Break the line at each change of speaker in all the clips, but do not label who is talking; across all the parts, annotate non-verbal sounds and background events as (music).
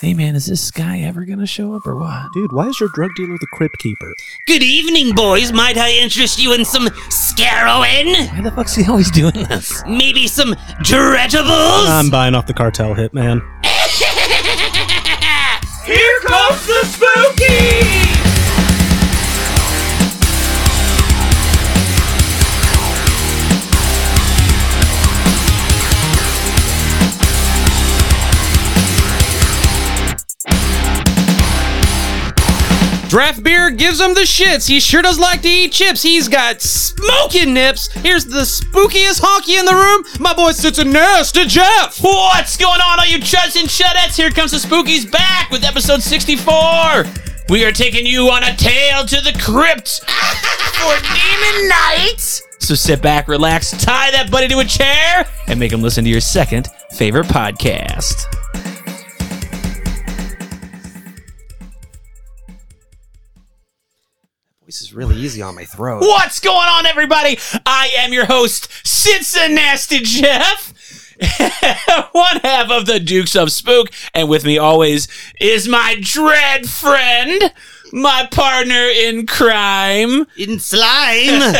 Hey man, is this guy ever gonna show up or what?
Dude, why is your drug dealer the crypt keeper?
Good evening, boys. Might I interest you in some scarrowin?
Why the fuck's he always doing this?
Maybe some dredgeables?
I'm buying off the cartel hitman.
Here comes the spooky!
Draft beer gives him the shits. He sure does like to eat chips. He's got smoking nips. Here's the spookiest honky in the room. My boy sits a nasty Jeff.
What's going on, all you chuds and chudettes? Here comes the Spookies back with episode 64. We are taking you on a tale to the crypt (laughs) for Demon Night. So sit back, relax, tie that buddy to a chair, and make him listen to your second favorite podcast.
This is really easy on my throat.
What's going on, everybody? I am your host, Cincinnati Jeff, (laughs) one half of the Dukes of Spook, and with me always is my dread friend, my partner in crime,
In slime!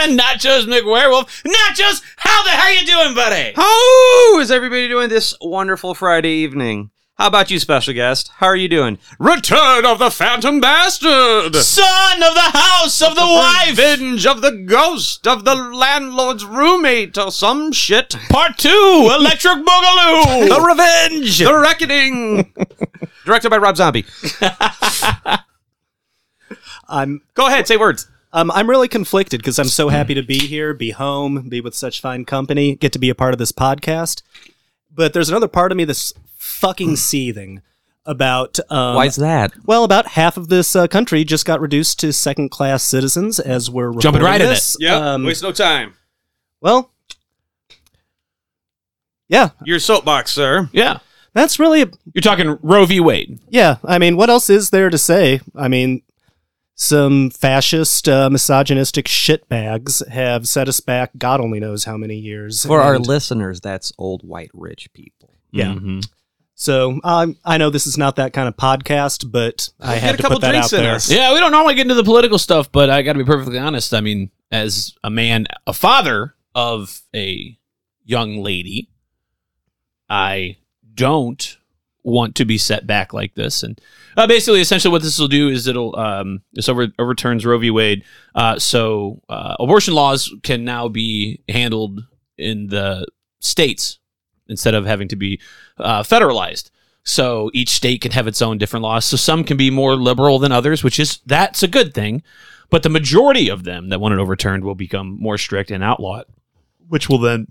Nachos McWerewolf. Nachos, how the hell you doing, buddy?
How is everybody doing this wonderful Friday evening? How about you, special guest? How are you doing? Return of the Phantom Bastard!
Son of the house of the wife,
Revenge of the ghost of the landlord's roommate or some shit.
part two, Electric Boogaloo.
The Revenge! The Reckoning! (laughs) Directed by Rob Zombie.
I'm
Go ahead, say words.
um, I'm really conflicted because I'm so happy to be here, be home, be with such fine company, get to be a part of this podcast. But there's another part of me that's fucking seething about um,
Why's that?
Well, about half of this uh, country just got reduced to second class citizens as we're
Jumping
recording
right in it.
this.
Yeah,
Um,
waste no time.
well, yeah,
Your soapbox, sir.
Yeah,
that's really
you're talking Roe v. Wade.
yeah. I mean, what else is there to say? I mean, some fascist, uh, misogynistic shitbags have set us back. God only knows how many years.
For our
And
listeners, that's old white rich people.
Yeah.
mm-hmm.
so um, I know this is not that kind of podcast, but I
Get
had
a
to
couple
put that out
drinks in
there.
us.
Yeah, we don't normally get into the political stuff, but I got to be perfectly honest. I mean, as a man, a father of a young lady, I don't want to be set back like this. And uh, basically, essentially, what this will do is it'll um, this over, overturns Roe v. Wade, uh, so uh, abortion laws can now be handled in the states instead of having to be uh, federalized. So each state can have its own different laws. So some can be more liberal than others, which is that's a good thing. But the majority of them that want it overturned will become more strict and outlaw it, which will then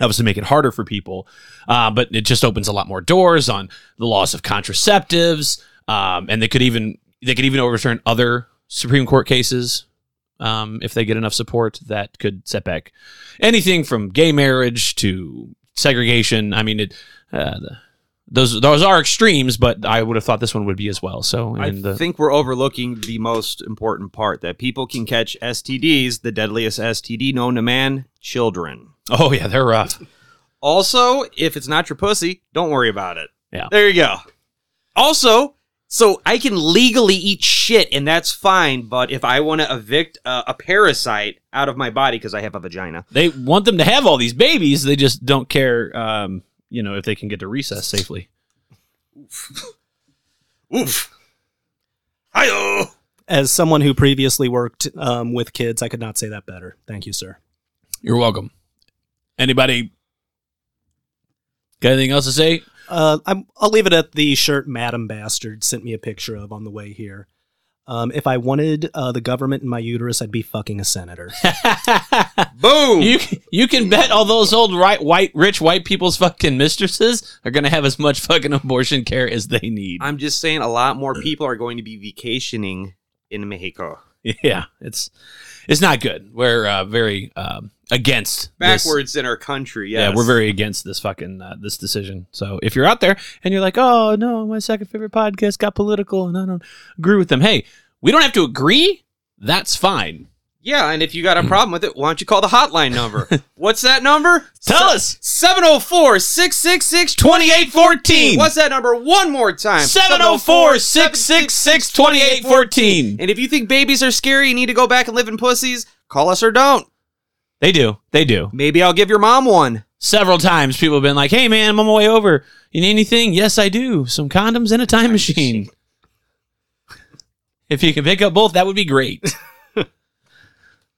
obviously make it harder for people. Uh, but it just opens a lot more doors on the laws of contraceptives, um, and they could even they could even overturn other Supreme Court cases um, if they get enough support that could set back anything from gay marriage to segregation. I mean, it, uh, the, those those are extremes, but I would have thought this one would be as well. So,
I
and uh, the,
think we're overlooking the most important part that people can catch STDs, the deadliest STD known to man, children.
oh yeah, they're rough.
Also, if it's not your pussy, don't worry about it.
Yeah.
There you go. Also, so I can legally eat shit and that's fine, but if I want to evict a, a parasite out of my body because I have a vagina,
They want them to have all these babies. They just don't care, um, you know, if they can get to recess safely.
oof. hi
As someone who previously worked um, with kids, I could not say that better. Thank you, sir.
You're welcome. Anybody got anything else to (laughs) say?
Uh, I'm, I'll leave it at the shirt Madam Bastard sent me a picture of on the way here. Um, if I wanted uh, the government in my uterus, I'd be fucking
(laughs)
a senator.
Boom.
You c- you can bet all those old right white rich white people's fucking mistresses are gonna have as much fucking abortion care as they need.
I'm just saying a lot more people are going to be vacationing in Mexico.
yeah, it's it's not good. We're uh, very um, against this-
Backwards in our country, yes.
Yeah, we're very against this fucking uh, this decision. So if you're out there and you're like, oh no, my second favorite podcast got political and I don't agree with them, hey, we don't have to agree. That's fine.
Yeah, and if you got a problem with it, why don't you call the
(laughs)
hotline number? What's that number?
Tell us.
704 666 2814. What's that number one more time?
704 666 2814.
And if you think babies are scary, you need to go back and live in pussies, call us or don't.
They do. They do.
Maybe I'll give your mom one.
Several times people have been like, hey, man, I'm on my way over. You need anything? Yes, I do. Some condoms and a time machine. If you can pick up both, that would be (laughs) great.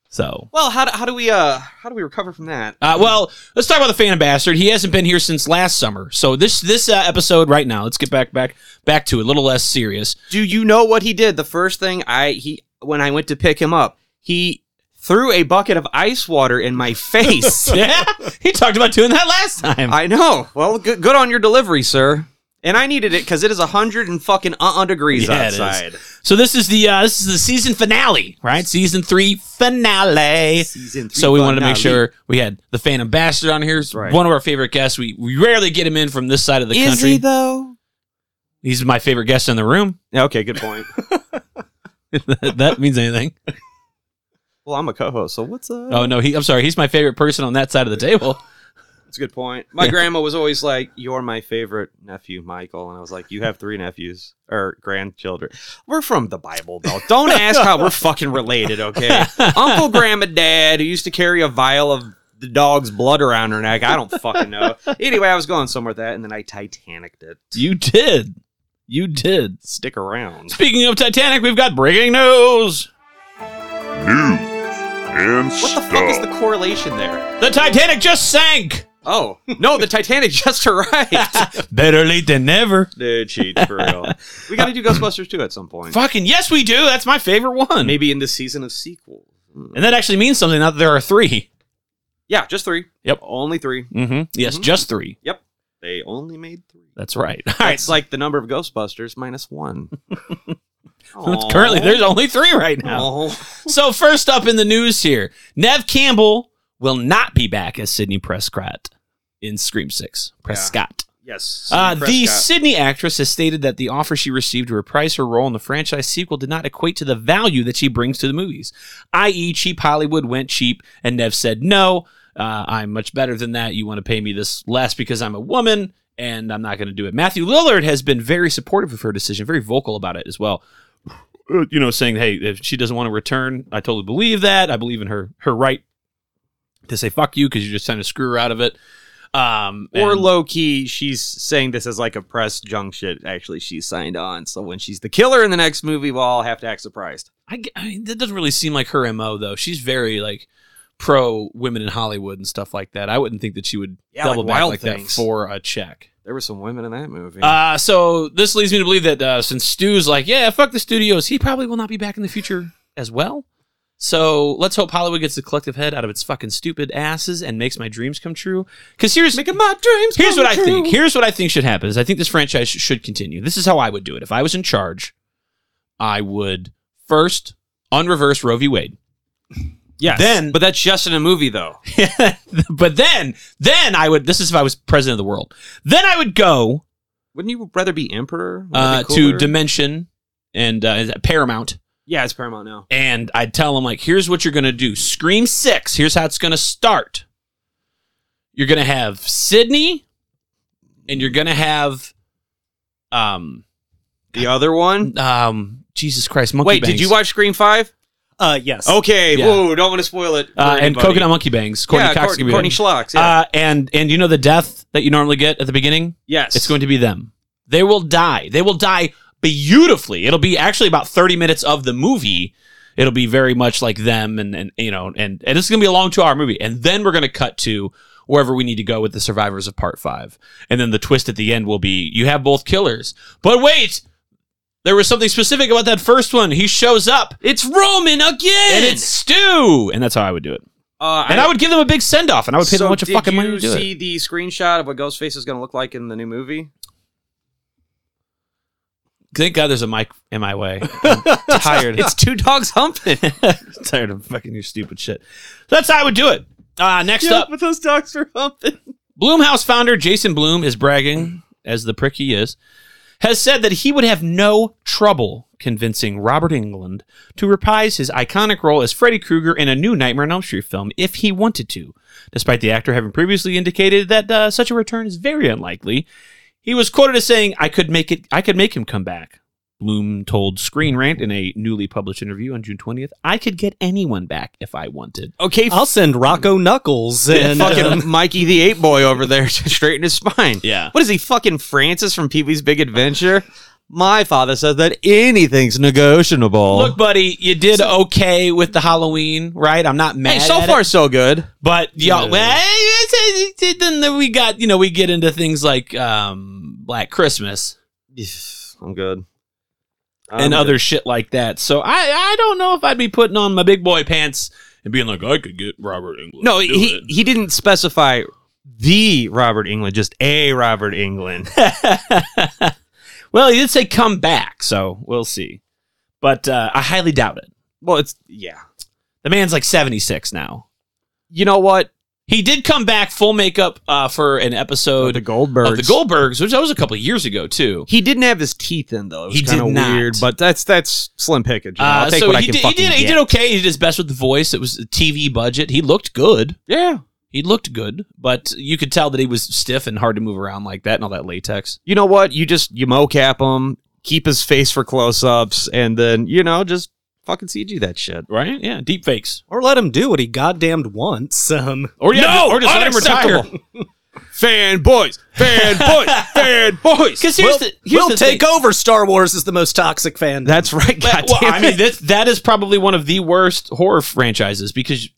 so.
Well, how do, how do we uh how do we recover from that?
Uh, well, let's talk about the fan ambassador. He hasn't been here since last summer, so this this uh, episode right now. Let's get back back back to it. A little less serious.
Do you know what he did? The first thing I he when I went to pick him up, he threw a bucket of ice water in
(laughs)
my face.
Yeah, (laughs) he talked about doing that last time.
I know. Well, good, good on your delivery, sir. And I needed it because it is a hundred and fucking uh uh degrees
Yeah, it is.
outside.
so this is the uh, this is the season finale, right? Season three finale.
Season three
so we wanted to make
finale.
sure we had the fan ambassador on here. He's
Right.
One of our favorite guests. We we rarely get him in from this side of the
Is
country.
he though?
He's my favorite guest in the room.
Yeah, Okay, good point. (laughs)
If (laughs) that means anything?
well, I'm a co-host, so what's up?
Oh no, he. I'm sorry. He's my favorite person on that side of the table.
That's a good point. My grandma was always like, "You're my favorite nephew, Michael," and I was like, "You have three nephews or grandchildren. We're from the Bible Belt. Don't ask how we're fucking related, okay? Uncle, grandma, dad, who used to carry a vial of the dog's blood around her neck. I don't fucking know. Anyway, I was going somewhere with that, and then I Titanicked it.
You did. You did.
Stick around.
Speaking of Titanic, we've got breaking news.
news and
What the
stuff.
fuck is the correlation there?
The Titanic just sank.
Oh no, the Titanic (laughs) just arrived.
Better late than never.
Dude, (laughs) cheat for real. We got to do Ghostbusters too at some point.
Fucking yes, we do. That's my favorite one.
Maybe in this season of sequels.
And that actually means something now that there are three.
Yeah, just three.
Yep.
Only three.
Mm-hmm. Yes,
Mhm.
just three.
Yep. They only made three.
That's right. (laughs) All right.
It's like the number of Ghostbusters
(laughs)
minus one. Aw.
Currently, there's only three right now.
Aw.
So first up in the news here, Nev Campbell will not be back as Sydney Prescott in Scream Six. Prescott.
Yes.
Uh,
Sidney
the
Prescott.
Sydney actress has stated that the offer she received to reprise her role in the franchise sequel did not equate to the value that she brings to the movies, i.e., cheap Hollywood went cheap, and Nev said, No, uh, I'm much better than that. You want to pay me this less because I'm a woman, and I'm not going to do it. Matthew Lillard has been very supportive of her decision, very vocal about it as well. Uh, You know, saying, Hey, if she doesn't want to return, I totally believe that. I believe in her, her right to say, Fuck you, because you're just trying to screw her out of it. Um,
Or
and-
low key, she's saying this as like a press junk shit. Actually, she signed on. So when she's the killer in the next movie, we'll all have to act surprised.
I, g- I mean, that doesn't really seem like her mo though. She's very like pro women in Hollywood and stuff like that. I wouldn't think that she would
Yeah,
double
like
back
Wild
like
Things.
that for a check.
There were some women in that movie.
Uh, so this leads me to believe that uh, since Stu's like, yeah, fuck the studios, he probably will not be back in the future as well. So let's hope Hollywood gets the collective head out of its fucking stupid asses and makes my dreams come true. Because here's
Making my dreams.
here's
come
what I
true.
think. Here's what I think should happen is I think this franchise sh- should continue. This is how I would do it. If I was in charge, I would first unreverse Roe v. Wade.
Yes.
Then-
but that's just in a movie though.
(laughs) but then, then I would. This is if I was president of the world. Then I would go
Wouldn't you rather be emperor? Wouldn't
uh,
that be
to
cooler?
Dimension and uh, is that Paramount,
yeah, it's Paramount now.
and I'd tell them like, "Here's what you're gonna do. Scream Six. Here's how it's gonna start. You're gonna have Sydney, and you're gonna have um
The other one.
um Jesus Christ, Monkey
Wait, did
Bangs.
you watch Scream Five?
Uh, yes.
Oh,
Okay,
Yeah.
whoa, don't want to spoil it. for
Uh, and
anybody.
Coconut Monkey Bangs. Courtney
yeah,
Cox is
Courtney,
gonna be
Courtney
there.
Schlock's. Yeah.
Uh, and and you know the death that you normally get at the beginning.
yes,
It's going to be them. They will die. They will die beautifully. It'll be actually about 30 minutes of the movie. It'll be very much like them and, and you know, and, and it's going to be a long two hour movie. And then we're going to cut to wherever we need to go with the survivors of part five. And then the twist at the end will be you have both killers. But wait, there was something specific about that first one. He shows up
It's Roman again.
and it's Stu. And that's how I would do it.
Uh,
And I would give them a big send off and I would pay
so
them a bunch of
did
fucking
you
money to do it.
see the screenshot of what Ghostface is going to look like in the new movie?
Thank God there's a mic in my
(laughs)
way. I'm tired.
It's two dogs humping.
(laughs) tired of fucking your stupid shit. That's how I would do it. Uh, next up,
but those dogs are humping. Mm.
Bloomhouse founder Jason Bloom is bragging, as the prick he is, has said that he would have no trouble convincing Robert England to reprise his iconic role as Freddy Krueger in a new Nightmare on Elm Street film if he wanted to, despite the actor having previously indicated that uh, such a return is very unlikely. He was quoted as saying, "I could make it. I could make him come back." Bloom told Screen Rant in a newly published interview on June 20th, "I could get anyone back if I wanted."
Okay,
I'll send Rocco Knuckles and
(laughs)
um,
fucking (laughs) Mikey the Ape Boy over there (laughs) to straighten his spine.
Yeah.
What is he, fucking Francis from Pee Wee's Big Adventure? My father says that anything's negotiable.
Look, buddy, you did okay with the Halloween, right? I'm not mad.
hey, so
at it.
far, so good.
But y'all, well, it's- it's- it's- then we got you know we get into things like um Black Christmas
I'm good.
and
I'm
other shit like that. So I I don't know if I'd be putting on my big boy pants and being like I could get Robert Englund.
No,
to do
he,
it."
he didn't specify the Robert England, just a Robert England.
(laughs) well, he did say come back, so we'll see. But uh, I highly doubt it.
well, it's yeah.
The man's like 76 now.
(laughs) You know what?
He did come back full makeup uh, for an
Oh,
episode
Oh, the Goldbergs.
of the Goldbergs, which that was a couple of years ago too.
He didn't have his teeth in though. It was
He did
kind of
not.
weird, but that's that's slim pickage. you know?
Uh,
I'll take
so
what I
he
can
did, he
fucking
did. He
get.
did okay. He did his best with the voice. It was a TV budget. He looked good.
Yeah.
He looked good, but you could tell that he was stiff and hard to move around like that, and all that latex.
You know what? You just you mocap him, keep his face for close-ups, and then you know just fucking CG that shit.
Right? Yeah. Deep fakes.
or let him do what he goddamned wants. Um,
Or
No,
Or just let him retire.
fanboys,
(laughs)
fanboys, fanboys.
Because here's the here's
we'll
the
take
thing.
over Star Wars is the most toxic fan.
That's right.
Well,
God
well, I
damn it.
mean, that that is probably one of the worst horror franchises because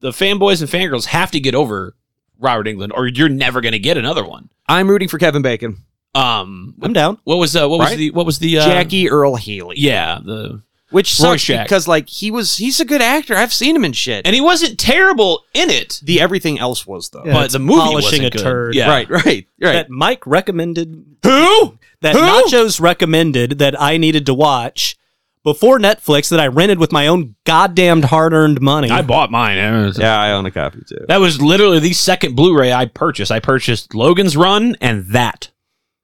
the fanboys and fangirls have to get over Robert England, or you're never going to get another one.
I'm rooting for Kevin Bacon,
Um,
(laughs) I'm down.
what was uh, what was
Right?
the what was the uh,
Jackie Earl Haley.
Yeah, the
which sucks
Rorschach.
because like he was he's a good actor. I've seen him in shit.
and he wasn't terrible in it.
the everything else was though.
Yeah.
but
it's
the movie
polishing
wasn't
a
good.
turd.
Yeah.
Right, (laughs) right, right.
That Mike recommended
Who?
that
Who?
Nachos recommended that I needed to watch before Netflix that I rented with my own goddamned hard-earned money. (laughs)
I bought mine. I don't know.
Yeah, I own a copy too.
That was literally the second Blu-ray I purchased. I purchased Logan's Run and that,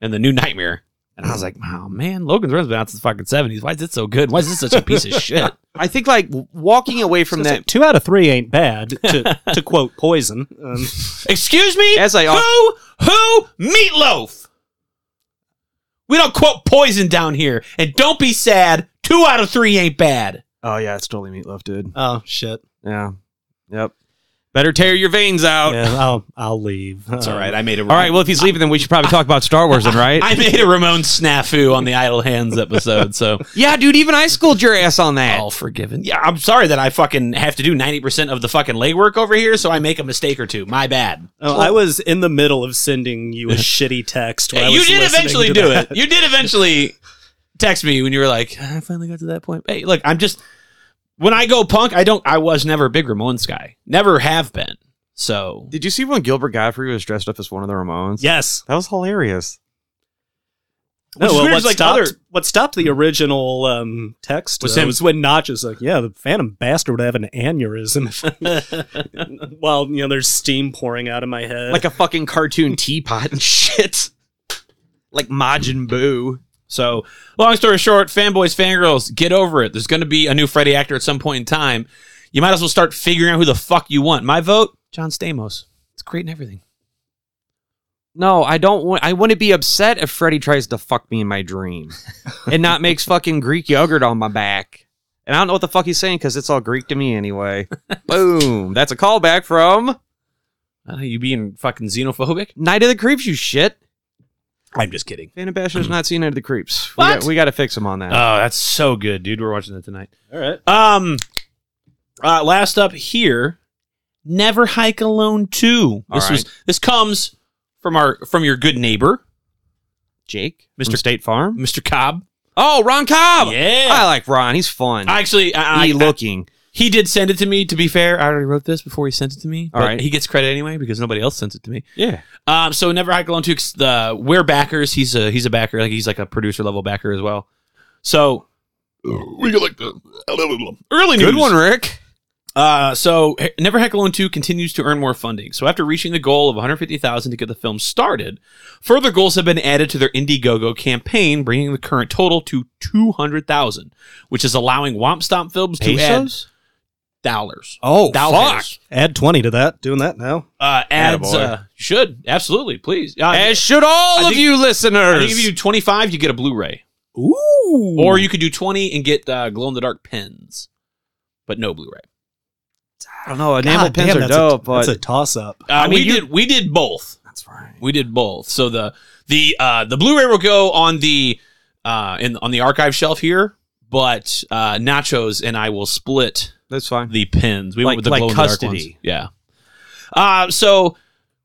and the new Nightmare. And I was like, "Wow, man, Logan's Run's been out since the fucking seventies. Why is it so good? Why is this such a piece of shit?"
I think like w- walking away from that.
Two out of three ain't bad, to, (laughs) to quote Poison. Um,
Excuse me.
As I al-
who who meatloaf. We don't quote poison down here, and don't be sad. Two out of three ain't bad.
(laughs) oh yeah, it's totally meatloaf, dude.
oh shit!
Yeah, yep. Better tear your veins out.
Yeah, I'll I'll leave. Uh,
That's all right. I made a
All right. Well, if he's leaving, then we should probably talk about Star Wars, then, (laughs) right?
I made a Ramon snafu on the Idle Hands episode, so
yeah, dude. Even I schooled your ass on that.
all forgiven. (laughs) Yeah, I'm sorry that I fucking have to do 90% of the fucking legwork over here, so I make a mistake or two. My bad.
Oh, I was in the middle of sending you a shitty text. While I
you
was
did
listening
eventually
to
do
that.
it. You did eventually text me when you were like, I finally got to that point. Hey, look, I'm just when I go punk, I don't I was never a big Ramones guy. Never have been. So
Did you see when Gilbert Godfrey was dressed up as one of the Ramones?
Yes.
that was hilarious.
No.
Which is
Well,
weird,
what
it's like
stopped
other-
what stopped the original um, text
Was
was, uh,
him-
was when Notch is like, "Yeah, the Phantom Bastard would have an
(laughs)
aneurysm," while you know there's steam pouring out of my head.
Like a fucking cartoon teapot and shit. Like Majin Buu.
So, long story short, fanboys, fangirls, get over it. There's going to be a new Freddy actor at some point in time. You might as well start figuring out who the fuck you want. My vote, John Stamos. It's great and everything.
No, I don't want. I want to be upset if Freddy tries to fuck me in my dream, and not makes fucking Greek yogurt on my back. And I don't know what the fuck he's saying because it's all Greek to me anyway. Boom! That's a callback from
Uh, you being fucking xenophobic?
Night of the Creeps. You shit.
I'm just kidding.
Phantom Basher's not seen Night of the Creeps. We
What?
got, we got to fix him on that.
Oh, that's so good, dude. We're watching that tonight.
All right.
Um, uh, last up here, Never Hike Alone Two.
All
This was this comes from our from your good neighbor,
Jake,
Mr.
Mr. State Farm.
Mr. Cobb.
Oh, Ron Cobb. I
Yeah,
like Ron. He's fun.
I actually, I, I,
he looking.
He did send it to me. To be fair, I already wrote this before he sent it to me.
All
but
right.
he gets credit anyway because nobody else sends it to me.
Yeah.
Um, so never hike alone. Two, 'cause the we're backers. He's a he's a backer. Like he's like a producer level backer as well. So
Uh, We like the.
early news.
Good one, Rick.
Uh, so He- Never Heckle and Two continues to earn more funding. So after reaching the goal of 150,000 to get the film started, further goals have been added to their Indiegogo campaign, bringing the current total to 200,000, which is allowing Womp Stomp Films to add dollars.
Oh,
Dollars.
Add 20 to that. Doing that now.
Uh, ads
Attaboy.
uh, should absolutely please. Uh,
As should all
I
of
think-
you
I
listeners.
think if you do 25, you get a Blu-ray,
Ooh.
or you could do 20 and get uh, glow-in-the-dark pens, but no Blu-ray.
I don't know.
God
Enamel
damn,
pins are
that's
dope,
a,
but
that's a toss up.
Uh,
I mean,
we
you-
did we did both.
that's right.
We did both. So the the uh, the Blu-ray will go on the uh, in on the archive shelf here, but uh, Nachos and I will split
That's fine.
the pins. We went
Like-
with the
like
glow in the dark
custody.
ones. Yeah. Uh, so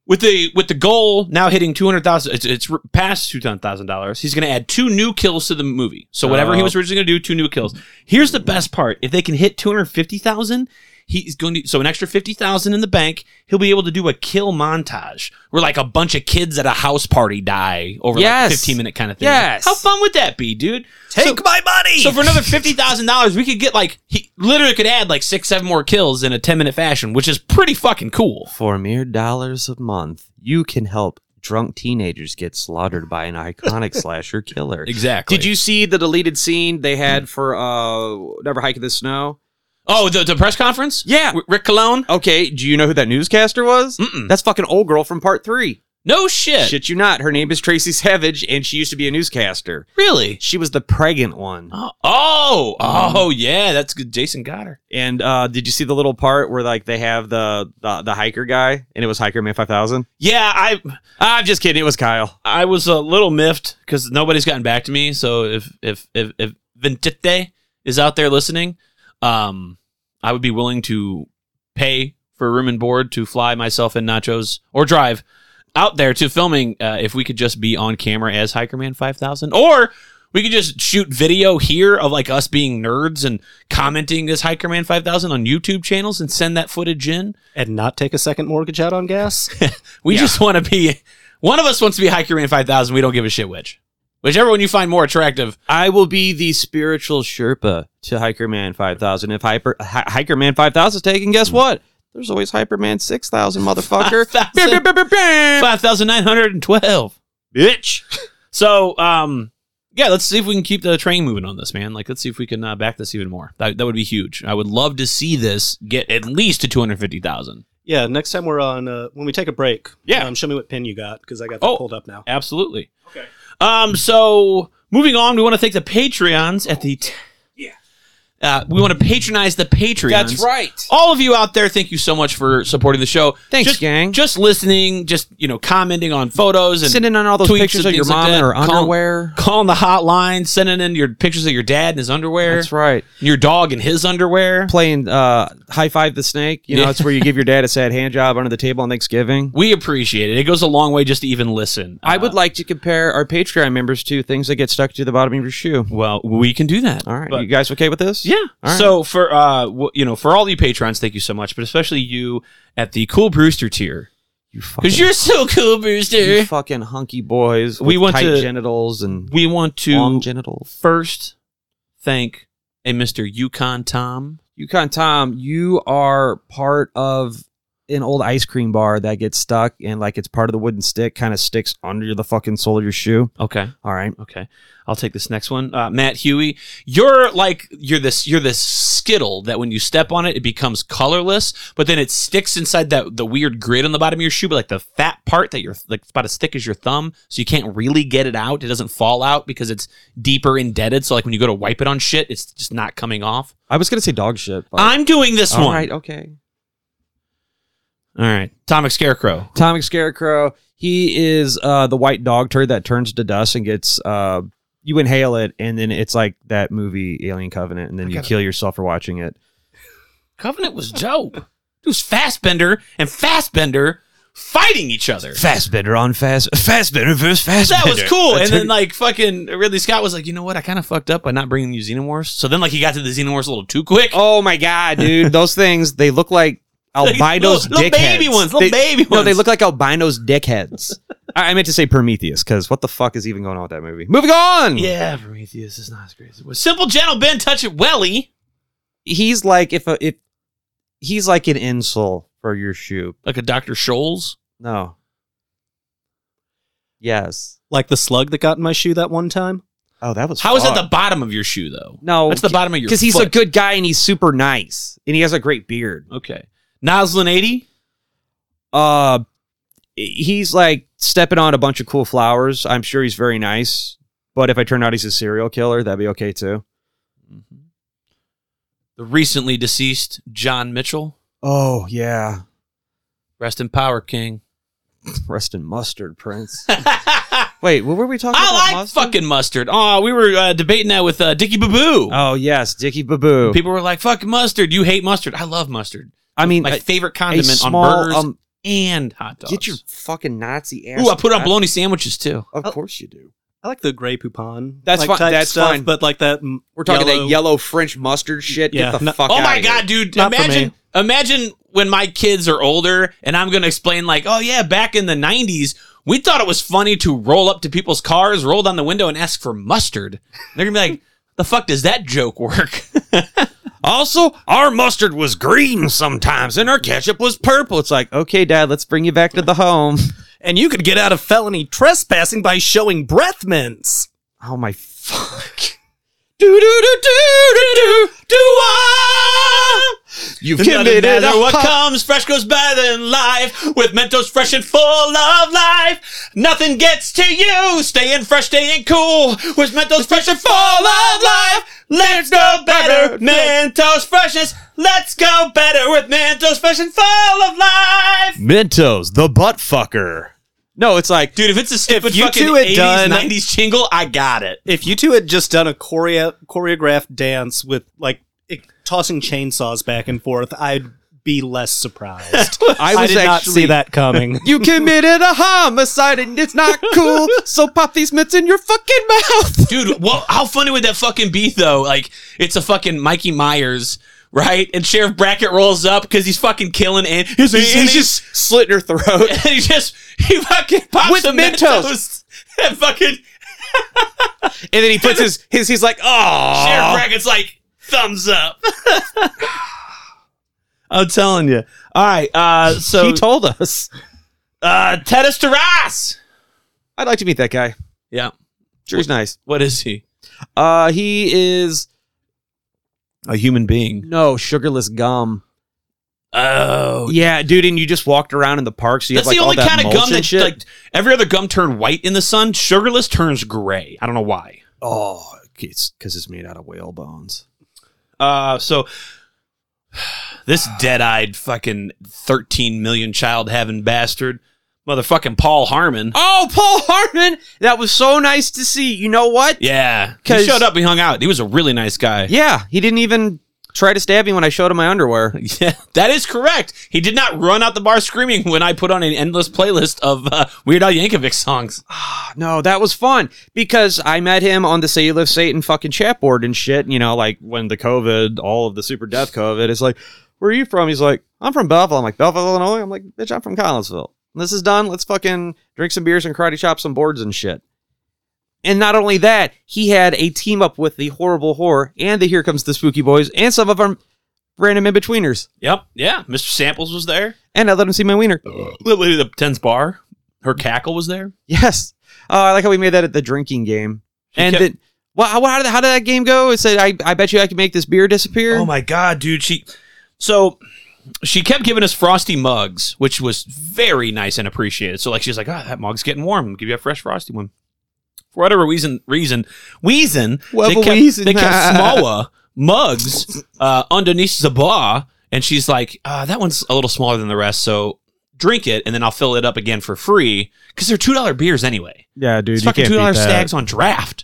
with the with the goal now hitting two hundred thousand, it's, it's r- past two hundred thousand dollars. He's going to add two new kills to the movie. So whatever he
Oh.
was originally going to do, two new kills. Here's the best part: if they can hit two hundred fifty thousand, he's going to so an extra fifty thousand in the bank. He'll be able to do a kill montage where like a bunch of kids at a house party die over like
Yes.
a fifteen minute kind of thing.
Yes.
How fun would that be, dude? So-
my money.
so for another fifty thousand dollars, we could get like he literally could add like six, seven more kills in a ten minute fashion, which is pretty fucking cool.
For mere dollars a month, you can help drunk teenagers get slaughtered by an (laughs) iconic slasher killer.
Exactly.
Did you see the deleted scene they had for uh Never Hike in the Snow?
Oh, the, the press conference?
Yeah.
W- Rick Cologne?
Okay, do you know who that newscaster was?
Mm-mm.
That's fucking old girl from part three.
No shit.
Shit you not. Her name is Tracy Savage, and she used to be a newscaster.
Really?
She was the pregnant one.
Oh, oh, oh, yeah. That's good. Jason Goddard.
And uh, did you see the little part where like they have the the, the hiker guy, and it was Hiker Man Five Thousand?
Yeah, I
I'm just kidding. It was Kyle.
I was a little miffed because nobody's gotten back to me. So if if if if Ventite is out there listening, um, I would be willing to pay for room and board to fly myself and Nachos or drive out there to filming. Uh, if we could just be on camera as Hikerman Five Thousand, or we could just shoot video here of like us being nerds and commenting as Hikerman Five Thousand on YouTube channels and send that footage in.
And not take a second mortgage out on
(laughs)
gas?
We just want to be one of us wants to be Hikerman Five Thousand. We don't give a shit which. Whichever one you find more attractive,
I will be the spiritual Sherpa to Hiker Man 5000. If Hyper, Hi- Hiker Man 5000 is taken,
Mm.
guess what? There's always Hyper Man
(laughs)
6000, motherfucker.
5,000. 5,912. Bitch. (laughs) So, um, yeah, let's see if we can keep the train moving on this, man. Like, let's see if we can uh, back this even more. That, that would be huge. I would love to see this get at least to 250,000.
yeah, next time we're on, uh, when we take a break,
Yeah.
um, show me what pin you got because I got that
Oh.
pulled up now.
Absolutely. Okay. Um, so moving on, we want to thank the Patreons at the. T- yeah. Uh, we want to patronize the Patreons.
right.
all of you out there, thank you so much for supporting the show.
Thanks,
just,
gang.
Just listening, just you know, commenting on photos and
Sending in all those
tweets
pictures
and
of your
things like
mom
that.
in her
Call-
underwear.
calling the hotline, sending in your pictures of your dad in his underwear,
That's right.
your dog in his underwear.
Playing uh, High Five the Snake. You know,
Yeah.
it's where you give your dad a sad hand job under the table on Thanksgiving.
We appreciate it. It goes a long way just to even listen.
I
Uh,
would like to compare our Patreon members to things that get stuck to the bottom of your shoe.
Well, we can do that.
All right.
But-
you guys okay with this?
Yeah.
All right.
So for uh, w- you know, for all you patrons, thank you so much, but especially you at the Cool Brewster tier
You fucking,
because you're so cool, Brewster.
you fucking hunky boys.
We
with
want
tight
to-
genitals and
we want to
long genitals.
first thank a Mr. Yukon Tom.
Yukon Tom, you are part of an old ice cream bar that gets stuck and like it's part of the wooden stick kind of sticks under the fucking sole of your shoe.
Okay.
All right.
Okay. I'll take this next one. Uh, Matt Huey, you're like you're this you're this skittle that when you step on it it becomes colorless, but then it sticks inside that the weird grid on the bottom of your shoe, but like the fat part that you're like it's about as thick as your thumb, so you can't really get it out. It doesn't fall out because it's deeper indebted. So like when you go to wipe it on shit, it's just not coming off.
I was going to say dog shit. But
I'm doing this
All
one.
right. Okay.
All right. Atomic Scarecrow.
Atomic Scarecrow, he is uh, the white dog turd that turns to dust and gets. Uh, you inhale it, and then it's like that movie Alien Covenant, and then you kill yourself for watching it.
Covenant was dope. It was Fastbender and Fastbender fighting each other.
Fastbender on fast, Fastbender versus Fastbender.
that was cool. And
That's
then like fucking Ridley Scott was like, you know what? I kind of fucked up by not bringing you Xenomorphs. So then like he got to the Xenomorphs a little too quick.
Oh my
(laughs)
god, dude! Those things they look like
Like,
albinos.
little- little
dickheads.
baby ones, little
They-
baby
No, they
ones.
look like albinos
(laughs)
dickheads. I, I meant to say Prometheus because what the fuck is even going on with that movie? Moving on.
Yeah, Prometheus is not as great as it was. Simple Gentle Ben Touch It Welly.
he's like if a, if he's like an insole for your shoe.
Like a Dr. Scholes?
No. Yes.
Like the slug that got in my shoe that one time.
Oh, that was
How is that
far.
the bottom of your shoe, though?
no?
That's the bottom of your
because he's a
foot.
good guy and he's super nice and he has a great beard.
Okay. Noslin 80?
Uh, he's like stepping on a bunch of cool flowers. I'm sure he's very nice, but if I turn out he's a serial killer, that'd be okay too.
The recently deceased John Mitchell.
Oh yeah,
Rest in power, King.
rest in mustard, (laughs) Prince.
I
Wait, what were we talking about?
like
mustard?
fucking mustard. Oh, we were uh, debating that with uh, Dickie Baboo.
Oh yes, Dicky Baboo.
People were like, "Fuck mustard! You hate mustard. I love mustard.
I mean, uh,
My
a-
favorite
a
condiment
small.
on burgers
um,
and hot dogs."
get your fucking Nazi ass.
Ooh, I put on
out.
bologna sandwiches too.
Of course you do.
I like the gray poupon.
That's
like
fine-
type
that's
stuff,
fine.
But like that. m-
We're talking that yellow French mustard shit.
Yeah,
Get the
no-
fuck.
oh
outta
my
here.
god, dude!
Not for
imagine, imagine when my kids are older and I'm gonna explain like, "Oh yeah, back in the '90s, we thought it was funny to roll up to people's cars, roll down the window, and ask for mustard." They're gonna be like, "The fuck does that joke work?" (laughs)
Also, our mustard was green sometimes, and our ketchup was purple. It's like, okay, Dad, let's bring you back to the (laughs) home.
And you could get out of felony trespassing by showing breath mints.
Oh my fuck!
do do do do do do do ah.
You've
It doesn't
committed
matter
a (laughs)
what
hu-
comes, fresh goes better than life. With Mentos fresh and full of life, nothing gets to you. Staying fresh, staying cool. With Mentos fresh and full of life, let's go better. Mentos freshness, let's go better. With Mentos fresh and full of life.
Mentos, the butt fucker. No, it's like,
Dude, if it's a stupid
you
fucking
two had
80s,
done-
90s jingle, I got it.
If you two had just done a choreo- choreographed dance with like it, tossing chainsaws back and forth, I'd be less surprised.
I was
did
actually
not see that coming.
You committed a homicide, and it's not cool. so pop these mitts in your fucking mouth.
Dude, well, how funny would that fucking be though? Like, it's a fucking Mikey Myers, right? And Sheriff Brackett rolls up because he's fucking killing and he's,
(laughs) He's just slitting her throat.
and (laughs) he just he fucking pops
With
the
Mentos.
(laughs) and fucking
And then he puts his his. He's like,
Sheriff
oh,
Brackett's like thumbs up. (sighs) I'm telling you. All right, uh, so
he told us.
uh, Tedis Taras.
I'd like to meet that guy.
Yeah,
Sure, he's nice.
what is he?
Uh, he is
A human being.
no sugarless gum.
Oh,
Yeah, dude, and you just walked around in the park, so you
That's
have like
the
all
only
that
kind of
mulch
gum
and
that
shit.
like every other gum turned white in the sun. Sugarless turns gray. I don't know why.
oh, it's because it's made out of whale bones.
Uh, so (sighs) this dead-eyed fucking thirteen million child having bastard, motherfucking Paul Harmon.
Oh, Paul Harmon, that was so nice to see. You know what?
Yeah, he
'Cause-
showed up. He hung out. He was a really nice guy.
Yeah, he didn't even try to stab me when I showed him my underwear.
(laughs) Yeah, that is correct. He did not run out the bar screaming when I put on an endless playlist of uh, Weird Al Yankovic songs.
No, that was fun because I met him on the Say You Live Satan fucking chat board and shit. You know, like when the COVID, all of the super death COVID, it's like, where are you from? He's like, I'm from Belleville. I'm like, Belleville, Illinois? I'm like, bitch, I'm from Collinsville. When this is done. Let's fucking drink some beers and karate chop some boards and shit. And not only that, he had a team up with the Horrible Horror and the Here Comes the Spooky Boys and some of our random in betweeners.
Yep. Yeah. Mr. Samples was there.
And I let him see my wiener.
Little lady at the tens bar. Her cackle was there.
Yes. Oh, I like how we made that at the drinking game. and
kept-
then, well, how, how, did, how did that game go? It said, I, I bet you I can make this beer disappear.
Oh my god, dude! She so she kept giving us frosty mugs, which was very nice and appreciated. So like she's like, ah, that mug's getting warm. Give you a fresh frosty one. For whatever reason, reason, reason,
Well,
they
but
kept,
reason.
they
(laughs)
kept smaller mugs uh, underneath the bar, and she's like, uh, that one's a little smaller than the rest, so drink it, and then I'll fill it up again for free because they're two dollar beers anyway.
Yeah, dude.
it's fucking two dollar stags on draft.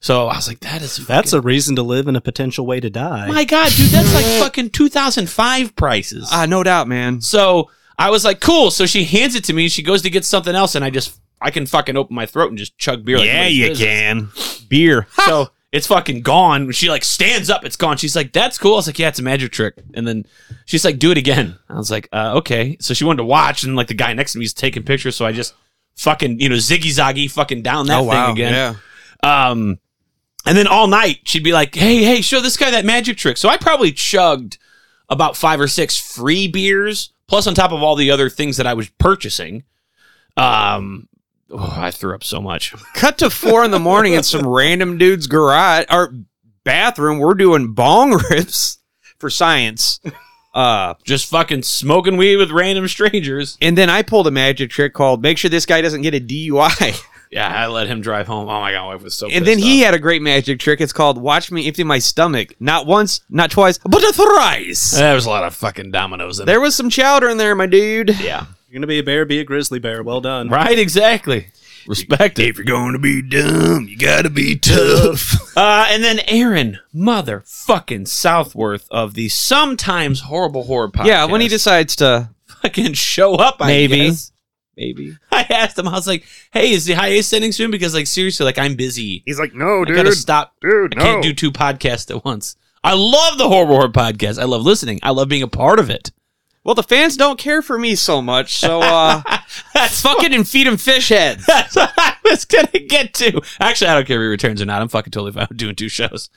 So I was like, that is
That's a reason to live and a potential way to die.
my god, dude, that's (laughs) like fucking 2005 prices.
Ah, no doubt, man.
so I was like, cool. So she hands it to me. and She goes to get something else, and I just I can fucking open my throat and just chug beer. Like nobody's business.
can. Beer.
(laughs) So it's fucking gone. When she like stands up, it's gone. She's like, that's cool. I was like, yeah, it's a magic trick. And then she's like, do it again. I was like, uh, okay. So she wanted to watch, and like the guy next to me is taking pictures. So I just fucking you know ziggy zaggy fucking down that
oh,
thing
wow.
again.
Yeah.
Um, and then all night she'd be like, "Hey, hey, show this guy that magic trick." So I probably chugged about five or six free beers, plus on top of all the other things that I was purchasing. Um, oh, I threw up so much.
Cut to four in the morning in some random dude's garage or bathroom. We're doing bong (laughs) rips for science. Uh,
Just fucking smoking weed with random strangers.
and then I pulled a magic trick called make sure this guy doesn't get a (laughs) DUI.
Yeah, I let him drive home. Oh my god, my wife was so.
and then
pissed
he
off.
had a great magic trick. It's called watch me empty my stomach. Not once, not twice, but thrice.
There was a lot of fucking dominoes in there.
There was some chowder in there, my dude.
Yeah.
You're gonna be a bear, be a grizzly bear. Well done.
Right. Exactly. Respect it.
If you're going to be dumb, you got to be tough.
(laughs) Uh, and then Aaron, motherfucking Southworth of the sometimes horrible horror podcast.
yeah, when he decides to
fucking show up, I
Maybe.
guess.
maybe.
(laughs) I asked him. I was like, "Hey, is the hiatus sending soon?" Because like seriously, like I'm busy.
He's like, no,
I gotta
dude.
stop.
Dude,
I can't
no.
do two podcasts at once. I love the horror horror podcast. I love listening. I love being a part of it. (laughs)
Well, the fans don't care for me so much, so uh,
That's
fuck it and feed him fish heads.
That's what I was gonna get to. Actually, I don't care if he returns or not. I'm fucking totally fine with doing two shows.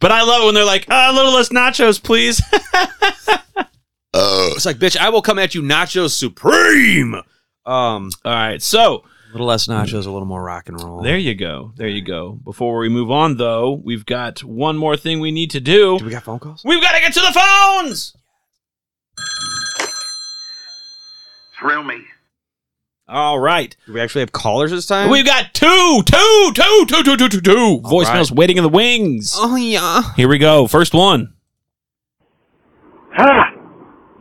But I love it when they're like, uh, a little less nachos, please. (laughs)
It's like, bitch, I will come at you, Nacho Supreme. Um,
All right, so
a little less nachos, a little more rock and roll.
there you go. There you go. Before we move on, though, we've got one more thing we need to do.
Do we got phone calls?
We've got to get to the phones.
Thrill me.
All right.
Do we actually have callers this time?
We've got two, two, two, two, two, two, two, two voicemails waiting in the wings.
oh yeah.
Here we go. First one.
Ha!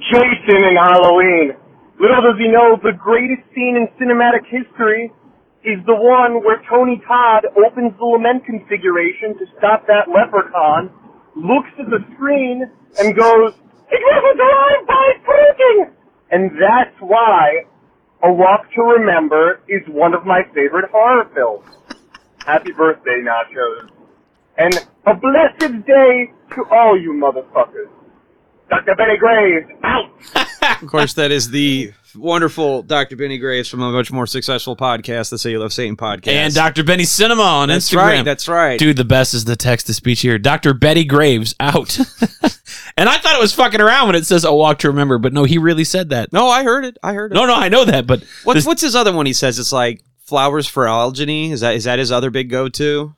Jason in Halloween. Little does he know the greatest scene in cinematic history is the one where Tony Todd opens the lament configuration to stop that leprechaun, looks at the screen, and goes, It wasn't alive by freaking! And that's why A Walk to Remember is one of my favorite horror films. Happy birthday, Nachos. And a blessed day to all you motherfuckers. Dr. Benny Graves, out!
Of course, that is the wonderful Dr. Benny Graves from a much more successful podcast, the Say You Love Satan podcast.
And Dr. Benny Cinema on
That's
Instagram.
right. That's right.
Dude, the best is the text to speech here. Dr. Betty Graves out. (laughs) and I thought it was fucking around when it says a walk to remember, but no, he really said that.
No, I heard it. I heard it.
No, no, I know that, but
what's
this-
what's his other one? He says it's like flowers for algeny. Is that is that his other big go to?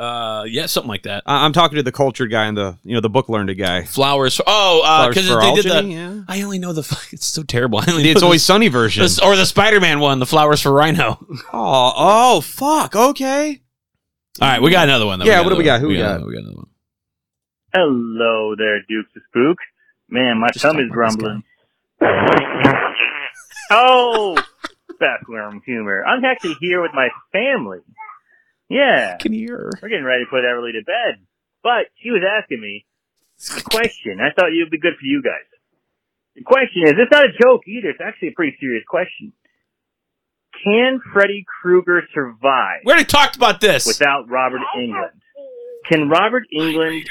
uh yeah, something like that.
I'm talking to the cultured guy and the you know the book learned guy.
Flowers. Oh, uh
Flowers
'cause
for
they did
algeny.
the
yeah.
I only know the (laughs) fuck it's so
(laughs)
terrible. I only know
It's
the-
always sunny
(laughs)
version.
the- or the Spider-Man one, the flowers for Rhino. (laughs)
Oh, oh, fuck. Okay.
All right, we got another one. though.
Yeah,
got
what do we
another one.
got? Who we got?
another- We got another one.
Hello there, Dukes of Spook. Man, my
Just
tum
talk
is
about this
grumbling. (laughs) oh, backroom humor. I'm actually here with my family. Yeah,
Can you hear?
we're getting ready to put Everly to bed. But she was asking me a question. I thought it would be good for you guys. The question is, it's not a joke either. It's actually a pretty serious question. Can Freddy Krueger survive?
We already talked about this.
without Robert England. Can Robert England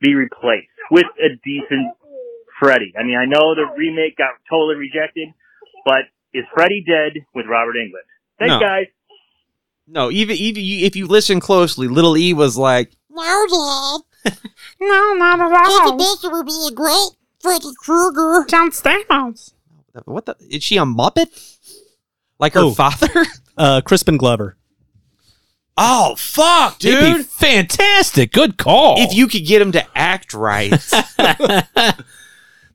be replaced with a decent Freddy? I mean, I know the remake got totally rejected, but is Freddy dead with Robert England? Thanks,
No.
guys.
No, even even you, if you listen closely, little E was like,
No, Dad. no, not at all. Jason Bishop would be a great Freddy Krueger.
"What the? Is she a Muppet? Like her
Oh.
father?" (laughs)
Uh, Crispin Glover.
Oh fuck,
It'd be
dude!
fantastic. Good call.
If you could get him to act (laughs) right,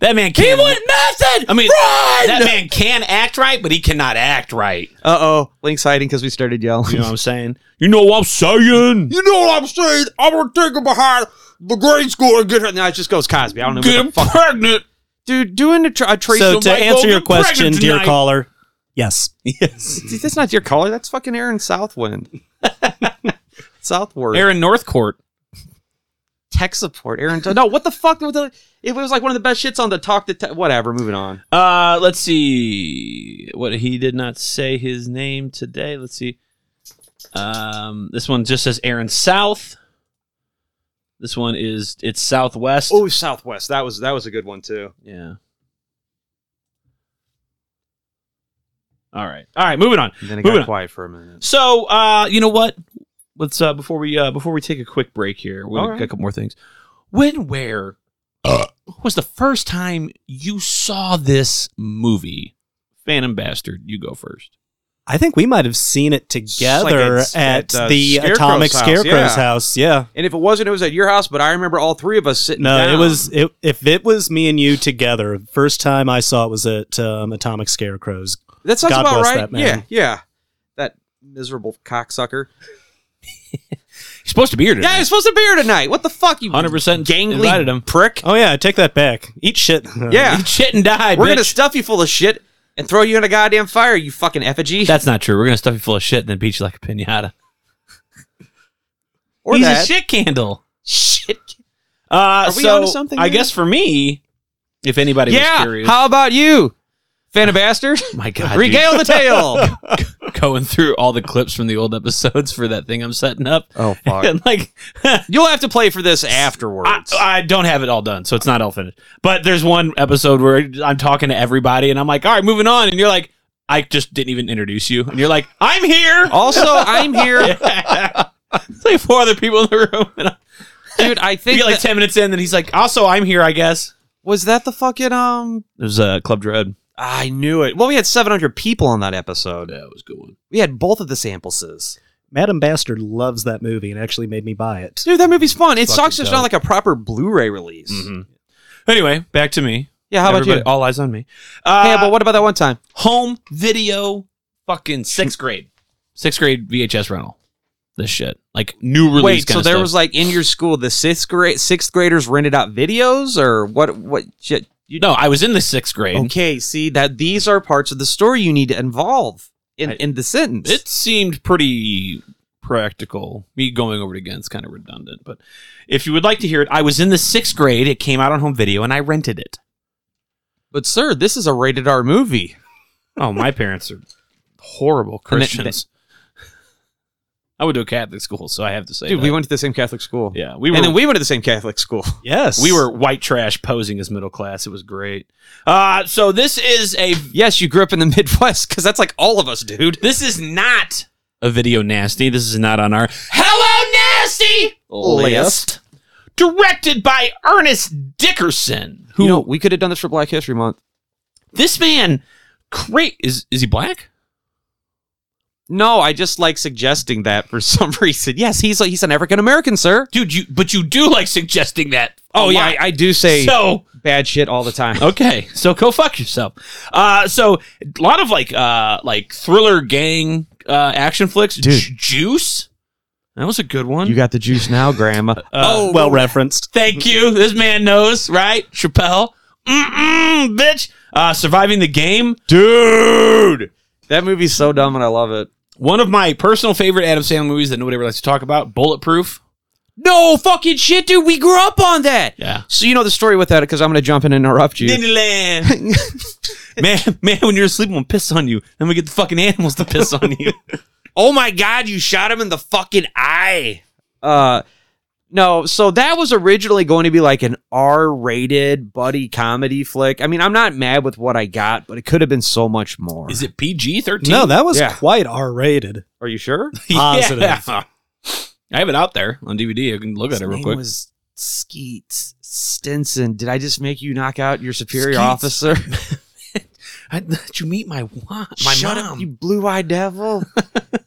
That man can. He would nothing. I mean, that man can act right, but he cannot act right.
uh oh, Link's hiding because we started yelling.
You know what I'm saying? You know what I'm saying?
You know what I'm saying? I'm gonna take him behind the grade school and get her. Now it just goes Cosby. I don't know.
Get
What
him
the fuck.
pregnant.
Dude, doing a, tra- a trace.
So
of
to
my-
answer your
get pregnant
question, dear
tonight.
caller, yes, (laughs) yes.
Dude, that's not your color. That's fucking Aaron (laughs) Southwind. Southward.
Aaron Northcourt.
tech support. Aaron. No, what the fuck? What the- It was like one of the best shits on the talk to tech. Whatever. Moving on.
Uh, let's see. What he did not say his name today. Let's see. Um, this one just says Aaron South. This one is it's Southwest.
Oh, Southwest. That was that was a good one too.
Yeah. All right. All right. Moving on.
And then it
Moving
got
on.
quiet for a minute.
So, uh, you know what? Let's uh, before we uh, before we take a quick break here, we
All
have
right.
got a couple more things. When, where, was the first time you saw this movie? Phantom Bastard, you go first.
I think we might have seen it together
it's
at,
at, uh,
the
Scarecrow's
Atomic
house,
Scarecrow's
yeah.
house. Yeah.
And if it wasn't, it was at your house. But I remember all three of us sitting.
No, it
down.
was it, if it was me and you together. First time I saw it was at um, Atomic Scarecrow's.
That sounds
God
about
bless
right.
that
Yeah,
man.
yeah. That miserable cocksucker.
You're supposed to be here today.
Yeah, you're supposed to be here tonight. What the fuck, you
100%
gangly
invited him.
prick?
Oh yeah, I take that back. Eat shit.
(laughs) Yeah,
Shit and die.
we're
bitch.
gonna stuff you full of shit and throw you in a goddamn fire. You fucking effigy.
That's not true. We're gonna stuff you full of shit and then beat you like a pinata.
or
He's
that
a shit candle.
shit.
Uh, Are
we
so
onto something
I
here?
guess for me, if anybody was
Yeah.
curious,
How about you, Phantom (laughs) Bastard?
my God,
Regale the tale.
dude, (laughs) going through all the clips from the old episodes for that thing I'm setting up,
oh fuck.
and like
You'll have to play for this afterwards.
I, I don't have it all done, so it's not all finished. But there's one episode where I'm talking to everybody, and I'm like, "All right, moving on," and you're like, "I just didn't even introduce you," and you're like, "I'm here."
(laughs) also, I'm (laughs) here,
There's like four other people in the room, and I
dude. I
we
think
get like
that-
ten minutes in, and he's like, "Also, I'm here, I guess."
was that the fucking um.
There's uh, Club Dread.
I knew it. Well, we had 700 people on that episode.
That was a good one.
We had both of the samples.
Madam Bastard loves that movie and actually made me buy it.
Dude, that movie's fun. It sucks
Fucking
it's
dope.
not like a proper Blu-ray release.
Anyway, back to me.
Yeah, how about
Everybody-
you? Oh,
All eyes on me. Uh,
hey, but what about that one time?
home video, fucking sixth grade, sixth grade VHS rental. This shit, like new release.
Wait,
kind
so
of
there
stuff.
was like in your school the sixth grade sixth graders rented out videos or what? What shit? You
no. I was in the sixth grade.
Okay, see that these are parts of the story you need to involve in
I-
in the sentence.
It seemed pretty practical. Me going over it again is kind of redundant, but if you would like to hear it, I was in the sixth grade. It came out on home video, and I rented it.
but sir, this is a rated R movie.
Oh, my (laughs) parents are horrible
And that-
Christians. I went to a Catholic school, so I have to say,
Dude,
that.
we went to the same Catholic school.
Yeah, we were.
And then we went to the same Catholic school.
Yes,
We were white trash posing as middle class. It was great. Uh, so this is a
Yes, you grew up in the (laughs) Midwest because that's like all of us, dude.
this is not a video nasty. This is not on our Hello Nasty list. Directed by Ernest Dickerson, who
You know, we could have done this for Black History Month.
this man great is is he black?
No, I just like suggesting that for (laughs) some reason. Yes, he's like he's an African American, sir.
Dude, you but you do like suggesting that.
Oh
a
yeah,
lot.
I, I do say
so
bad shit all the time.
okay so go fuck yourself uh so a lot of like uh like thriller gang uh action flicks Ju- juice that was a good one
You got Mm-hmm. the juice now, (laughs) Grandma.
Uh,
Oh,
well referenced.
thank you this man knows right chappelle Mm-mm, bitch uh surviving the game dude
that movie's so dumb, and I love it.
one of my personal favorite adam sandler movies that nobody ever likes to talk about bulletproof
No fucking shit, dude. We grew up on that.
yeah
So you know the story with that because I'm gonna jump in and interrupt you.
man (laughs) man when you're asleep i'm gonna piss on you then we get the fucking animals to piss on you
Oh my god, you shot him in the fucking eye. Uh, no. So that was originally going to be like an R-rated buddy comedy flick. I mean, I'm not mad with what I got, but it could have been so much more.
(laughs) is it pg-13 (laughs)
No, that was
Yeah.
quite R rated.
Are
(laughs)
you sure?
Positive.
Yeah. I have it out there on DVD. I can look at it
His
real
name
quick.
was Skeet Stinson. Did I just make you knock out your superior
Skeets.
officer?
I, did you meet my wa- my
Shut
mom?
up, you blue-eyed
(laughs)
devil.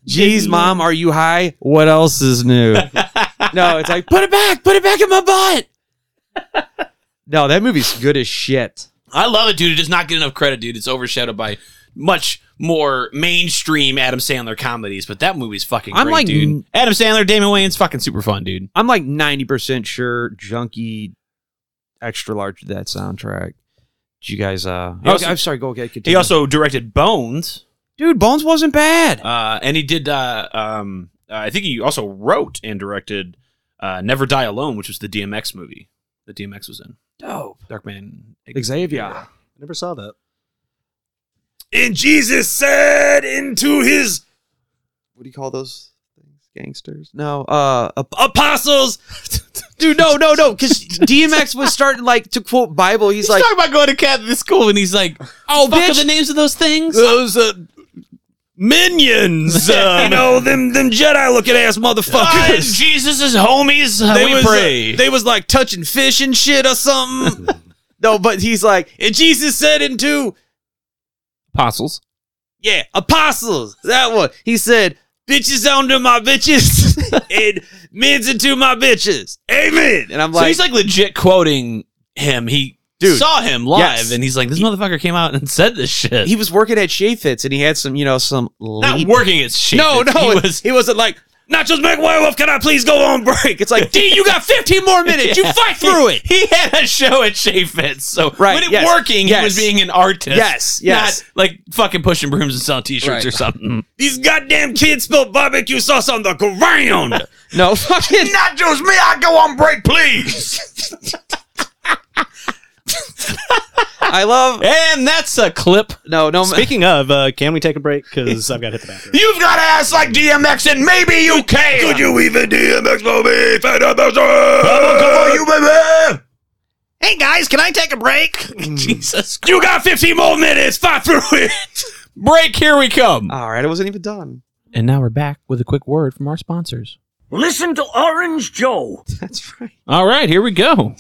Jeez, mom, are you high? What else
(laughs)
is new? no, it's like put it back, put it back in my butt.
(laughs)
no, that movie's good as shit.
I love it, dude. It does not get enough credit, dude. It's overshadowed by much more mainstream Adam Sandler comedies, but that movie's fucking.
I'm
great,
like-
dude. Adam Sandler, Damon Wayans, fucking super fun, dude.
I'm like 90% sure Junkie extra large did that soundtrack. Did you guys uh
He also-
I'm sorry, go get
He also directed Bones,
Dude, Bones wasn't bad.
uh, and he did. Uh, um, uh, I think he also wrote and directed uh, Never Die Alone, which was the DMX movie that DMX was in.
Dope.
Dark Man
Xavier.
Never saw that.
And Jesus said into his
what do you call those things? Gangsters? No, uh, ap- apostles. (laughs) Dude, no, no,
(laughs)
no, because DMX was starting like to quote Bible. He's, like,
talking about going to Catholic school, and he's like,
"Oh,
"Fuck are
bitch,
the names of those things."
those uh,
(laughs)
minions, uh, you know them, them Jedi looking ass motherfuckers.
Jesus' homies, uh,
was, uh, they was like touching fish and shit or something." No, but he's like, and Jesus said into
Apostles.
yeah apostles that one. He said, bitches onto my bitches and men's into my bitches. Amen. And I'm
so
like,
he's like legit quoting him. He
Dude,
saw him live,
yes.
and he's like, "This motherfucker came out and said this shit."
he was working at Shea Fits and he had some, you know, some
not
lady-
working at shit.
No, no,
he
it-
was.
he wasn't like. Nachos McWolf, can I please go on break? It's like, (laughs) D, you got 15
(laughs)
more minutes. You fight through it.
He had a show at Shea Fitz, so
Right,
when it
yes,
working,
yes.
he was being an artist.
Yes, yes.
Not like fucking pushing brooms and selling T-shirts
Right.
or something.
These goddamn kids spilled barbecue sauce on the ground. no, fucking. (laughs)
Nachos, may I go on break, please?
I love.
And that's a clip.
No, no.
Speaking of, uh, can we take a break? Because I've got to hit the
(laughs)
bathroom.
You've got ass like DMX, and maybe you can. Could you even DMX for me? Fed up, I'm cover you, baby.
Hey guys, can I take a break?
(laughs) Jesus, you got 15 more minutes. Fight through it. Break. Here we come.
All right, I wasn't even done. (laughs)
And now we're back with a quick word from our sponsors.
Listen to Orange Joe.
That's right.
All right, here we go.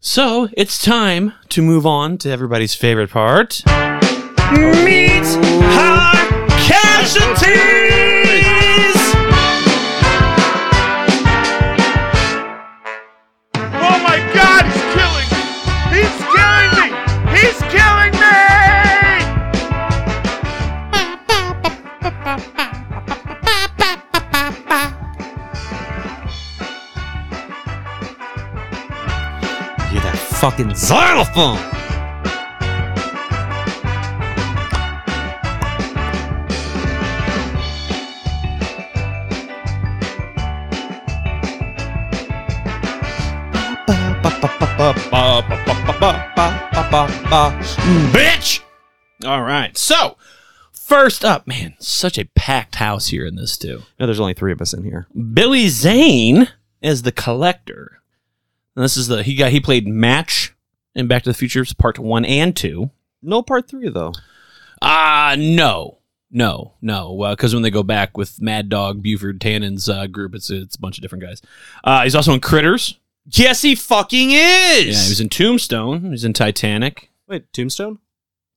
so it's time to move on to everybody's favorite part. Meet our casualties.
Oh my God, he's killing me. He's killing me. He's killing me.
You're that fucking xylophone.
bitch. All right. So, first up, man, such a packed house here in this too.
No, there's only three of us in here.
Billy Zane is the collector. And this is the he got he played Match in Back to the Future's Part 1 and 2.
No part three, though.
Ah, no. No, no, because when they go back with Mad Dog Buford Tannen's uh, group, it's it's a bunch of different guys. Uh, he's also in Critters.
Yes, he fucking
Yeah, he was
is.
in Tombstone. He's in Titanic.
Wait, Tombstone?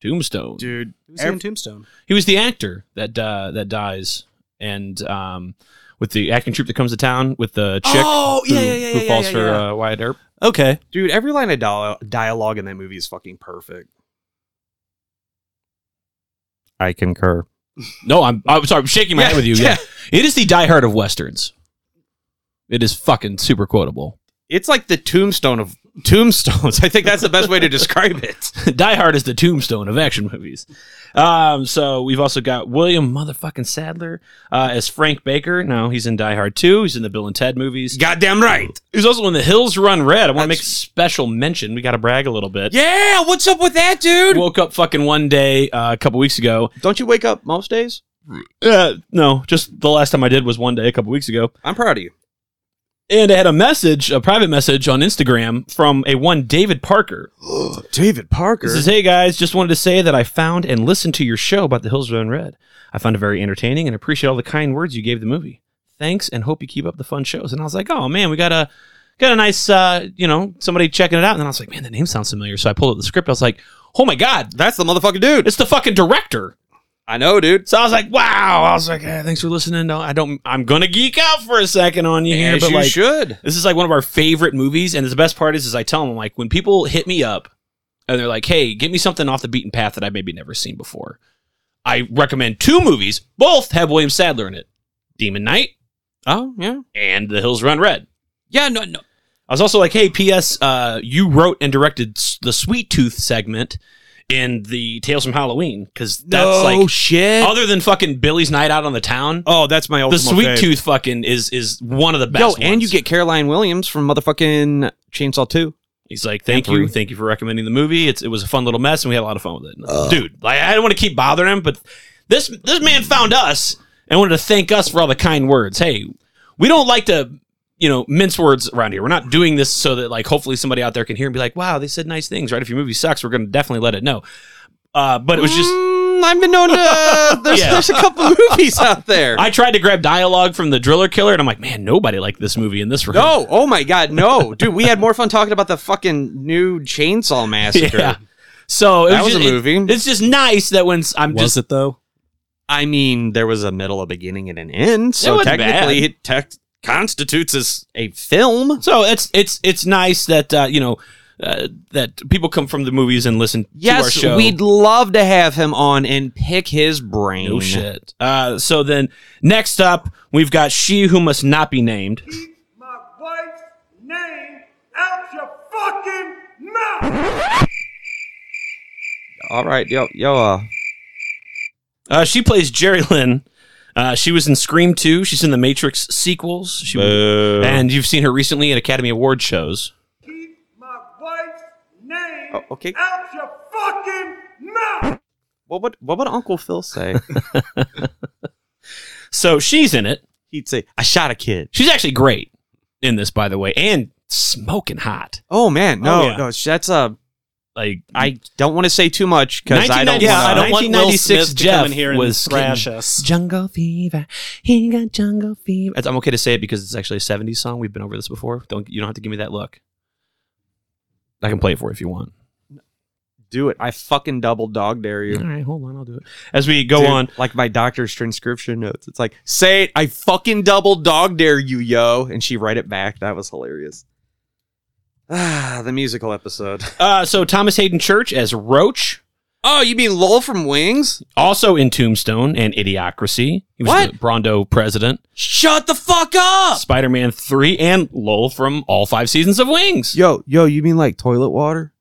Tombstone.
Dude. Who's
ev-
in Tombstone?
He was the actor that uh, that dies, and um, with the acting troupe that comes to town with the chick
Oh,
who,
yeah, yeah, yeah,
who
yeah,
falls
yeah,
for
yeah.
Uh, Wyatt Earp.
Okay.
Dude, every line of dial- dialogue in that movie is fucking perfect. I concur.
No, I'm I'm sorry, I'm shaking my
Yeah,
head with you.
yeah.
Yeah. it is the diehard of westerns. It is fucking super quotable.
It's like the tombstone of tombstones. (laughs) I think that's the best way to describe it.
(laughs) diehard is the tombstone of action movies. Um, so we've also got William motherfucking Sadler uh, as Frank Baker. Now he's in Die Hard Two. He's in the Bill and Ted movies.
(laughs) Goddamn right.
He's also in The Hills Run Red. I want to make
That's-
special mention. We got to brag a little bit.
Yeah, what's up with that, dude?
woke up fucking one day uh, a couple weeks ago.
Don't you wake up most days?
Uh, no, just the last time I did was one day a couple weeks ago.
I'm proud of you.
And I had a message, a private message on Instagram from a one David Parker.
David Parker.
This is, hey guys, just wanted to say that I found and listened to your show about The Hills Run Red. I found it very entertaining and appreciate all the kind words you gave the movie. Thanks and hope you keep up the fun shows. And I was like, oh man, we got a got a nice, uh, you know, somebody checking it out. And then I was like, man, the name sounds familiar. So I pulled up the script. I was like, oh my god,
That's the motherfucking dude.
it's the fucking director.
I know, dude.
So I was like, wow. I was like, eh, thanks for listening. No, I don't. I'm gonna geek out for a second on you here,
As
but
you
like,
(laughs) should.
this is like one of our favorite movies. And the best part is, is I tell them like when people hit me up and they're like, hey, get me something off the beaten path that I maybe never seen before. I recommend two movies. Both have William Sadler in it: Demon Knight
Oh, yeah.
and The Hills Run Red.
Yeah, no, no.
I was also like, hey, P.S. Uh, you wrote and directed s- the Sweet Tooth segment in the Tales from Halloween because that's like
shit.
other than fucking Billy's Night Out on the Town.
oh, that's my
the
ultimate
sweet
fave.
tooth fucking is is one of the best.
Yo, and
ones.
you get Caroline Williams from motherfucking Chainsaw 2.
He's like, thank
And
you,
three.
thank you for recommending the movie. It's it was a fun little mess, and we had a lot of fun with it.
Uh.
Dude, like I don't want to keep bothering him, but this this man found us and wanted to thank us for all the kind words. Hey, we don't like to you know mince words around here. We're not doing this so that like hopefully somebody out there can hear and be like, wow, they said nice things, right? If your movie sucks, we're gonna definitely let it know. Uh, but it was just
Mm, I've been known to. there's,
Yeah.
there's a couple movies out there.
I tried to grab dialogue from the Driller Killer, and I'm like, man, nobody liked this movie in this room.
(laughs) no, oh my god, no, dude. We had more fun talking about the fucking new Chainsaw Massacre.
Yeah. So it
That was
just-
a
it-
movie.
it's just nice that when s- I'm
Was
just
it though?
I mean, there was a middle, a beginning, and an end. So
wasn't
technically, it tec- constitutes as a film.
so it's it's it's nice that uh, you know uh, that people come from the movies and listen to our
Yes,
show.
we'd love to have him on and pick his brain.
no shit. Uh, so then next up we've got she who must not be named.
My wife's name out your fucking mouth.
All right, yo, yo, uh,
Uh, she plays Jerry Lynn. Uh, she was in Scream 2. She's in the Matrix sequels. She and you've seen her recently at Academy Award shows.
Keep my wife's name
oh, okay.
out your fucking mouth.
What would what would Uncle Phil say?
So she's in it.
He'd say, "I shot a kid."
She's actually great in this, by the way, and smoking hot.
Oh man, no,
Oh, yeah.
no, that's a.
Like
I don't want to say too much because I don't.
1990
Yeah,
Uh,
I
wanna-
don't want Will
1996
Smith to come in
Jeff
here and
was
thrash
getting-
us.
Jungle Fever, he got Jungle Fever. That's- I'm okay to say it because it's actually a '70s song. We've been over this before. Don't you don't have to give me that look. I can play it for you if you want.
do it. I fucking double dog dare you.
All right, hold on, I'll do it. As we go
Dude,
on,
Like my doctor's transcription notes. It's like, say it, I fucking double dog dare you, yo. And she write it back. That was hilarious. Ah, the musical episode. (laughs)
uh, so Thomas Hayden Church as Roach,
Oh, you mean Lowell from Wings?
also in Tombstone and Idiocracy. He was
What?
the Brondo president,
Shut the fuck up!
Spider-Man Three, and Lowell from all five seasons of Wings.
Yo, yo, you mean like toilet water?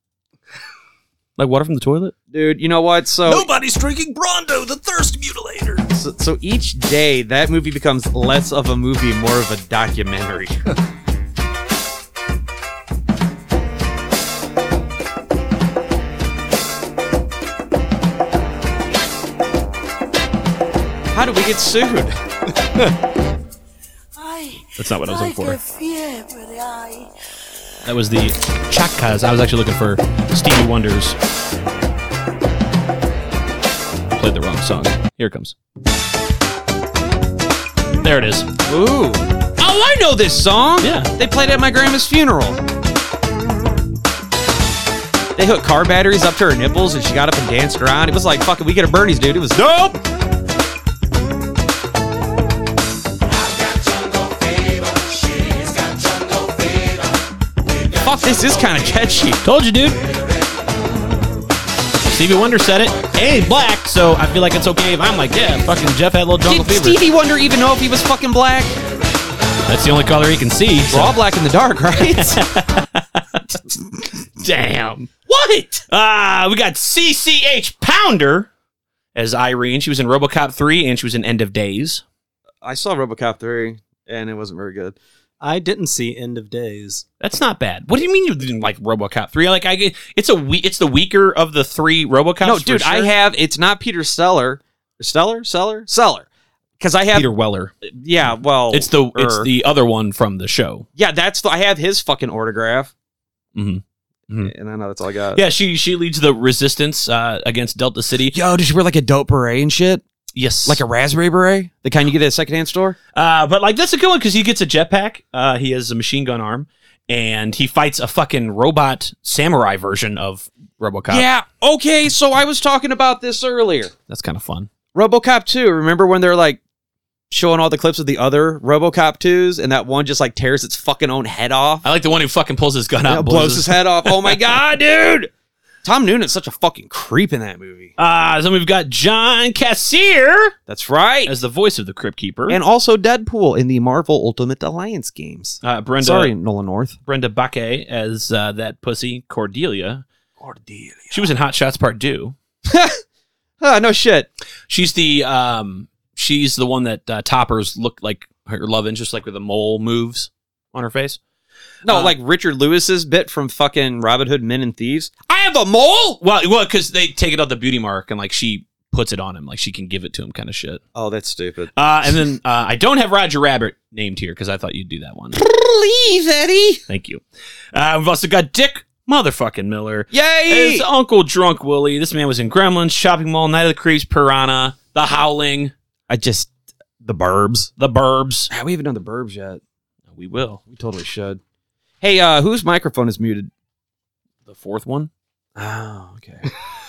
Like water from the toilet.
Dude, you know what? So
Nobody's drinking Brondo, the thirst mutilator.
so, so each day that movie becomes less of a movie, more of a documentary. How do we get sued?
That's not what I was looking for. That was the Chakas. I was actually looking for Stevie Wonder's. I played the wrong song. Here it comes. There it is.
Ooh. Oh, I know this song.
Yeah.
They played it at my grandma's funeral. They hooked car batteries up to her nipples and she got up and danced around. It was like fucking weekend at Bernie's, dude. It was dope. Fuck, this is kind of catchy.
Told you, dude. Stevie Wonder said it. Hey, black. So I feel like it's okay if I'm like, yeah, fucking Jeff had a little jungle
Did
fever.
Stevie Wonder even know if he was fucking black?
That's the only color he can see.
We're
So.
all black in the dark, (laughs) right?
Damn. What? Uh, we got CCH Pounder as Irene. She was in RoboCop 3 and she was in End of Days.
I saw RoboCop 3 and it wasn't very good.
I didn't see End of Days.
That's not bad. What do you mean you didn't like RoboCop three? Like I, get- it's a we, it's the weaker of the three RoboCops.
No,
for
dude, I
sure.
have. It's not Peter Seller, Seller, Seller, Seller, because I have.
Peter Weller.
Yeah, well,
It's the it's
er.
the other one from the show.
yeah. That's the, I have his fucking autograph.
Mhm. Mhm.
And I know that's all I got.
Yeah, she she leads the resistance uh, against Delta City.
Yo, Oh, did you wear like a dope beret and shit?
Yes,
Like a raspberry beret? The kind you get at a secondhand store?
uh, but like that's a good one because he gets a jetpack. Uh, he has a machine gun arm, and he fights a fucking robot samurai version of RoboCop.
Yeah. Okay, so I was talking about this earlier.
that's kind of fun.
RoboCop 2, remember when they're like showing all the clips of the other RoboCop 2s and that one just like tears its fucking own head off?
I like the one who fucking pulls his gun out,
Yeah,
and
blows his head off. (laughs) Oh my god, dude! Tom Noonan's such a fucking creep in that movie.
Uh, then we've got John Cassier
That's right.
as the voice of the Crypt Keeper,
And also Deadpool in the Marvel Ultimate Alliance games.
uh, Brenda
Sorry, Nolan North.
Brenda Bake as uh, that pussy Cordelia. Cordelia. She was in Hot Shots Part Two.
Ah, no shit.
She's the um, she's the one that uh, toppers look like her love interest, like where the mole moves on her face.
No,
Uh,
like Richard Lewis's bit from fucking Robin Hood Men and Thieves. I have a mole.
Well, well, because they take it out the beauty mark and like she puts it on him, like she can give it to him, kind of shit.
Oh, that's stupid.
Uh, and then uh, I don't have Roger Rabbit named here because I thought you'd do that one.
Leave, Eddie.
Thank you. Uh, we've also got Dick motherfucking Miller.
Yay!
It's Uncle Drunk Willie. This man was in Gremlins, Shopping Mall, Night of the Creeps, Piranha, The Howling,
I just the burbs.
The Burbs.
Ah, we haven't done the burbs yet.
We will.
We totally should. Hey, uh, whose microphone is muted?
The fourth one.
Oh, (laughs) okay.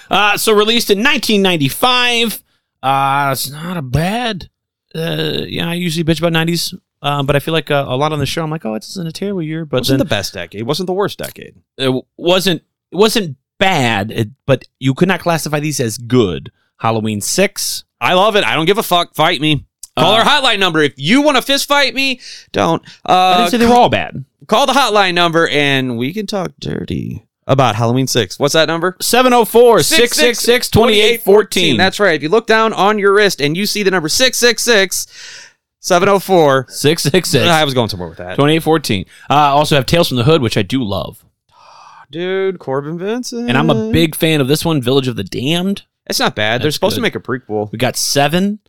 Uh, so released in 1995. Uh, it's not a bad. Uh, yeah, I usually bitch about 90s, uh, but I feel like uh, a lot on the show. I'm like, oh, this isn't a terrible year, but
wasn't
then
the best decade. Wasn't the worst decade.
it wasn't it wasn't bad, it, but you could not classify these as good. Halloween six.
I love it. I don't give a fuck. Fight me. Call
Uh,
our hotline number if you want to fist fight me. Don't.
I
Uh,
didn't say they were all bad.
call the hotline number and we can talk dirty about Halloween six. What's that number?
704 666 2814.
That's right. If you look down on your wrist and you see the number 666 704,
666.
oh, I was going somewhere with that.
2814. Uh, I also have Tales from the Hood, which I do love.
Dude, Corbin Vincent.
And I'm a big fan of this one, Village of the Damned.
It's not bad. They're
That's
supposed to
good.
make a prequel.
We got Seven,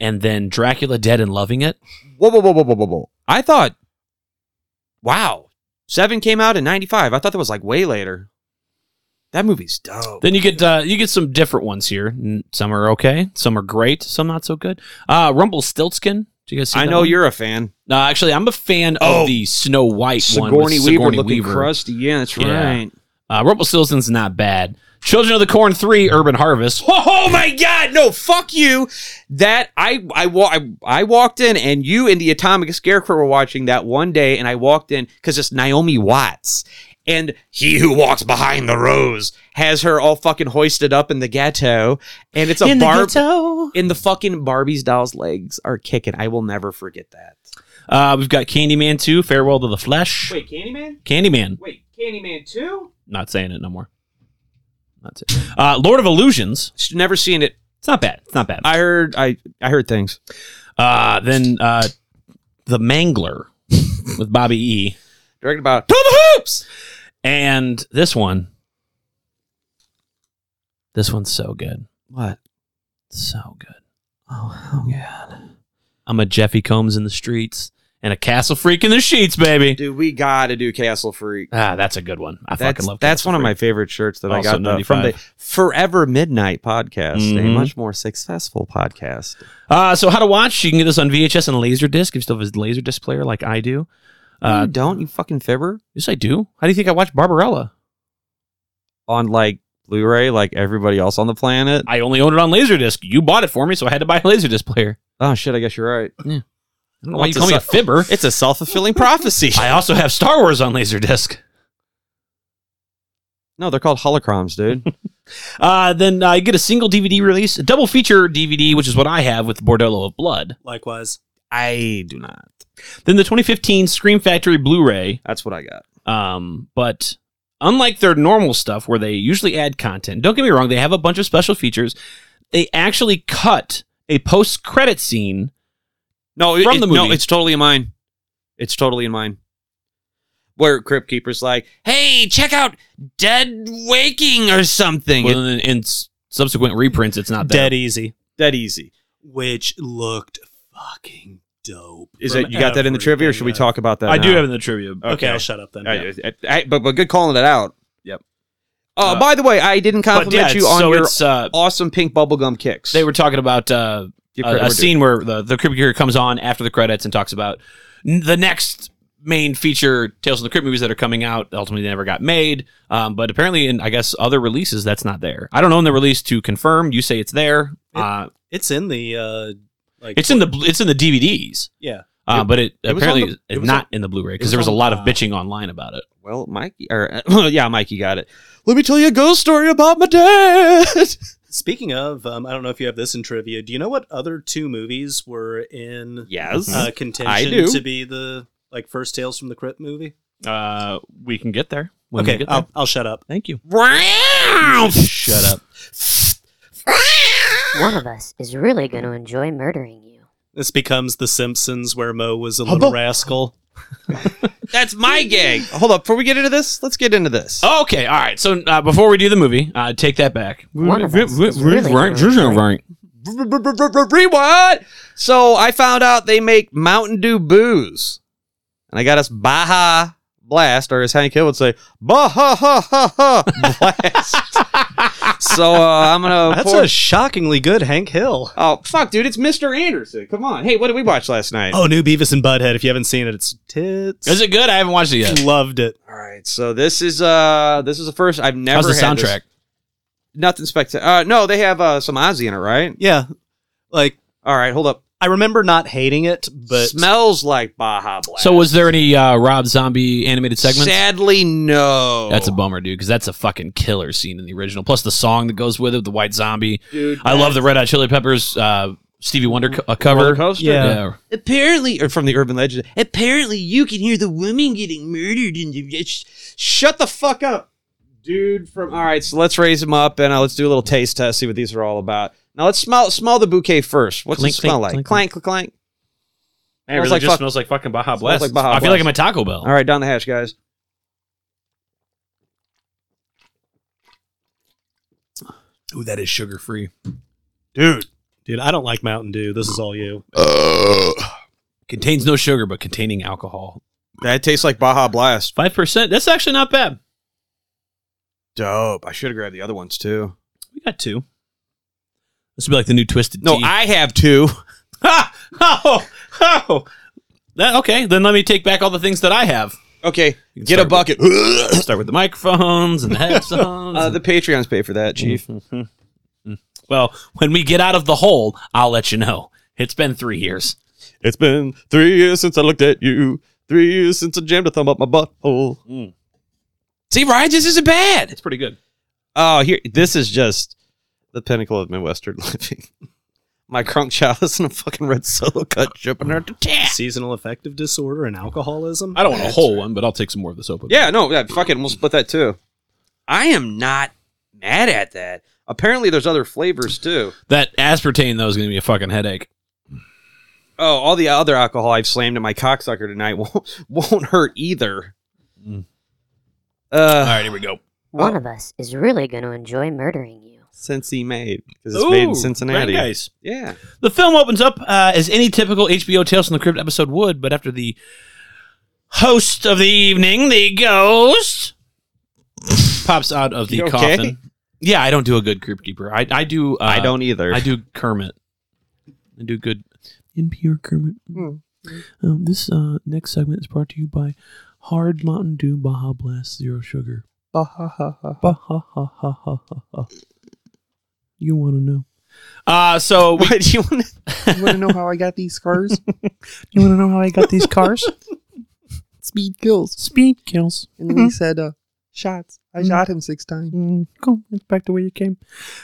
and then Dracula Dead and Loving It.
Whoa, whoa, whoa, whoa, whoa, whoa, whoa. I thought, wow, Seven came out in 95. I thought that was like way later. That movie's dope.
Then you get uh, you get some different ones here. N- Some are okay, some are great, some not so good. Uh, Rumpelstiltskin. Do you guys see
I
that
know
one?
you're a fan.
No, actually, I'm a fan
Oh.
of the Snow White one. with
Sigourney Weaver
Sigourney
looking
Weaver.
crusty. Yeah, that's
Yeah.
right.
Uh, Rumpelstiltskin's not bad. Children of the Corn 3, Urban Harvest.
Oh my God! No, fuck you. That I I wa- I, I walked in, and you and the Atomic Scarecrow were watching that one day, and I walked in because it's Naomi Watts, and he who walks behind the rose has her all fucking hoisted up in the ghetto, and it's a Barb in the fucking Barbie's doll's legs are kicking. I will never forget that.
Uh, we've got Candyman 2, Farewell to the Flesh.
Wait, Candyman?
Candyman.
Wait, Candyman two?
Not saying it no more. Not saying. Uh, Lord of Illusions.
Never seen it.
It's not bad. It's not bad.
I heard I I heard things.
Uh, then uh, the
(laughs)
Mangler with Bobby E.
Directed by Tom Hoops.
And this one. This one's so good.
What?
So good. Oh, oh God. I'm a Jeffy Combs in the streets and a castle freak in the sheets, baby.
Dude, we gotta do Castle Freak.
Ah, that's a good one. I
that's,
fucking love
that's
Castle
one of my
Freak.
favorite shirts that
Also
I got the, Mm-hmm. from the Forever Midnight podcast, a
Mhm.
much more successful podcast.
Uh, so how to watch? You can get this on VHS and Laserdisc if you still have a Laserdisc player like I do.
you
Uh,
don't you fucking fibber
yes, I do. How do you think I watch Barbarella?
on like Blu-ray like everybody else on the planet.
I only own it on Laserdisc. You bought it for me, so I had to buy a Laserdisc player.
Oh shit, I guess you're right.
I don't know why you
What's a
call me a
su-
fibber.
It's a (laughs) self-fulfilling prophecy.
I also have Star Wars on Laserdisc.
No, they're called holocrons, dude.
Uh, then uh, you get a single DVD release, a double feature DVD, which is what I have with Bordello of Blood.
Likewise,
(laughs) I do not.
Then the 2015 Scream Factory Blu-ray.
That's what I got.
Um, but unlike their normal stuff where they usually add content, don't get me wrong, they have a bunch of special features. They actually cut a post-credit scene
No, it-
From
it-
the
No,
movie.
it's totally in mine. It's totally in mine. Where Crypt Keeper's like, "Hey, check out Dead Waking or something."
well, in, in s- subsequent reprints. It's not there.
Dead Easy,
that easy.
which looked fucking dope.
Is
From
that you got that in the trivia, or should we
everything,
talk about that?
I do
now?
have it in the trivia.
yeah.
Okay.
Okay, I'll shut up then. yeah.
I- I- I- but but good calling it out.
Yep.
Uh,
Uh,
by the way, I didn't
But
compliment
yeah,
you on
so
your
it's uh,
awesome pink bubblegum kicks.
they were talking about uh,
Give
a,
credit
a
where due.
scene where the the Crypt Keeper comes on after the credits and talks about n- the next main feature Tales from the Crypt movies that are coming out. Ultimately, they never got made, um, but apparently, in I guess other releases, that's not there. I don't own the release to confirm. You say it's there. uh,
It's in the uh, like
it's in the bl- it's in the DVDs.
Yeah.
Uh, but it,
it was on
apparently
the-
is
it was uh,
not in the
it
Blu-ray
was
because there was a
on-
lot of
wow.
bitching online about it.
Well, Mikey,
(laughs)
or uh, yeah, Mikey got it. Let me tell you a ghost story about my dad.
Speaking of, um, I don't know if you have this in trivia. Do you know what other two movies were in
yes.
uh, contention
I do.
to be the like first Tales from the Crypt movie?
Uh, we can get there. when we
okay,
get there.
I'll, I'll shut up.
Thank you.
Wow!
Shut up.
One of us is really going to enjoy murdering you.
This becomes The Simpsons, where Mo was a little rascal.
That's my gig. Hold up, before we get into this, let's get into this.
Okay, all right. So uh, before we do the movie, uh, take that back.
One of us is really gonna enjoy-
Rewind. So I found out they make Mountain Dew booze, and I got us Baja blast, or as Hank Hill would say, bah ha ha ha ha blast. (laughs) so uh, I'm gonna.
That's
pour-
a shockingly good Hank Hill.
oh fuck, dude! It's Mr. Anderson. Come on. Hey, what did we watch last night?
Oh, new Beavis and Butthead. If you haven't seen it, it's tits.
Is it good? I haven't watched it yet.
Loved it.
All right. So this is uh this is the first I've never.
How's the
had this-
soundtrack?
Nothing spectacular. Uh, no, they have uh, some Ozzy in it, right?
Yeah, like
All right, hold up.
I remember not hating it, but
smells like Baja Blast.
So was there any uh, Rob Zombie animated segments?
Sadly, no.
That's a bummer, dude, because that's a fucking killer scene in the original. Plus the song that goes with it, the White Zombie.
dude.
I love the Red Hot Chili Peppers uh, Stevie Wonder co- uh,
roller
cover.
coaster.
Yeah.
Apparently, or from the urban legend. Apparently, you can hear the women getting murdered in the. Sh- shut the fuck up, dude. From all right, so let's raise them up and uh, let's do a little taste test. See what these are all about. Now let's smell smell the bouquet first. What's
Clink,
it smell
clink,
like?
clink,
Clank, clank, clank.
It
Smells
really
like
just
fuck-
smells like fucking Baja
Smells
Blast.
like Baja
I feel like
Blast.
I'm at Taco Bell.
All right, down the hatch, guys.
Ooh, that is sugar free.
dude, dude, I don't like Mountain Dew. This is all you.
Contains no sugar, but containing alcohol.
That tastes like Baja Blast.
Five percent. That's actually not bad.
Dope. I should have grabbed the other ones too.
We got two. This would be like the new twisted.
No,
Tea.
I have two.
Ha! Oh, oh. That okay? Then let me take back all the things that I have.
Okay,
You can
get a
start
bucket.
with-
(coughs)
start with the microphones (laughs) and the headphones.
Uh, the Patreons pay for that, Chief.
well, when we get out of the hole, I'll let you know. It's been three years.
It's been three years since I looked at you. Three years since I jammed a thumb up my butthole. See, Ryan, this isn't bad.
It's pretty good.
Oh, here, this is just the pinnacle of Midwestern (laughs) living. My crunk child is in a fucking red solo cut jumping out to town.
Seasonal affective disorder and alcoholism.
I don't want a whole one, but I'll take some more of this open.
(laughs) Yeah, no, yeah, fucking, we'll split that too. I am not mad at that. Apparently, there's other flavors too.
That aspartame though is going to be a fucking headache.
Oh, all the other alcohol I've slammed in my cocksucker tonight (laughs) won't, won't hurt either.
Mm.
Uh,
All right, here we go.
One
of us is really going to enjoy murdering you.
since he made because it's made in
Ooh,
Cincinnati.
very nice.
Yeah.
The film opens up uh, as any typical HBO Tales from the Crypt episode would, but after the host of the evening, the ghost, pops out of the
You okay?
coffin. Yeah, I don't do a good Crypt Keeper. I, I do. Uh,
I don't either.
I do Kermit. I do good. NPR Kermit.
Um, this uh, next segment is brought to you by Hard Mountain Dew Baja Blast Zero Sugar. Bah ha ha ha ha ha ha. You want to know?
Uh,
(laughs)
so we,
Why do you want
want to know how I got these
(laughs)
scars?
You want to know how I (laughs) got these cars?
Speed kills.
Speed kills.
And
Mm-hmm.
then he said, uh, shots. I shot him six
(laughs)
times.
Mm, cool. It's back to where you came.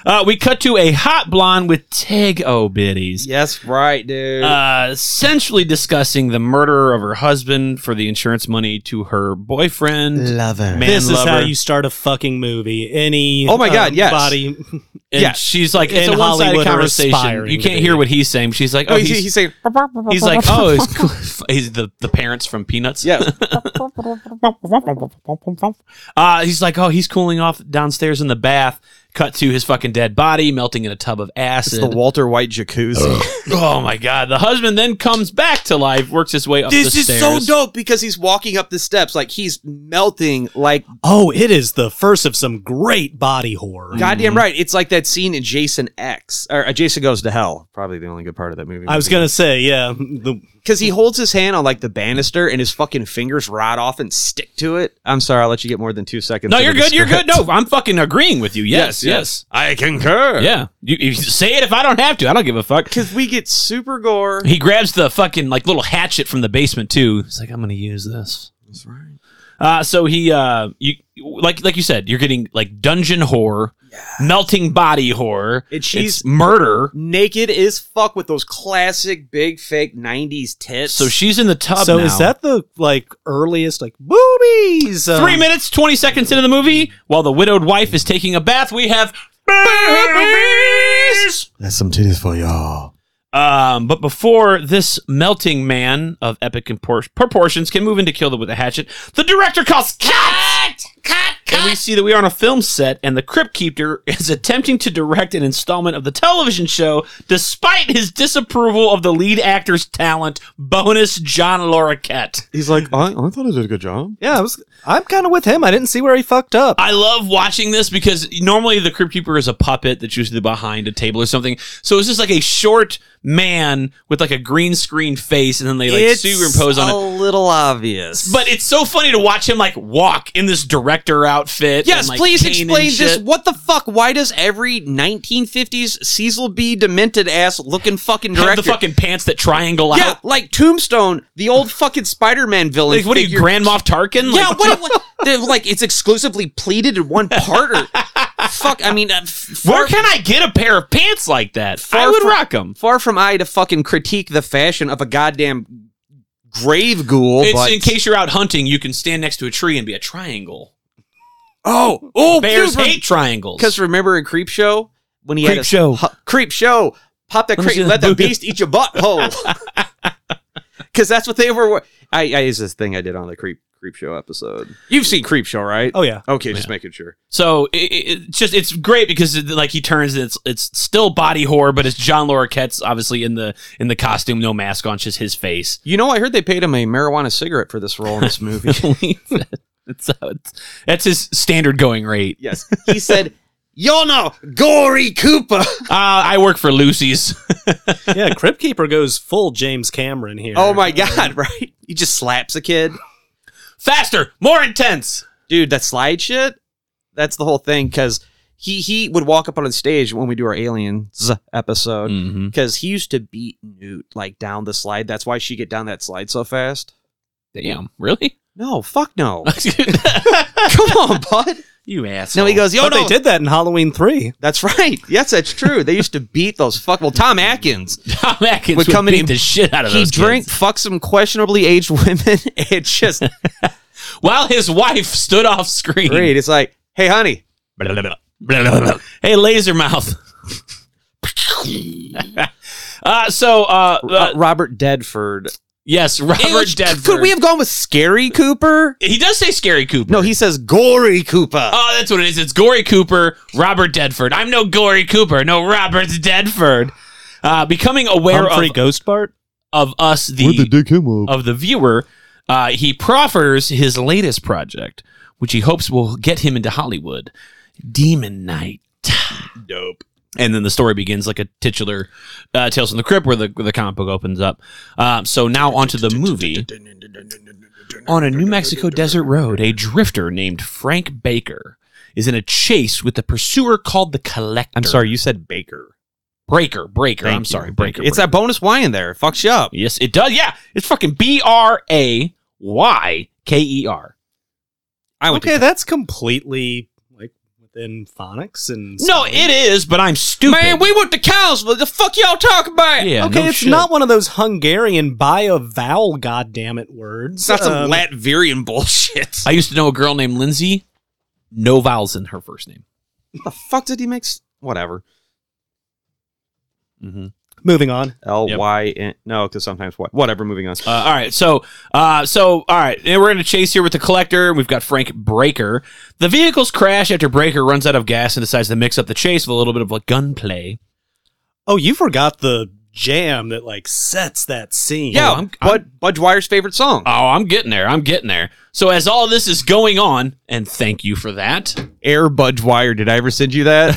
uh, we cut to a hot blonde with tag o biddies.
Yes, right, dude.
Uh, essentially discussing the murder of her husband for the insurance money to her boyfriend.
Lover.
Man
This is
lover.
how you start a fucking movie. Any
Oh my God,
um,
yes.
body. (laughs)
And
Yeah.
she's like,
In
it's a one-sided
Hollywood, they're
conversation.
aspiring
You
to
can't
be.
hear what he's saying. She's like, oh,
he's,
he's,
he's saying,
he's like, oh, he's, (laughs) he's the, the parents from Peanuts.
(laughs) yeah.
Uh, he's like, oh, he's cooling off downstairs in the bath. Cut to his fucking dead body melting in a tub of acid.
Walter White jacuzzi.
oh my god! The husband then comes back to life, works his way up
this
the
is
stairs.
so dope because he's walking up the steps like he's melting like
Oh, it is the first of some great body horror.
goddamn right. It's like that scene in Jason X or uh, Jason Goes to Hell. Probably the only good part of that movie.
I was gonna say, yeah, the
because he holds his hand on like the banister and his fucking fingers rot off and stick to it. I'm sorry, I'll let you get more than two seconds.
No,
into
you're
the
good. You're good.
script.
No, I'm fucking agreeing with you. Yes, yes,
I concur.
yeah. You, you say it if I don't have to. I don't give a fuck.
Because we get super gore.
He grabs the fucking like little hatchet from the basement too. He's like, I'm gonna use this.
That's right.
Uh, so he, uh, you like like you said, you're getting like dungeon horror, melting body horror.
And she's
It's murder.
naked as fuck with those classic big fake 90s tits.
So she's in the tub.
so
now.
is that the like earliest like boobies? um,
three minutes twenty seconds into the movie? While the widowed wife is taking a bath, we
(laughs)
have babies.
That's some titties for y'all.
Um, but before this melting man of epic impor- proportions can move in to kill them with a hatchet, the director calls cut. And we see that we are on a film set, and the Crypt Keeper is attempting to direct an installment of the television show, despite his disapproval of the lead actor's talent. Bonus John Lorquette.
He's like, I, I thought I did a good job.
Yeah, I was, I'm kind of with him. I didn't see where he fucked up.
I love watching this because normally the Crypt Keeper is a puppet that's usually behind a table or something. So it's just like a short man with like a green screen face, and then they like superimpose on it.
a little obvious.
But it's so funny to watch him like walk in this director outfit.
yes,
and, like,
please
cane and
explain this.
shit.
What the fuck? Why does every 1950s Cecil B. demented ass looking fucking
Have
director?
the fucking pants that triangle out.
yeah, like Tombstone, the old fucking Spider-Man villain.
Like, what are you,
figure.
Grand Moff Tarkin? Like,
yeah, what, what? they're like it's exclusively pleated in (laughs) one part. Or, fuck, I mean, uh, f-
Where
far,
can I get a pair of pants like that? I
Far
would
from-
rock them.
far from I to fucking critique the fashion of a goddamn grave ghoul.
It's
Oh, but-
in case you're out hunting, you can stand next to a tree and be a triangle.
Oh, oh,
Bears
dude, rem-
hate triangles.
Because remember in Creep Show when he had
Creep
his-
Show.
Hu- Creep Show, pop that
Let me
crate,
see
and
that
let the
boob.
beast eat your butthole.
(laughs)
Because that's what they were. wa- I, I is this thing I did on the Creep Creep Show episode. You've seen Creep Show, right?
Oh yeah,
Okay, just making sure.
so it, it, it's just it's great because it, like he turns and it's it's still body horror, but it's John Lorquette's obviously in the in the costume, no mask on, just his face.
You know, I heard they paid him a marijuana cigarette for this role in
(laughs)
this movie.
That's, how (laughs) it's- that's his standard going rate.
yes, he said, "Y'all know Gory Cooper."
Uh, I work for Lucy's. (laughs)
yeah. Crypt Keeper goes full James Cameron here.
(laughs) Oh my god! Right? He just slaps a kid,
Faster, more intense.
dude. That slide shit. That's the whole thing. Because he he would walk up on stage when we do our Aliens episode.
Mm-hmm.
because he used to beat Newt like down the slide. That's why she get down that slide so fast.
Damn, really? (laughs)
No, fuck no. (laughs) Come (laughs) on, bud.
you asshole.
No, he goes, yo,
But
no.
Oh, they did that in Halloween three.
That's right. Yes, that's true. They used to beat those fuck. Well, Tom Atkins,
(laughs) Tom Atkins
Would
would,
come in
beat
and-
the shit out of
he
those
drank,
kids.
fuck some questionably aged women. (laughs) It's just
while his wife stood off screen.
great. It's like, hey, honey,
(laughs) Hey, laser
(laughs)
mouth. (laughs) uh, so, uh,
uh,
uh,
Robert Deadford.
yes, Robert
English-
Deadford.
Could we have gone with Scary Cooper?
he does say Scary Cooper.
No, he says Gory Cooper.
Oh, that's what it is. It's Gory Cooper, Robert Deadford. I'm no Gory Cooper, no Robert Deadford. Uh, becoming aware
Humphrey
of,
Ghost Bart.
of us, the of the viewer, uh, he proffers his latest project, which he hopes will get him into Hollywood Demon Night. Dope. And then the story begins like a titular uh, Tales from the Crypt where the, where the comic book opens up. Um, so now onto the movie. On a New Mexico desert road, a drifter named Frank Baker is in a chase with a pursuer called the Collector.
I'm sorry, you said Baker.
Breaker. Breaker. I'm
Thank you,
sorry, Breaker.
It's that bonus Y in there. It Fucks you up.
Yes, it does. Yeah, it's fucking B R A Y K E R.
I went to
Okay, that's completely like within phonics and
No, it is, but I'm stupid.
Man, we went to cows. What the fuck y'all talk about?
yeah,
okay,
no
it's
shit.
not one of those Hungarian by a vowel, goddammit, words.
It's not some
Um,
Latvian bullshit.
I used to know a girl named Lindsay. No vowels in her first name.
the fuck did he make? s- Whatever.
Mm-hmm.
Moving on.
L Y N. No, because sometimes what? Whatever. Moving on.
Uh, all right, so uh, so all right, and we're in a chase here with the collector. We've got Frank Breaker. The vehicles crash after Breaker runs out of gas and decides to mix up the chase with a little bit of like gunplay.
Oh, you forgot the jam that like sets that scene.
yeah,
I'm-
oh, Bud Bud Dwyer's favorite song.
Oh, I'm getting there. I'm getting there. So as all this is going on, and thank you for that.
Air Bud Dwyer. Did I ever send you that?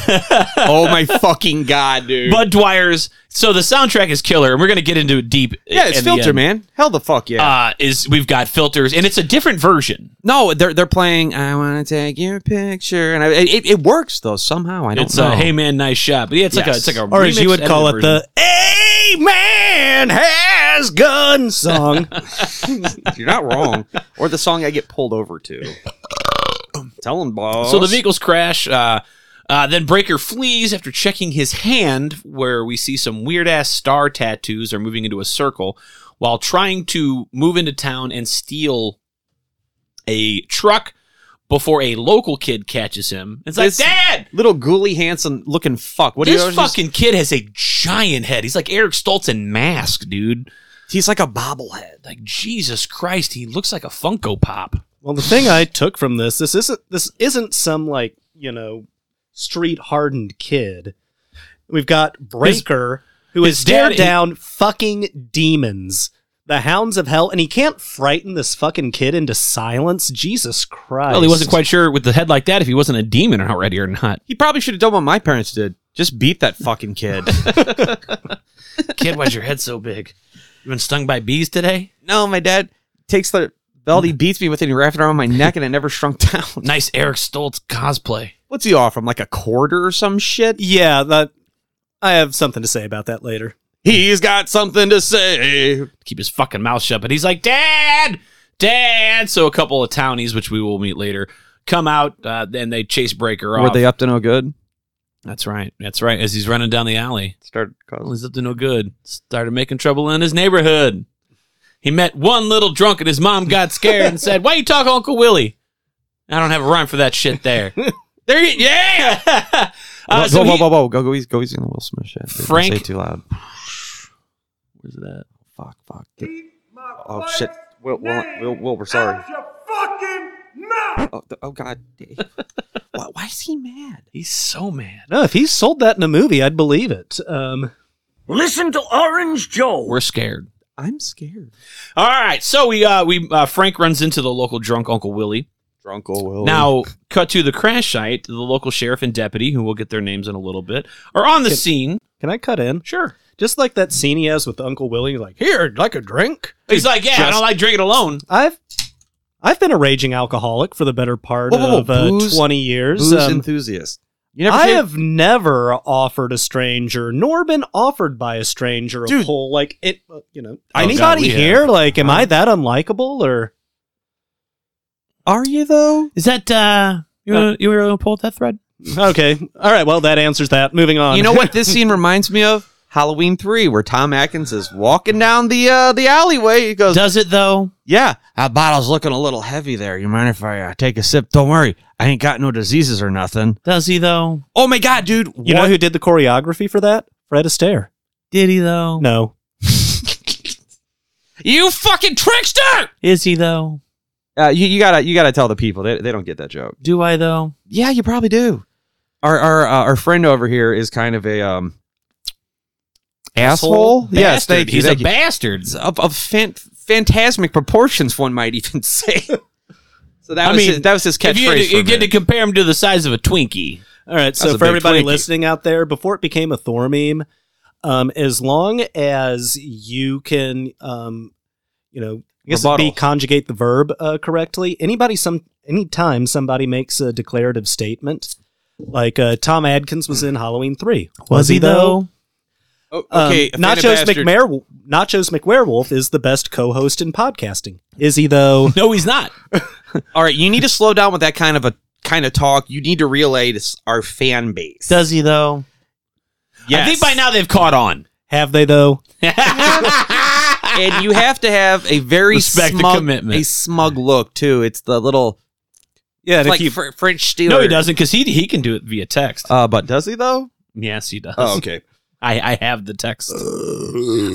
(laughs)
oh my fucking god, dude.
Bud Dwyer's. So the soundtrack is killer, and we're gonna get into it deep. i-
yeah, it's
in the
Filter
end.
Man. Hell the fuck yeah.
Uh, is we've got filters, and it's a different version.
no, they're they're playing. I want to take your picture, and I, it, it works though somehow. I don't
It's
know.
a hey man, nice shot. But yeah, it's like a
Yes.
it's like a
Or as
remix
you would call it,
edited version.
the "A Man Has Gun" (laughs) song.
You're not wrong. or the song I get pulled over
(laughs)
to. Tell him, boss.
So the vehicles crash. Uh, uh, then Breaker flees after checking his hand, where we see some weird ass star tattoos are moving into a circle, while trying to move into town and steal a truck before a local kid catches him. It's like,
This-
Dad,
little ghouly Hanson looking fuck. What do you
this
always-
fucking kid has a giant head. He's like Eric Stoltz in Mask, dude.
He's like a bobblehead.
Like Jesus Christ, he looks like a Funko Pop.
Well, the thing I took from this this isn't this isn't some like you know street hardened kid. We've got Breaker who
his
has stared
dad in-
down fucking demons, the hounds of hell, and he can't frighten this fucking kid into silence. Jesus Christ!
Well, he wasn't quite sure with the head like that if he wasn't a demon already or not.
He probably should have done what my parents did. Just beat that fucking kid.
Kid, why's your head so big? You been stung by bees today?
(laughs) no, my dad takes the belt, he beats me with it, and he wraps it around my neck, and it never shrunk (laughs) down.
Nice Eric Stoltz cosplay.
What's he off from? Like a quarter or some shit?
Yeah, that I have something to say about that later.
He's got something to say.
Keep his fucking mouth shut. But he's like, Dad, Dad. So a couple of townies, which we will meet later, come out uh, and they chase Breaker
Were
off.
they up to no good?
That's right. That's right. As he's running down the alley.
Started
Well,
causing.
he's up to no good. Started making trouble in his neighborhood. He met one little drunk and his mom got scared and said, Why you talk Uncle Willie? I don't have a rhyme for that shit there. there you Yeah. (laughs) Uh,
whoa,
so
whoa,
he-
whoa, whoa, go, go, easy, go easy on the Will Smith shit. dude. Don't
Frank-
say it too loud.
Where's it at?
Fuck, fuck. Get- Oh shit, Will, Will, Will, Will, we're sorry. Oh, th- oh god, (laughs) Dave. why, why is he mad?
He's so mad.
No, if he sold that in a movie, I'd believe it. Um,
Listen to Orange Joe.
We're scared.
I'm scared.
All right. So we uh we uh, Frank runs into the local drunk Uncle Willie.
Drunk old Will.
Now cut to the crash site. The local sheriff and deputy, who we'll get their names in a little bit, are on the scene.
can I cut in?
Sure.
Just like that scene he has with Uncle Willie, like here, like a drink.
He's like, Yeah, I
Just-
don't like drinking alone.
I've I've been a raging alcoholic for the better part
Whoa, whoa, whoa,
of uh,
booze-
twenty years.
booze
Um,
enthusiast. You never
I
did?
have never offered a stranger, nor been offered by a stranger a
Dude. Oh,
pull. Like it, uh, you know.
God,
anybody
we have.
here? Like, am I that unlikable? Or
Are you though?
Is that uh you
Uh,
wanna, you were gonna pull at that thread?
okay, all right. Well, that answers that. Moving on.
You know what (laughs) this scene reminds me of? Halloween three, where Tom Atkins is walking down the uh, the alleyway. He goes,
Does it though?
"Yeah, that bottle's looking a little heavy there. You mind if I uh, take a sip? Don't worry, I ain't got no diseases or nothing."
Does he though?
Oh my god, dude!
You know who did the choreography for that? Fred Astaire.
Did he though?
No.
You fucking trickster! Is he though?
Uh, you, you gotta you gotta tell the people they, they don't get that joke.
Do I though?
Yeah, you probably do. Our our uh, our friend over here is kind of a um asshole. Yes,
Bastard.
thank you.
He's
thank
a
you.
bastard.
of of fan- phantasmic proportions, one might even (laughs) say. so that
I
was
mean,
his, that was his
If
catchphrase.
you, had to-
for a
you get to
minute.
compare him to the size of a Twinkie.
All right.
That's
So
a
for
big
everybody
Twinkie.
listening out there, before it became a Thor meme, um, as long as you can, um, you know, I guess it'd be
Rebuttal.
conjugate the verb uh, correctly. Anybody, some anytime somebody makes a declarative statement, like uh, Tom Adkins was in Halloween three.
Oh, okay,
um, Nachos
McMahon.
McMare Nachos McWerewolf is the best co-host in podcasting. Is he
(laughs)
though?
No, he's not.
All right, you need to slow down with that kind of a kind of talk. You need to relay to s- our fan base.
Does he though? I
Yes.
think by now they've caught on. (laughs)
Have they though?
and you have to have a very
Respect the
smug,
commitment.
a smug look too. It's the little
Yeah.
it's like Fr- French Steeler.
no, he doesn't because he he can do it via text.
Uh, but does he though?
yes, he does.
Oh, okay.
I, I have the text.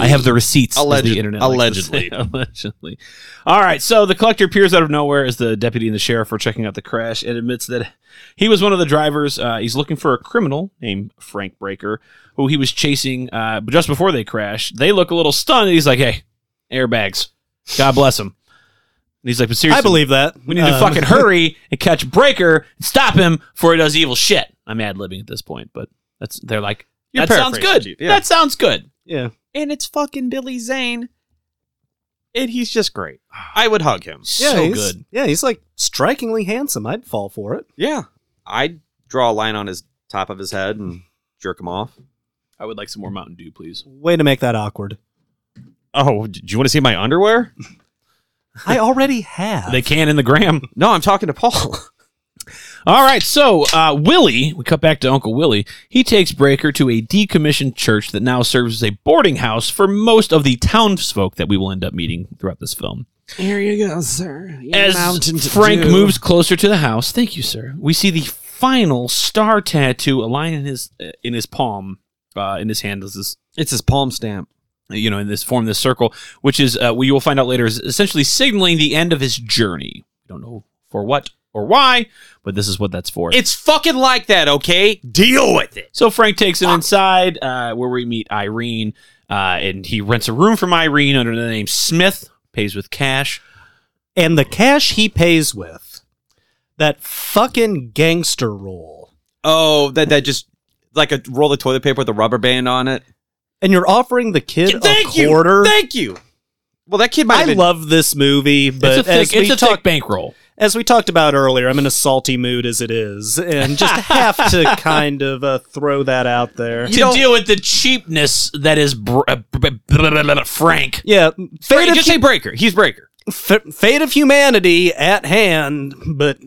I have the receipts of
Alleged-
the internet. likes to say. (laughs) allegedly. All right. So the collector appears out of nowhere as the deputy and the sheriff are checking out the crash and admits that he was one of the drivers. Uh, he's looking for a criminal named Frank Breaker who he was chasing uh, just before they crashed. They look a little stunned. And he's like, hey, airbags. God bless him. And he's like, but seriously,
I believe that
we need to
Um,
(laughs)
fucking hurry and catch Breaker and stop him before he does evil shit. I'm ad libbing at this point, but that's they're like,
You're
that sounds
paraphrasing,
good.
Chief, yeah.
That sounds good.
(laughs) Yeah.
And it's fucking Billy Zane. And he's just great. I would hug him.
Yeah,
so
he's-
good.
Yeah, he's like strikingly handsome. I'd fall for it.
Yeah. I'd draw a line on his top of his head and jerk him off.
I would like some more Mountain Dew, please.
Way to make that awkward.
Oh, do you want to see my underwear?
I already have.
They can in the gram. (laughs)
No, I'm talking to Paul.
All right, so uh, Willie, we cut back to Uncle Willie. He takes Breaker to a decommissioned church that now serves as a boarding house for most of the townsfolk that we will end up meeting throughout this film.
Here you go, sir.
As Frank moves closer to the house, thank you, sir. We see the final star tattoo, a line in his uh, in his palm, uh, in his hand. This is
It's his palm stamp.
you know in this form, this circle, which is uh, we will find out later is essentially signaling the end of his journey. don't know for what or why, but this is what that's for.
It's fucking like that, okay? Deal with it.
So Frank takes him inside, uh, where we meet Irene, uh, and he rents a room from Irene under the name Smith, pays with cash.
And the cash he pays with, that fucking gangster roll.
Oh, that that just like a roll of toilet paper with a rubber band on it.
And you're offering the kid
Thank
a
you.
quarter.
Thank you. Well, that kid might
I
have been
love this movie, but
it's a thick,
as, we
it's a
talk-
thick bankroll.
as we talked about earlier, I'm in a salty mood as it is, and
(laughs)
just have to kind of uh, throw that out there.
To deal with the cheapness that is br- uh, br- br- br- br- br- Frank.
Yeah, fate
Breaker.
of,
Just say Breaker. He's Breaker.
f- fate of humanity at hand, but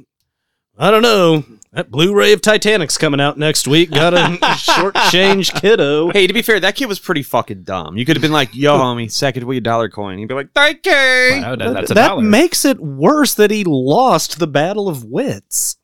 I don't know. That Blu-ray of Titanic's coming out next week. (laughs) Gotta shortchange kiddo.
Hey, to be fair, that kid was pretty fucking dumb. You could have been like, (laughs) "Yo, homie, second with your dollar coin." He'd be like, "Thank you."
Wow, Oh, that- that's a
that
dollar.
makes it worse that he lost the battle of wits.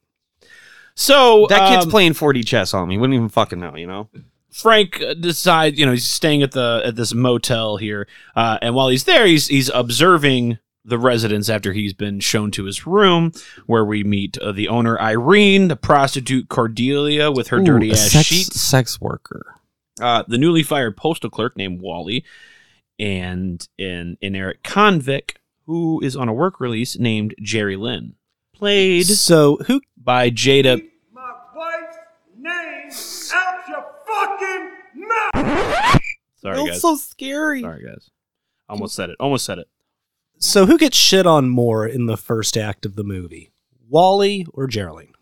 so
That kid's
um,
playing 4D chess, homie. Wouldn't even fucking know, you know.
Frank decides, you know, he's staying at the at this motel here, uh, and while he's there, he's he's observing the residents after he's been shown to his room, where we meet uh, the owner Irene, the prostitute Cordelia with her dirty ass sheets,
sex worker.
uh, the newly fired postal clerk named Wally, and an inerrant convict who is on a work release named Jerry Lynn, played
So who
by Jada.
My wife's name out your fucking mouth.
Sorry guys,
so scary.
sorry (laughs) guys, almost said it, almost said it.
so who gets shit on more in the first act of the movie? Wally or Geraldine?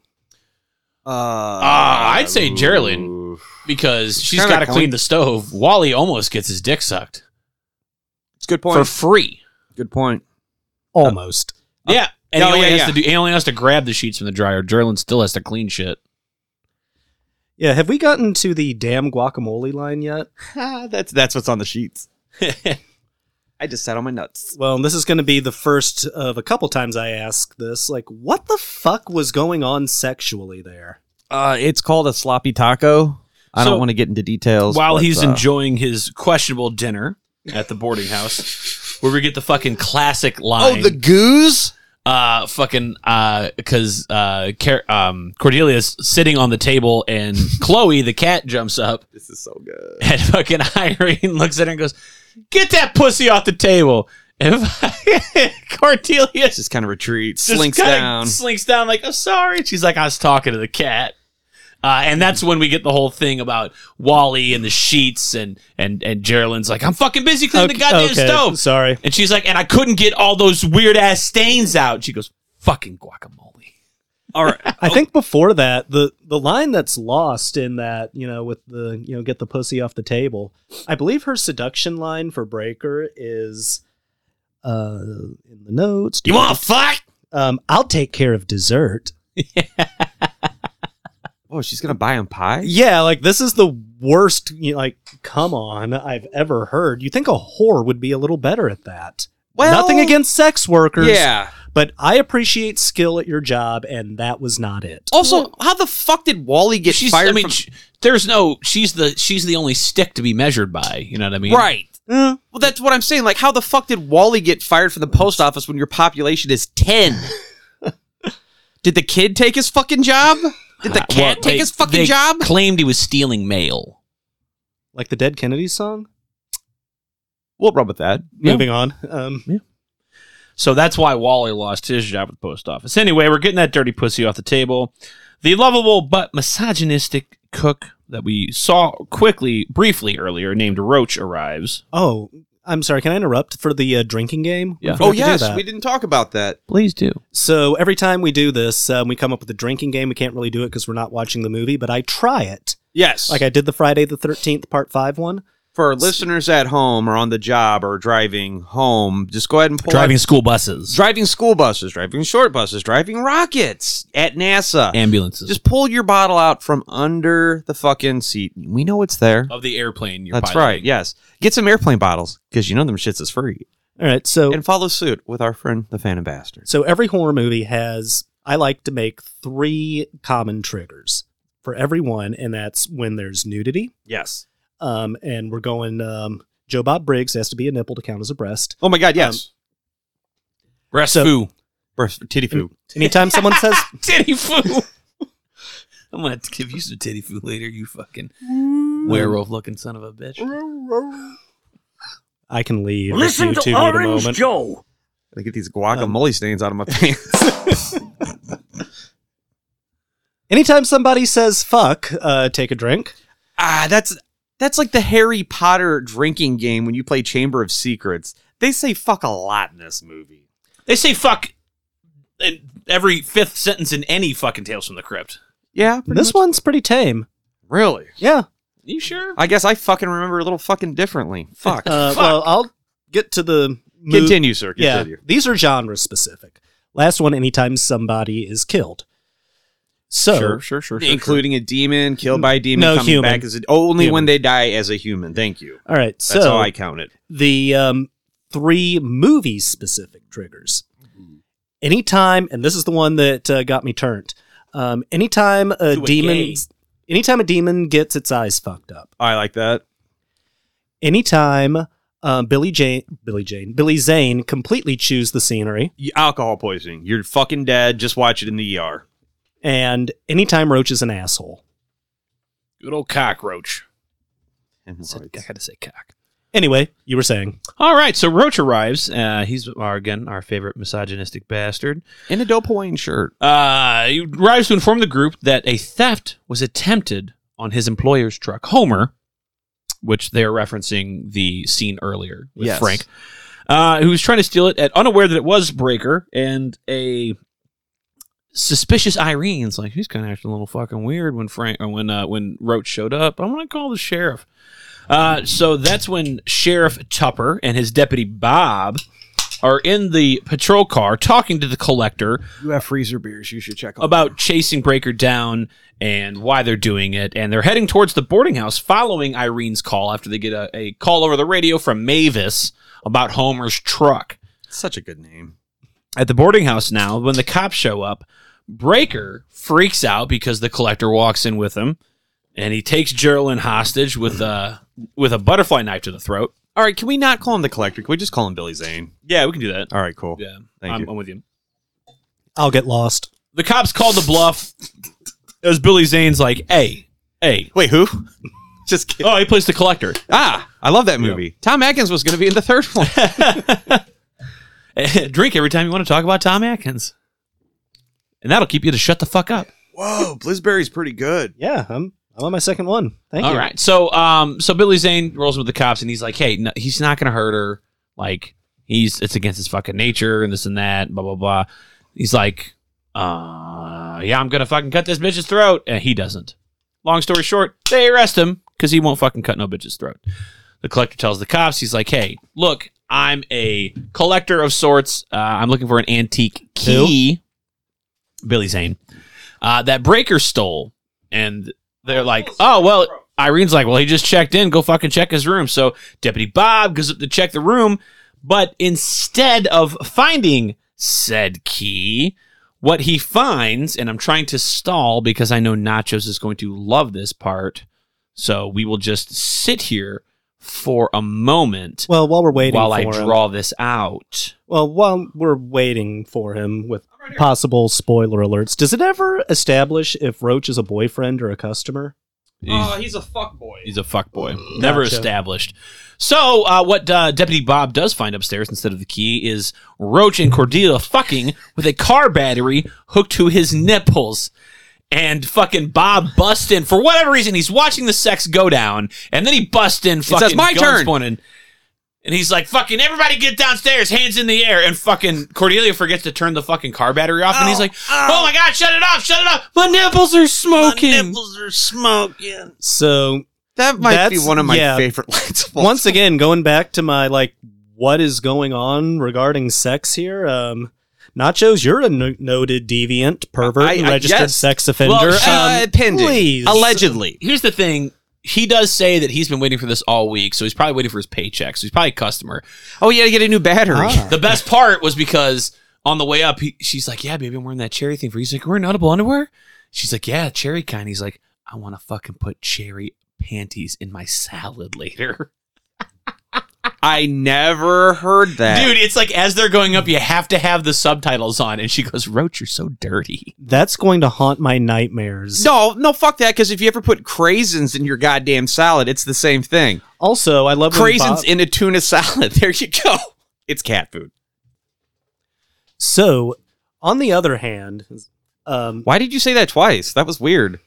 Uh,
Ah, I'd say Geraldine. because she's
Kinda
got to
like
clean
Helen.
the stove. Wally almost gets his dick sucked
It's a good
for
point.
free.
good point. (laughs)
Uh, Almost.
Yeah, and
Oh,
he only
yeah,
has
yeah.
to do. He only has to grab the sheets from the dryer. Jerlin still has to clean shit.
yeah, have we gotten to the damn guacamole line yet?
Ah, that's that's what's on the (laughs) sheets. I just sat on my nuts.
Well, and this is going to be the first of a couple times I ask this. Like, what the fuck was going on sexually there?
Uh, it's called a sloppy taco. I
So-
don't want to get into details.
While
but,
he's
uh,
enjoying his questionable dinner at the boarding house, where we get the fucking classic line.
oh the goose.
uh fucking uh because uh Car- um cordelia's sitting on the table
(laughs)
and chloe the cat jumps up
This is so good.
and (laughs) fucking irene looks at her and goes get that pussy off the table and (laughs) cordelia
Just kind of retreats,
just
slinks
kinda
down.
Slinks down like, I'm sorry. And She's like, I was talking to the cat. Uh, and that's when we get the whole thing about Wally and the sheets and and and Geraldine's like, I'm fucking busy cleaning the goddamn stove.
Sorry.
And she's like, and I couldn't get all those weird ass stains out. She goes, fucking guacamole.
All right. I think
Oh.
before that, the the line that's lost in that, you know, with the you know, get the pussy off the table. I believe her seduction line for Breaker is uh in the notes.
You want to fuck?
Um, I'll take care of dessert.
Oh, she's gonna buy him pie.
Yeah, like this is the worst. You know, like, come on, I've ever heard. You think a whore would be a little better at that? Nothing against sex workers.
Yeah.
but I appreciate skill at your job, and that was not it.
Also, how the fuck did Wally get
(laughs) She's,
fired?
I mean,
from-
sh there's no, she's the she's the only stick to be measured by. You know what I mean?
right. Well, that's what I'm saying. Like, how the fuck did Wally get fired from the post office when your population is
(laughs)
ten? did the kid take his fucking job? Did the
Uh,
cat
well,
take
they-
his fucking
they
job?
Claimed he was stealing mail.
Like the Dead Kennedys song.
We'll run with that.
Moving on. Um,
So that's why Wally lost his job at the post office. Anyway, we're getting that dirty pussy off the table. The lovable but misogynistic cook that we saw quickly, briefly earlier, named Roach, arrives.
oh, I'm sorry. Can I interrupt for the uh, drinking game? We
Yeah.
forgot
Oh
to do
yes,
that.
we didn't talk about that.
Please do.
So every time we do this, um, we come up with a drinking game. We can't really do it because we're not watching the movie, but I try it.
Yes,
Like I did the Friday the Thirteenth Part Five one.
for listeners at home or on the job or driving home, just go ahead and pull
Driving
up-
school buses,
driving school buses, driving short buses, driving rockets at NASA.
ambulances.
just pull your bottle out from under the fucking seat. We know it's there.
of the airplane you're
That's right. Yes. Get some airplane bottles because you know them shits is free.
All right, so
And follow suit with our friend the Phantom Bastard.
So every horror movie has I like to make three common triggers for everyone, and that's when there's nudity.
Yes.
Um, and we're going um, Joe Bob Briggs has to be a nipple to count as a breast.
Oh my God. Yes.
Breast
So-
Um, foo.
Or titty food.
Anytime someone
(laughs)
says
titty foo. I'm gonna give you some titty foo later, you fucking Mm. werewolf looking son of a bitch.
I can leave. if
Listen
you two
to
need a
Orange
moment.
Joe.
I get these guacamole
Um, (laughs)
stains out of my pants.
Anytime somebody says fuck, uh, take a drink.
ah, that's that's like the Harry Potter drinking game when you play Chamber of Secrets. They say fuck a lot in this movie.
They say fuck in every fifth sentence in any fucking Tales from the Crypt.
Yeah,
This one's pretty tame.
really.
Yeah.
You sure?
I guess I fucking remember a little fucking differently. (laughs) Fuck.
Uh, Well, I'll get to the mo-
Continue, sir. Continue.
Yeah, these are genre specific. Last one, anytime somebody is killed. So
sure, sure, sure, sure. Including a demon killed by a demon
No,
coming
human.
back as a, only
Human.
when they die as a human. Thank you.
All right,
That's
so
how I count it.
the um, three movie specific triggers.
Mm-hmm.
Anytime, and this is the one that uh, got me turned. Um, anytime a
To a
demon,
gay.
anytime a demon gets its eyes fucked up.
I like that.
Anytime uh, Billy Jane, Billy Jane, Billy Zane completely chews the scenery,
Y- Alcohol poisoning. You're fucking dead. Just watch it in the ER.
and anytime Roach is an asshole.
Good old cockroach. I
Hemorrhoids.
gotta say cock.
Anyway, you were saying
All right, so Roach arrives. Uh, he's our, again our favorite misogynistic bastard.
In a dope Hawaiian shirt.
Uh, he arrives to inform the group that a theft was attempted on his employer's truck, Homer, which they're referencing the scene earlier with
Yes.
Frank, uh, who was trying to steal it, at unaware that it was Breaker and a suspicious Irene's like she's kind of acting a little fucking weird when Frank or when uh, when Roach showed up. I'm gonna call the sheriff. Uh, so that's when Sheriff Tupper and his deputy Bob are in the patrol car talking to the collector
You have freezer beers. You should check on
about chasing Breaker down and why they're doing it. And they're heading towards the boarding house following Irene's call after they get a, a call over the radio from Mavis about Homer's truck.
Such a good name.
At the boarding house now, when the cops show up, Breaker freaks out because the collector walks in with him and he takes Geraldine hostage with a, with a butterfly knife to the throat.
All right, can we not call him the collector? Can we just call him Billy Zane?
Yeah, we can do that.
All right, cool.
Yeah,
Thank
I'm,
you.
I'm with you.
I'll get lost.
The cops called the bluff. It was Billy Zane's like, hey, hey.
Wait, who? just kidding.
Oh, he plays the collector.
Ah, I love that movie. Tom Atkins was going to be in the third
(laughs)
one.
drink every time you want to talk about Tom Atkins. And that'll keep you to shut the fuck up.
Whoa, Blizzberry's pretty good.
Yeah, I'm I'm on my second one. Thank
All
you.
right. So um so Billy Zane rolls with the cops and he's like, "Hey, no, he's not going to hurt her. Like he's it's against his fucking nature and this and that, blah blah blah." He's like, "Uh, yeah, I'm going to fucking cut this bitch's throat." And he doesn't. Long story short, they arrest him cuz he won't fucking cut no bitch's throat. The collector tells the cops, he's like, "Hey, look, I'm a collector of sorts. Uh, I'm looking for an antique key." Billy Zane. Uh, that breaker stole and they're like, oh well. Irene's like, well, he just checked in. Go fucking check his room. So Deputy Bob goes up to check the room, but instead of finding said key, what he finds, and I'm trying to stall because I know Nachos is going to love this part. So we will just sit here for a moment
Well, while we're waiting
while
for
I
him-
draw this out.
Well, while we're waiting for him with possible spoiler alerts, does it ever establish if Roach is a boyfriend or a customer?
He's-
he's a fuckboy.
He's a fuckboy. Never
Gotcha.
established. So, uh, what uh, Deputy Bob does find upstairs instead of the key is Roach and Cordelia fucking with a car battery hooked to his nipples. And fucking Bob busts in for whatever reason. He's watching the sex go down, and then he busts in. Fucking
says, "My
guns
turn."
pointed. and he's like, "Fucking everybody, get downstairs, hands in the air!" And fucking Cordelia forgets to turn the fucking car battery off, and he's like, "Oh my god, shut it off, shut it off! My nipples are smoking."
are smoking.
So
That might be
That's-
one of my
yeah.
favorite lines of all
once again, going back to my like, what is going on regarding sex here? Um, Nachos, you're a no- noted deviant, pervert,
I-
and
I-
registered
yes.
sex offender.
uh,
Um,
pending.
please.
Allegedly.
here's the thing. He does say that he's been waiting for this all week, so he's probably waiting for his paycheck. So he's probably a customer.
Oh, you got to get a new battery.
Ah.
The best part was because on the way up, he, she's like, "Yeah, baby, I'm wearing that cherry thing for you." He's like, "Wearing notable underwear?" She's like, "Yeah, cherry kind." He's like, "I want to fucking put cherry panties in my salad later."
I never heard that.
Dude, it's like as they're going up, you have to have the subtitles on. And she goes, Roach, you're so dirty.
That's going to haunt my nightmares.
No, no, fuck that. Because if you ever put craisins in your goddamn salad, it's the same thing.
Also, I love when
craisins
Bob-
in a tuna salad. (laughs) There you go. It's cat food.
So, on the other hand, um,
Why did you say that twice? That was weird.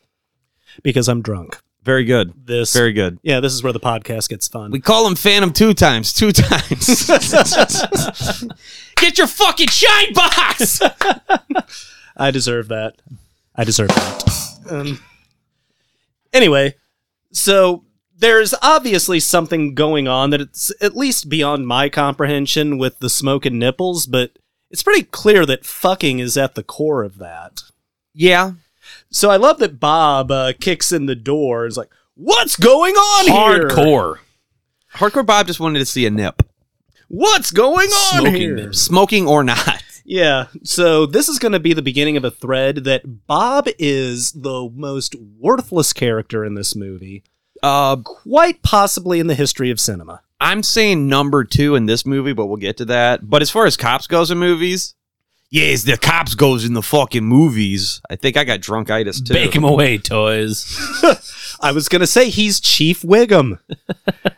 because I'm drunk.
Very good.
This
Very good.
Yeah, this is where the podcast gets fun.
We call him Phantom two times. Two
(laughs)
times. Get your fucking shine box.
I deserve that. I deserve that. Um, anyway, so there's obviously something going on that it's at least beyond my comprehension with the smoke and nipples, but it's pretty clear that fucking is at the core of that.
yeah.
So I love that Bob uh, kicks in the door. Is like, what's going on here?
Hardcore.
Hardcore Bob just wanted to see a nip.
What's going on
Smoking
here?
nips.
Smoking or not.
Yeah. So this is going to be the beginning of a thread that Bob is the most worthless character in this movie,
Uh,
quite possibly in the history of cinema.
I'm saying number two in this movie, but we'll get to that. But as far as cops goes in movies, yes, the cops goes in the fucking movies. I think I got drunkitis too.
Bake him away, toys.
I was going to say he's Chief
(laughs)
Wiggum.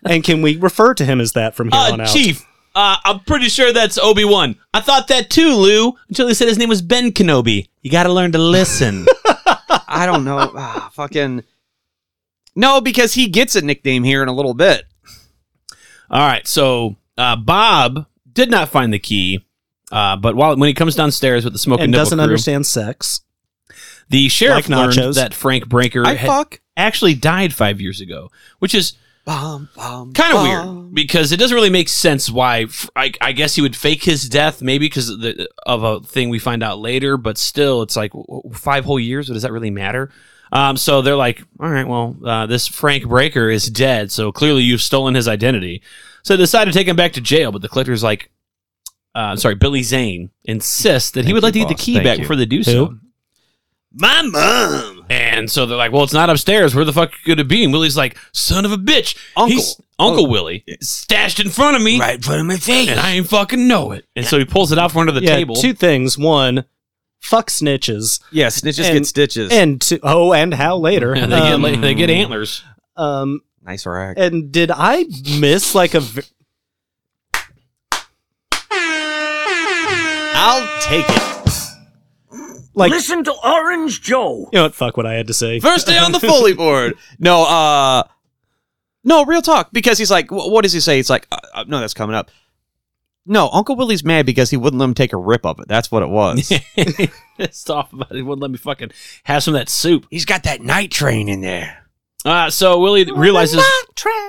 and can we refer to him as that from here on
Uh,
out?
Chief, uh, I'm pretty sure that's Obi Wan. I thought that too, Lou, until he said his name was Ben Kenobi. You got to learn to listen.
I don't know.
(laughs)
Ah, fucking no, because he gets a nickname here in a little bit.
All right, so uh, Bob did not find the key, uh, but while when he comes downstairs with the smoking
And
nipple
doesn't
crew,
understand sex.
the
like
sheriff learned
nachos.
that Frank Breaker
I
had
fuck.
actually died five years ago, which is
Bomb, bomb,
kind of
bomb.
weird because it doesn't really make sense why. f- I, I guess he would fake his death, maybe because of, the- of a thing we find out later. But still, it's like w- w- five whole years. What does that really matter? Um, so they're like, all right, well, uh, this Frank Breaker is dead, so clearly you've stolen his identity. So they decide to take him back to jail, but the collector's like, uh, sorry, Billy Zane insists that he
Thank
would like
you,
to get the
boss.
key
Thank
back
you.
before they do so.
My mom.
And so they're like, well, it's not upstairs. Where the fuck could it be? And Willie's like, son of a bitch.
Uncle.
He's- Uncle Willie stashed in front of me.
Right in front of my face.
and I ain't fucking know it. And so he pulls it out from under the
yeah,
table.
two things. One, fuck snitches.
Yeah, snitches
And-
get stitches.
And two, oh, and how later.
(laughs) and they,
Um,
get, they get antlers.
um,
nice rack.
And did I miss like a? v-
I'll take it.
Like-
Listen to Orange Joe.
You know what? Fuck what I had to say.
First day on the Foley board. No, uh, no, real talk. Because he's like, wh- what does he say? He's like, uh, uh, no, that's coming up. No, Uncle Willie's mad because he wouldn't let him take a rip of it. That's what it was.
Pissed off about it. He wouldn't let me fucking have some of that soup.
He's got that night train in there.
Uh, so Willie realizes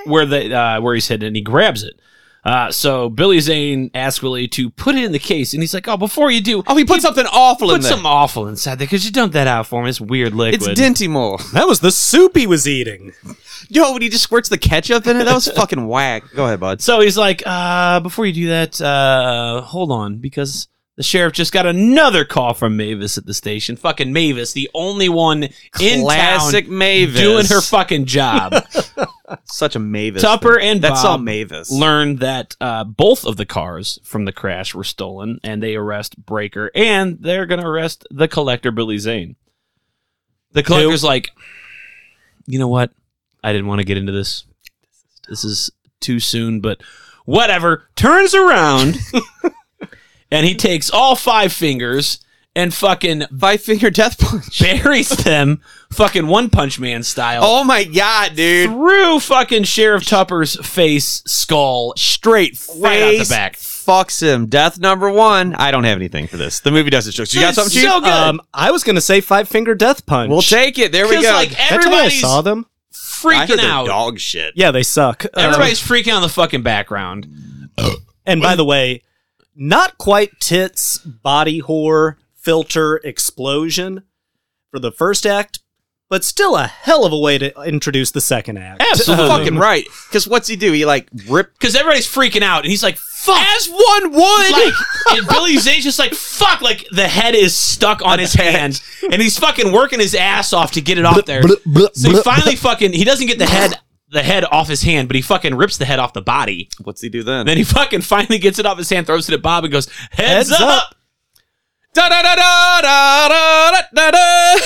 where the uh, where he's hidden, and he grabs it. Uh, so Billy Zane asks Willie to put it in the case, and he's like, "Oh, before you do,
oh, he put something awful in
put
there.
something awful inside there because you dumped that out for me. It's weird liquid.
it's Dentimore.
That was the soup he was eating.
(laughs) Yo, when he just squirts the ketchup in it, that was fucking whack. Go ahead, bud.
So he's like, uh, before you do that, uh, hold on, because the sheriff just got another call from Mavis at the station. Fucking Mavis, the only one in
Classic
town
Mavis.
doing her fucking job.
(laughs) Such a Mavis.
Tupper
thing.
and
That's all
Bob
Mavis.
Learned that uh, both of the cars from the crash were stolen, and they arrest Breaker, and they're gonna arrest the collector, Billy Zane. The collector's like, you know what? I didn't want to get into this. This is too soon, but whatever. Turns
(laughs)
around, and he takes all five fingers and fucking
Five finger death punch.
buries them, fucking One Punch Man style
Oh my god, dude.
through fucking Sheriff Tupper's face, skull, straight right out the
Face
back.
Fucks him. Death number one. I don't have anything for this. The movie does its jokes. You got
It's
something, Chief?
so good.
Um, I was gonna say five finger death punch.
We'll take it. There we
'Cause,
go.
like,
That's why I
everybody's
saw them.
I heard
freaking
they're
out.
dog shit.
Yeah, they suck. Um,
Everybody's freaking out in the fucking background.
and by the way, not quite tits, body horror, filter, explosion for the first act, but still a hell of a way to introduce the second act.
Absolutely.
Fucking right. Because what's he do? He like rip
Because everybody's freaking out, and he's like, fuck.
as one would.
like, and Billy Zane's just like, fuck, like the head is stuck on
(laughs)
his hand, and he's fucking working his ass off to get it off there. So he finally fucking, he doesn't get the head the head off his hand, but he fucking rips the head off the body.
What's he do then?
Then he fucking finally gets it off his hand, throws it at Bob, and goes, "Heads,
Heads
up!" Da da da da da da da da.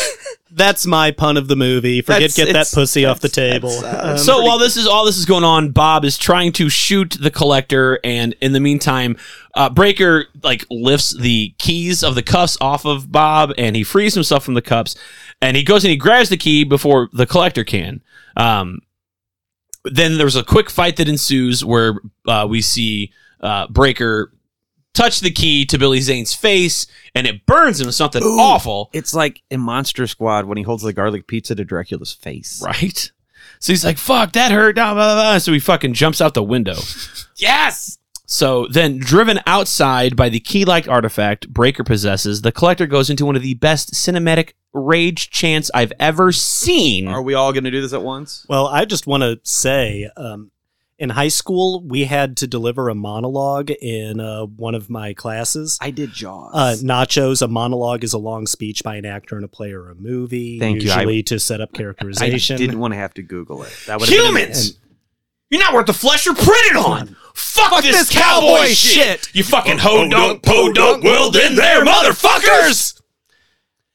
That's my pun of the movie. Forget
That's-
get that
it's- uh,
pussy off the table. Um,
so while this is all this is going on, Bob is trying to shoot the collector, and in the meantime, uh, Breaker like lifts the keys of the cuffs off of Bob, and he frees himself from the cuffs, and he goes and he grabs the key before the collector can. Um, then there's a quick fight that ensues where uh, we see uh, Breaker touch the key to Billy Zane's face, and it burns him with something awful.
It's like in Monster Squad when he holds the garlic pizza to Dracula's face.
Right. So he's like, fuck, that hurt. Blah, blah, blah. So he fucking jumps out the window.
Yes!
So then, driven outside by the key like artifact Breaker possesses, the collector goes into one of the best cinematic rage chants I've ever seen.
Are we all going to do this at once?
Well, I just want to say, um, in high school, we had to deliver a monologue in uh, one of my classes.
I did Jaws.
Uh, nachos. A monologue is a long speech by an actor and a player or a movie,
Thank you. I-
usually to set up
I
characterization.
didn't want to have to Google it. That would've been
Humans! You're not worth the flesh you're printed on! Fuck, this, cowboy, shit! You fucking
Oh,
ho dunk, po dunk, well then there, motherfuckers!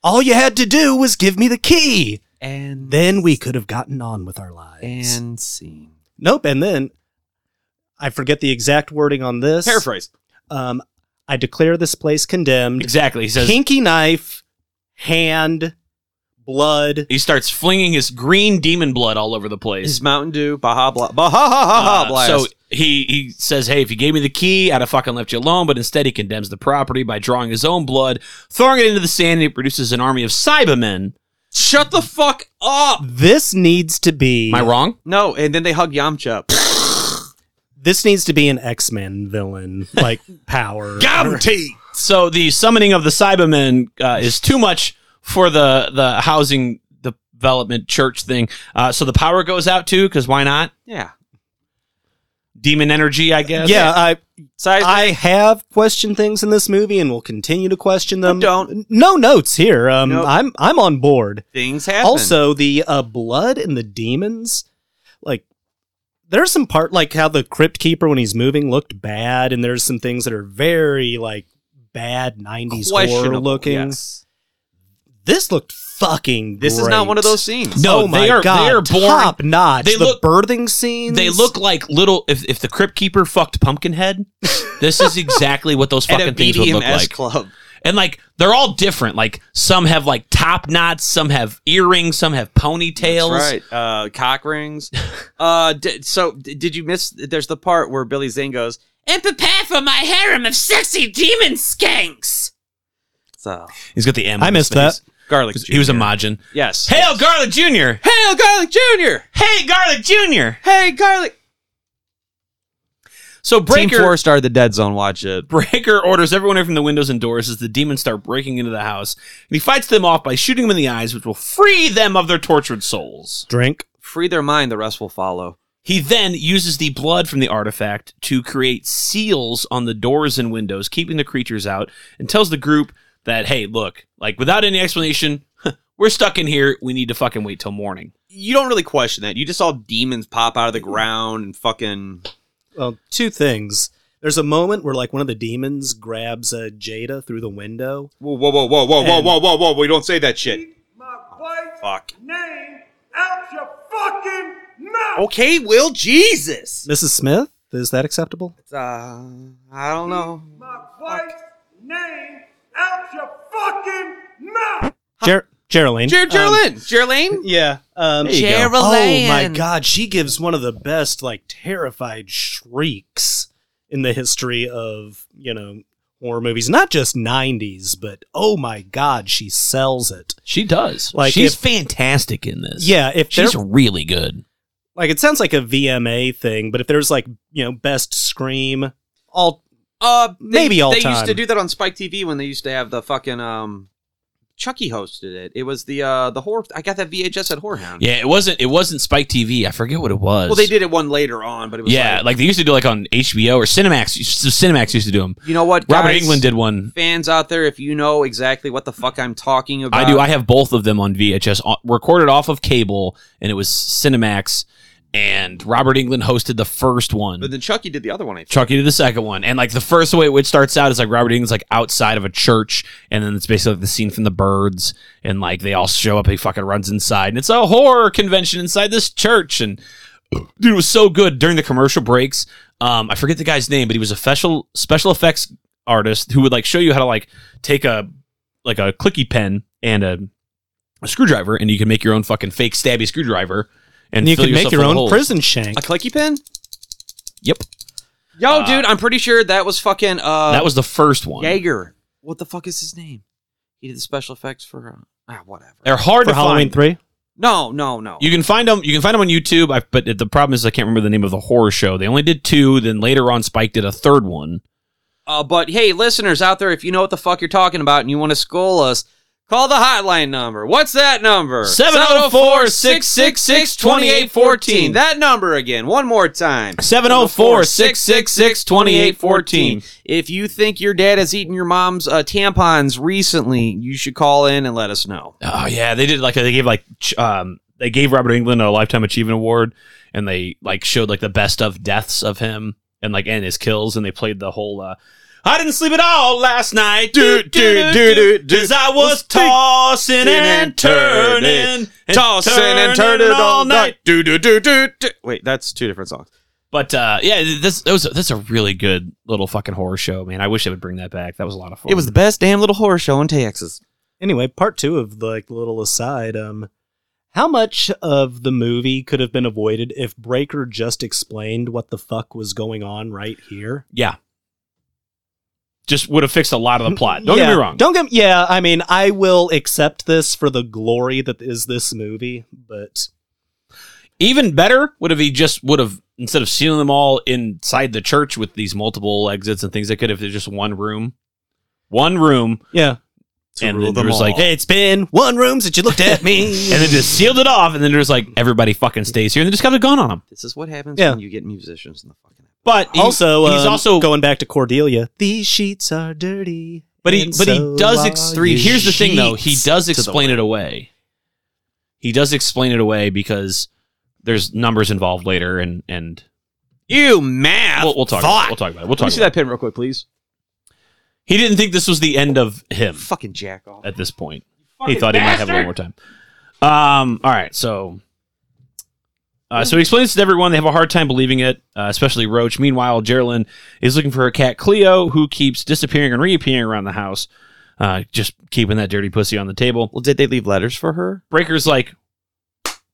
All you had to do was give me the key,
and
then we could have gotten on with our lives.
And scene.
Nope. And then I forget the exact wording on this.
Paraphrase.
Um, I declare this place condemned.
Exactly. He says,
Kinky knife, hand, blood.
he starts flinging his green demon blood all over the place.
His Mountain Dew, Baja Blah, Baja ha, ha, ha,
Uh,
Oh, Blast.
So he he says, "Hey, if you gave me the key, I'd have fucking left you alone." But instead, he condemns the property by drawing his own blood, throwing it into the sand, and he produces an army of Cybermen.
shut the fuck up.
This needs to be.
Am I wrong?
No, and then they hug Yamcha.
This needs to be an X Men villain, like
(laughs)
power.
Guaranteed.
So the summoning of the Cybermen uh, is too much for the the housing development church thing. Uh, so the power goes out too, because why not?
(laughs) yeah.
Demon energy, I guess.
Yeah, I
Size.
I have questioned things in this movie and will continue to question them.
don't.
No notes here. Um,
Nope.
I'm I'm on board.
Things happen.
Also, the uh, blood and the demons, like there's some part like how the crypt keeper when he's moving looked bad, and there's some things that are very like bad '90s horror
Questionable,
looking.
yes.
This looked fucking.
This is not
great.
one of those scenes.
No,
oh my
they are- they
God,
are born-
top notch.
they
the
look-
birthing scenes.
They look like little. If, if the Crypt Keeper fucked Pumpkinhead, this is exactly what those
(laughs) At
fucking
a
things would look
BDMS
like.
club.
And like they're all different. Like some have like top knots, some have earrings, some have ponytails.
That's right. Uh, cock rings. uh, d- so d- did you miss? There's the part where Billy Zane goes,
And prepare for my harem of sexy demon skanks!
so,
He's got the M.
I
on his
missed that.
face.
Garlic.
He was a
Jr.
Majin.
Yes.
Hail Garlic Jr.
Hail Garlic Jr.
Hey Garlic Jr.
Hey Garlic.
So
Team
Breaker
Four started the Dead Zone. Watch it.
Breaker orders everyone away from the windows and doors as the demons start breaking into the house, and he fights them off by shooting them in the eyes, which will free them of their tortured souls.
drink.
Free their mind. The rest will follow.
He then uses the blood from the artifact to create seals on the doors and windows, keeping the creatures out, and tells the group that, hey, look, like without any explanation, (laughs) we're stuck in here. We need to fucking wait till morning.
You don't really question that. You just saw demons pop out of the ground and fucking.
Well, two things. There's a moment where like one of the demons grabs uh, Jada through the window.
Whoa, whoa, whoa, whoa, whoa, whoa,
And-
whoa, whoa, whoa! We don't say that shit. Fuck.
Name out your fucking mouth.
Okay, Will. Jesus.
Mrs. Smith, is that acceptable?
Uh, I don't know.
My wife's name out your fucking mouth.
Ger- Geraldine.
Jer-
Um,
Geraldine. Geraldine.
Yeah. Um,
There you go.
Oh my
Geraldine.
god, she gives one of the best like terrified shrieks in the history of, you know, horror movies. Not just 90s, but oh my god, she sells it.
She does.
Like,
she's
if-
fantastic in this.
Yeah, if
she's
there
really good.
like it sounds like a VMA thing, but if there's like, you know, best scream, all
Uh, they,
Maybe all
they used
time.
to do that on Spike TV when they used to have the fucking um, Chucky hosted it. It was the uh the horror. I got that VHS at Whorehound.
Yeah, it wasn't. It wasn't Spike TV. I forget what it was.
Well, they did it one later on, but it was
Yeah, like,
like,
they used to do like on HBO or Cinemax. So Cinemax used to do them.
you know what?
Robert
guys?
England did one.
Fans out there, if you know exactly what the fuck I'm talking about,
uh, I do. I have both of them on VHS, o- recorded off of cable, and it was Cinemax. and Robert England hosted the first one.
But then Chucky did the other one. I think.
Chucky did the second one, and like the first way which starts out is like Robert England's like outside of a church, and then it's basically like the scene from The Birds, and like they all show up, he fucking runs inside, and it's a horror convention inside this church, and uh, dude, it was so good during the commercial breaks. Um, I forget the guy's name, but he was a special special effects artist who would like show you how to like take a like a clicky pen and a, a screwdriver, and you can make your own fucking fake stabby screwdriver,
And
and,
you
fill
can make
yourself
your
full of
own
holes.
prison shank.
A clicky pin?
Yep,
Yo,
Uh,
dude, I'm pretty sure that was fucking. Uh,
that was the first one.
Jaeger. What the fuck is his name? He did the special effects for uh, ah whatever.
They're hard
For
to
Halloween
find. Three.
No, no, no.
You can find them. You can find them on YouTube. I, but the problem is, I can't remember the name of the horror show. They only did two. Then later on, Spike did a third one.
Uh, but hey, listeners out there, if you know what the fuck you're talking about and you want to school us, call the hotline number. What's that number?
704-666-2814.
That number again, one more time.
704-666-2814.
If you think your dad has eaten your mom's uh, tampons recently, you should call in and let us know.
Oh yeah, they did like they gave like ch- um they gave Robert England a lifetime achievement award, and they like showed like the best of deaths of him and like and his kills, and they played the whole. uh I didn't sleep at all last night, do do do do, because I was tossing and turning,
Tossing and turning all night. Do, do, do, do, do. Wait, that's two different songs.
But uh, yeah, this that was that's a really good little fucking horror show, man. I wish they would bring that back. That was a lot of fun.
It was the best damn little horror show in Texas.
Anyway, part two of the like, little aside. Um, how much of the movie could have been avoided if Breaker just explained what the fuck was going on right here?
yeah. Just would have fixed a lot of the plot. Don't
Yeah,
get me wrong.
Don't get yeah. I mean, I will accept this for the glory that is this movie, but
Even better would have he just would have instead of sealing them all inside the church with these multiple exits and things, they could have just one room, one room,
yeah.
and
rule
then there
them
was like,
all.
hey, it's been one room since you looked
(laughs)
at me, and then just sealed it off, and then there's like everybody fucking stays here, and they just got a gun on them.
This is what happens
Yeah.
when you get musicians in the fucking.
But he-
also
he's
um,
also
going back to Cordelia. These sheets are dirty.
But he,
and
but
so
he does
are
ex- three.
you.
Here's the thing, though. He
Sheets
does
to the
explain it away. He does explain it away because there's numbers involved later, and and
You math.
we'll, we'll talk. About it. We'll talk about it. We'll
Can you
talk.
see
About it.
that pin real quick, please?
He didn't think this was the end of him
Fucking jack off.
at this point. He
fucking
thought he might have a little more time. Um. All right. So. Uh, so he explains to everyone they have a hard time believing it, uh, especially Roach. Meanwhile, Geraldine is looking for her cat Cleo, who keeps disappearing and reappearing around the house, uh, just keeping that dirty pussy on the table.
Well, did they leave letters for her?
Breaker's like,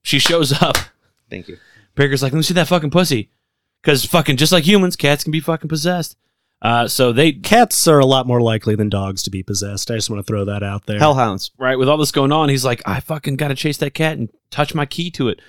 she shows up.
Thank you.
Breaker's like, let me see that fucking pussy. Because fucking, just like humans, cats can be fucking possessed. Uh, so they,
Cats are a lot more likely than dogs to be possessed. I just want to throw that out there.
Hellhounds.
right, with all this going on, he's like, I fucking got to chase that cat and touch my key to it.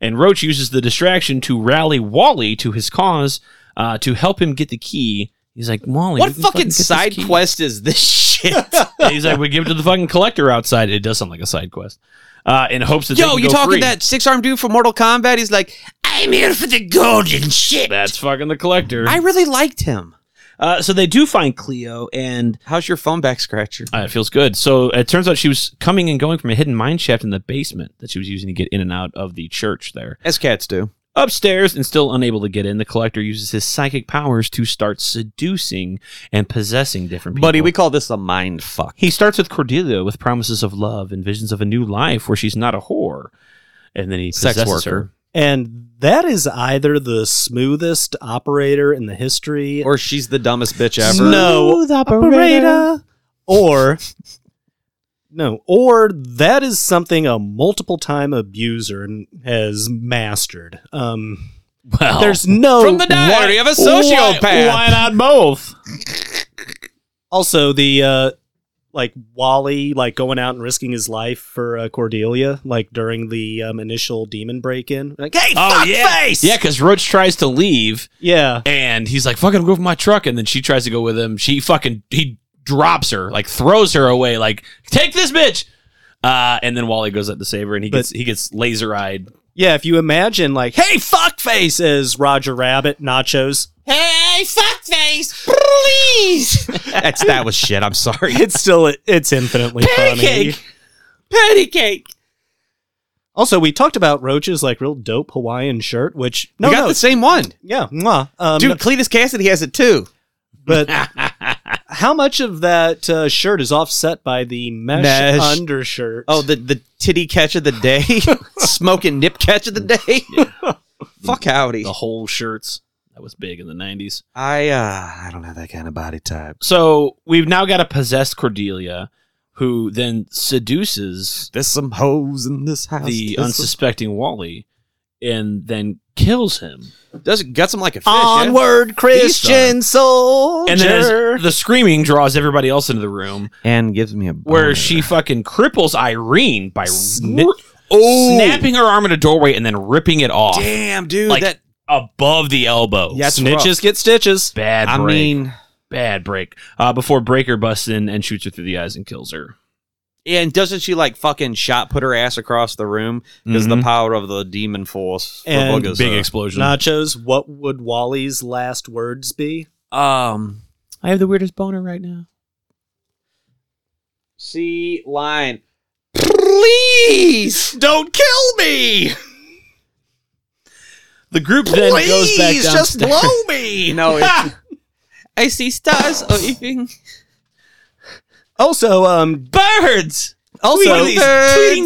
And Roach uses the distraction to rally Wally to his cause uh, to help him get the key. He's like, Wally,
What
you can
fucking
get this
side
key."
quest is (laughs) this shit?
And he's like, we give it to the fucking collector outside. It does sound like a side quest. Uh, in hopes that they
Yo,
can
you
go
talking
free.
that six armed dude from Mortal Kombat? He's like, I'm here for the golden shit.
That's fucking the collector.
I really liked him.
Uh, so they do find Cleo, and
How's your phone back scratcher?
uh, it feels good. So it turns out she was coming and going from a hidden mine shaft in the basement that she was using to get in and out of the church there.
As cats do.
Upstairs and still unable to get in, the collector uses his psychic powers to start seducing and possessing different people.
Buddy, we call this a mind fuck.
he starts with Cordelia with promises of love and visions of a new life where she's not a whore. And then he
Sex
possesses
worker.
her.
And that is either the smoothest operator in the history
Or she's the dumbest bitch
(laughs)
ever.
no operator or no or that is something a multiple time abuser n- has mastered um
Well,
there's no
From the diary of a sociopath.
Why not both?
also the uh like Wally, like going out and risking his life for uh, Cordelia, like during the um, initial demon break-in. Like, hey,
Oh,
fuck
yeah.
face!
Yeah, because Roach tries to leave
yeah,
and he's like, "Fucking go with my truck," and then she tries to go with him. She fucking he drops her, like throws her away, like take this bitch. Uh, and then Wally goes up to save her, and he
But-
gets he gets laser eyed.
yeah. If you imagine, like, hey, fuck face is Roger Rabbit, nachos.
Hey, fuckface! Please!
That's that was shit. I'm sorry.
it's still it's infinitely funny.
Pancake! Patty cake.
Also, we talked about Roach's like real dope Hawaiian shirt, which
We
no,
got
no,
the same one.
Yeah, mwah. Um,
Dude, Cletus Cassidy has it too. (laughs)
But how much of that uh, shirt is offset by the mesh,
Mesh.
undershirt?
Oh, the, the titty catch of the (laughs) day, smoking nip catch of the day. Fuck howdy.
The whole shirts. That was big in the 90s.
I uh, I don't have that kind of body type.
So we've now got a possessed Cordelia who then seduces
There's some hoes in this house.
the
There's
unsuspecting Wally and then kills him.
Does guts him like a fish?
Onward,
yeah?
Christian
soldier.
And then as the screaming draws everybody else into the room
and gives me a
where she fucking cripples Irene by ri- snapping her arm in a doorway and then ripping it off.
damn, dude.
Like-
that
Above the elbow.
Yeah, it's
Snitches
rough.
get stitches. Bad
I
break.
mean,
Bad break. Uh, before Breaker busts in and shoots her through the eyes and kills her.
and doesn't she like fucking shot put her ass across the room because the
Mhm.
power of the demon force for
And
Bugas,
Big
uh,
explosion.
Nachos, what would Wally's last words be?
Um,
I have the weirdest boner right now.
see line. Please don't kill me.
The group then goes back
Please just
downstairs.
blow me. (laughs) No, it's- I see stars. Oh, you think
Also, um,
birds.
also,
Tweeting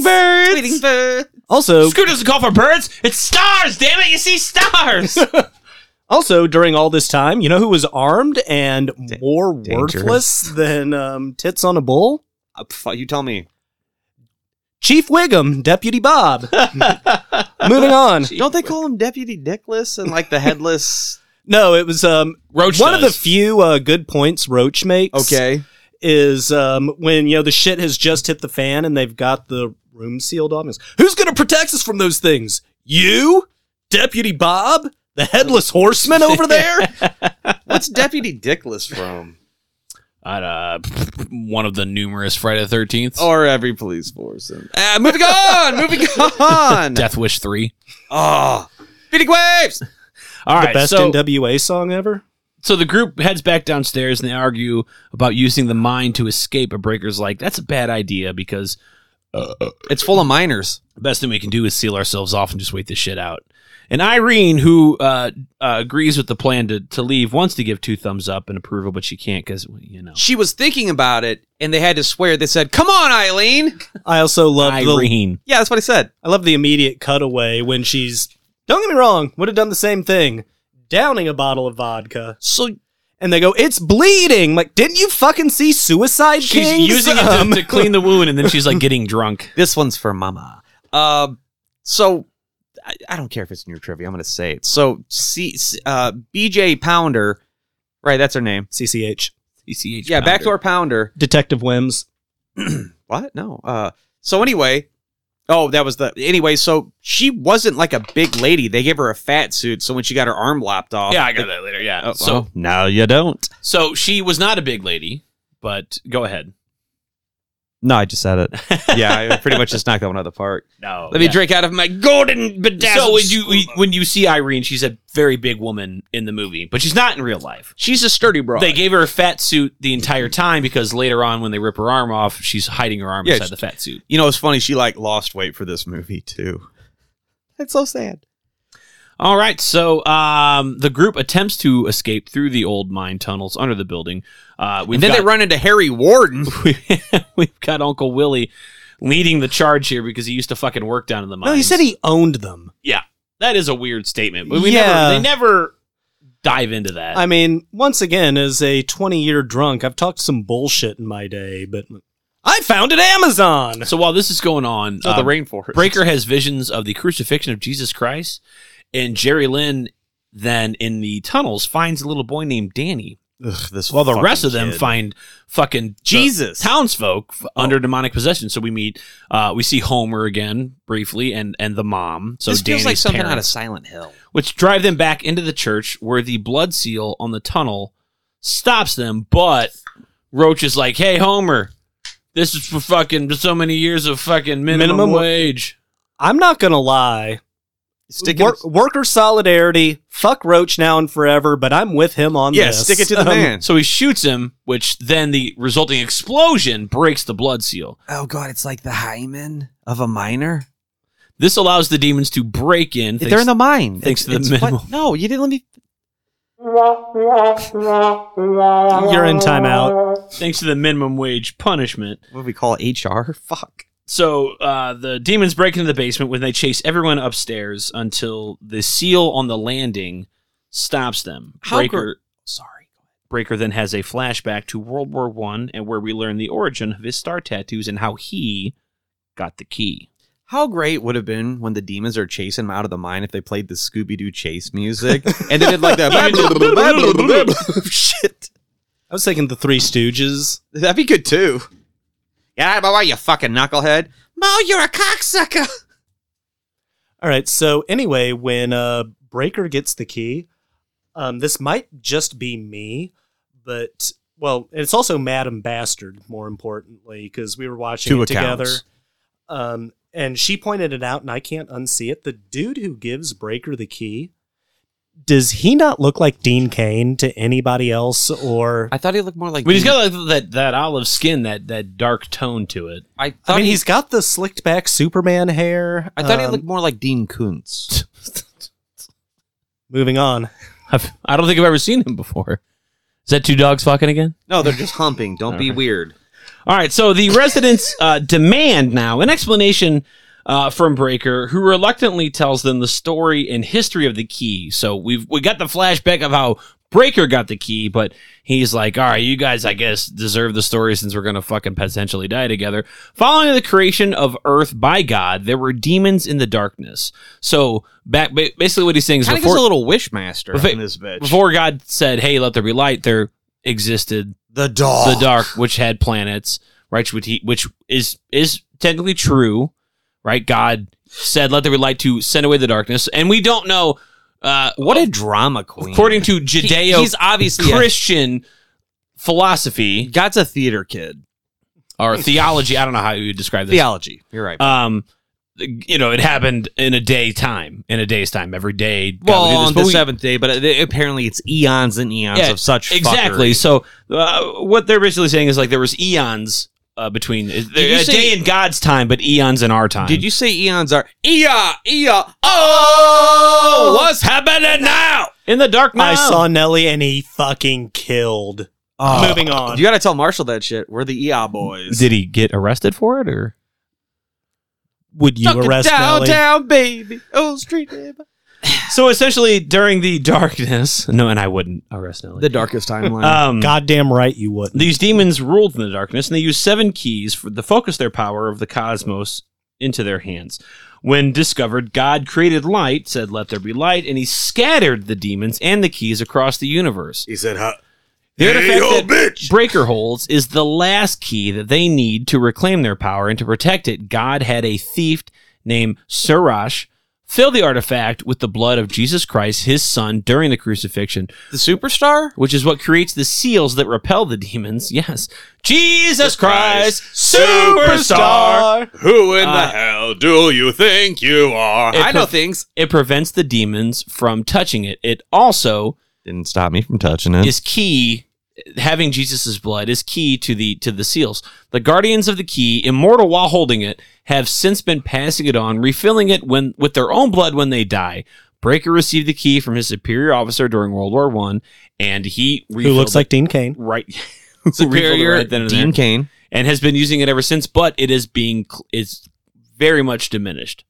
birds.
Tweeting bird.
also,
Screw doesn't call (laughs) for birds. It's stars. Damn it! You see stars.
also during all this time, you know who was armed and more worthless than um, tits on a bull?
Uh, fu- You tell me.
Chief Wiggum, Deputy
(laughs)
Bob. Moving on.
Don't they call him Deputy Dickless and like the (laughs) headless?
No, it was um,
Roach.
one of the
does.
few uh, good points Roach makes.
Okay.
is um, when you know the shit has just hit the fan and they've got the room sealed off. It's, Who's going to protect us from those things? You, Deputy Bob, the headless horseman
(laughs)
over there.
(laughs) What's Deputy Dickless from?
At, uh, (laughs) one of the numerous Friday the Thirteenth.
Or every police force. And
Uh, moving on, (laughs) moving on.
Death Wish Three.
Oh, beating waves.
All right.
the best
so,
NWA song ever.
so the group heads back downstairs and they argue about using the mind to escape. But Breaker's like, "That's a bad idea because
It's full of miners.
the best thing we can do is seal ourselves off and just wait this shit out." And Irene, who uh, uh, agrees with the plan to, to leave, wants to give two thumbs up and approval, but she can't because you know.
She was thinking about it, and they had to swear. They said, "Come on, Eileen."
I also love the
Irene.
Yeah, that's what I said.
I love the immediate cutaway when she's don't get me wrong, would have done the same thing, downing a bottle of vodka.
So
And they go, it's bleeding. Like, didn't you fucking see Suicide
She's
Kings?
using it
Um,
(laughs)
to, to clean the wound, and then she's like getting drunk.
this one's for Mama. Um, so I, I don't care if it's in your trivia. I'm going to say it. So, C, C- uh, BJ Pounder, right? That's her name.
CCH.
ECH.
(laughs) Yeah, backdoor Pounder.
Detective Wims.
What? No. Uh, so anyway, oh, that was the anyway. So she wasn't like a big lady. They gave her a fat suit. So when she got her arm lopped off,
Yeah, I got that later. Yeah.
Oh,
so,
well, now you don't.
so she was not a big lady, but go ahead.
No, I just said (laughs) it. yeah, I pretty much just knocked that one out of the park.
No.
Let me drink out of my golden bedazzled.
So when you when you see Irene, she's a very big woman in the movie, but she's not in real life.
she's a sturdy bro.
They gave her a fat suit the entire time because later on, when they rip her arm off, she's hiding her arm
Yeah,
inside
she-
the fat suit.
you know, it's funny. She like lost weight for this movie too. That's so sad.
All right, so um, the group attempts to escape through the old mine tunnels under the building. Uh, we've
And then
got-
they run into Harry (laughs) Warden.
(laughs) we've got Uncle Willie leading the charge here because he used to fucking work down in the mines.
No, he said he owned them.
that is a weird statement, but we
Yeah.
never they never dive into that.
I mean, once again, as a 20 year drunk, I've talked some bullshit in my day, but I found it Amazon.
(laughs) so while this is going on,
So
uh,
the rainforest.
Breaker has visions of the crucifixion of Jesus Christ, and Jerry Lynn then in the tunnels finds a little boy named Danny.
Ugh, this
While the
fucking
rest of them
kid.
find fucking the
Jesus. Oh.
townsfolk f- under demonic possession. So we meet, uh, we see Homer again briefly, and and the mom. So
this feels like
Danny's
something out of
parents.
Silent Hill.
which drive them back into the church where the blood seal on the tunnel stops them. But Roach is like, "Hey, Homer, this is for fucking so many years of fucking minimum,
Minimum wa-
wage."
I'm not going to lie.
Stick it-
Wor- worker solidarity. Fuck Roach now and forever, but I'm with him on
yeah,
this.
stick it to
(laughs)
the
Um,
man.
So he shoots him, which then the resulting explosion breaks the blood seal.
Oh god, it's like the hymen of a miner.
This allows the demons to break in.
They're in the mine.
Thanks to
It's-
the
it's what-
minimal.
No, you didn't let me.
You're
You're
in timeout. Thanks to the minimum wage punishment.
What do we call it? HR? Fuck.
So uh, the demons break into the basement when they chase everyone upstairs until the seal on the landing stops them.
How gr-
sorry, Breaker then has a flashback to World War One and where we learn the origin of his star tattoos and how he got the key.
How great would it have been when the demons are chasing him out of the mine if they played the Scooby Doo chase music and they did like that shit.
I was thinking the Three Stooges.
(laughs) That'd be good too. Get out of my way, you fucking knucklehead! Mo, you're a cocksucker.
All right. So anyway, when uh, Breaker gets the key, um, this might just be me, but well, it's also Madam Bastard. More importantly, because we were watching
Two
it together,
accounts.
um, and she pointed it out, and I can't unsee it. The dude who gives Breaker the key. Does he not look like Dean Kane to anybody else? Or
I thought he looked more like.
But he's got like that that olive skin, that that dark tone to it.
I
I
thought
mean,
he,
he's got the slicked back Superman hair.
I thought he
Um,
looked more like Dean Koontz.
Moving on.
I've, I don't think I've ever seen him before. Is that two dogs fucking again?
No, they're just humping. Don't be
Alright.
weird.
All right, so the residents uh, demand now an explanation uh, from Breaker, who reluctantly tells them the story and history of the key. So we've we got the flashback of how Breaker got the key, but he's like, "All right, you guys, I guess deserve the story since we're gonna fucking potentially die together." Following the creation of Earth by God, there were demons in the darkness. So back, ba- basically, what he's saying is
Kind of
before
gives a little wishmaster
Before-
in this bitch.
before God said, "Hey, let there be light," there existed
the
the dark, which had planets, right? Which he, which is is technically true, right? God said, "Let there be light," to send away the darkness, and we don't know. Uh,
What a drama queen.
according to Judeo
he's obviously a-
Christian philosophy
God's a theater kid. (laughs)
or theology, I don't know how you would describe this.
Theology. You're right.
Um, you know, it happened in a day time, in a day's time, every day. God
well,
would do this,
on
but
the
we-
seventh day, but it- apparently it's eons and eons
Yeah,
of such
exactly.
fuckery.
So uh, what they're basically saying is like there was eons uh, between
you
there, a
say-
day in God's time, but eons in our time.
Did you say eons are eon eon?
Oh,
Oh,
what's happening now in the dark? Now.
I saw Nelly and he fucking killed.
Oh.
Moving on.
You gotta tell Marshall that shit. We're the EA boys.
Did he get arrested for it or?
Would you
Fucking
arrest
down,
Nelly?
down, baby. Oh, street.
(sighs)
neighbor.
So essentially, during the darkness, no, and I wouldn't arrest Nelly.
The darkest timeline.
Um,
Mm. Goddamn right you wouldn't.
These demons ruled in the darkness, and they used seven keys for to focus their power of the cosmos into their hands. When discovered, God created light, said, "Let there be light," and He scattered the demons and the keys across the universe.
He said, huh?
The
Hey,
artifact
yo,
that
bitch!
Breaker holds is the last key that they need to reclaim their power and to protect it. God had a thief named Sirach fill the artifact with the blood of Jesus Christ, His Son, during the crucifixion
the superstar?
which is what creates the seals that repel the demons. Yes. Jesus Christ, superstar.
Who in
Uh,
the hell do you think you are?
It
I know
prov-
things.
It prevents the demons from touching it. It also
Didn't stop me from touching it.
is key having Jesus' blood is key to the to the seals. The guardians of the key, immortal while holding it, have since been passing it on, refilling it when with their own blood when they die. Breaker received the key from his superior officer during World War One, and he
Who looks
refilled
like Dean Kane.
it right (laughs) refilled it
Superior
right then and there.
Dean Kane.
and has been using it ever since. But it is being cl- it's very much diminished.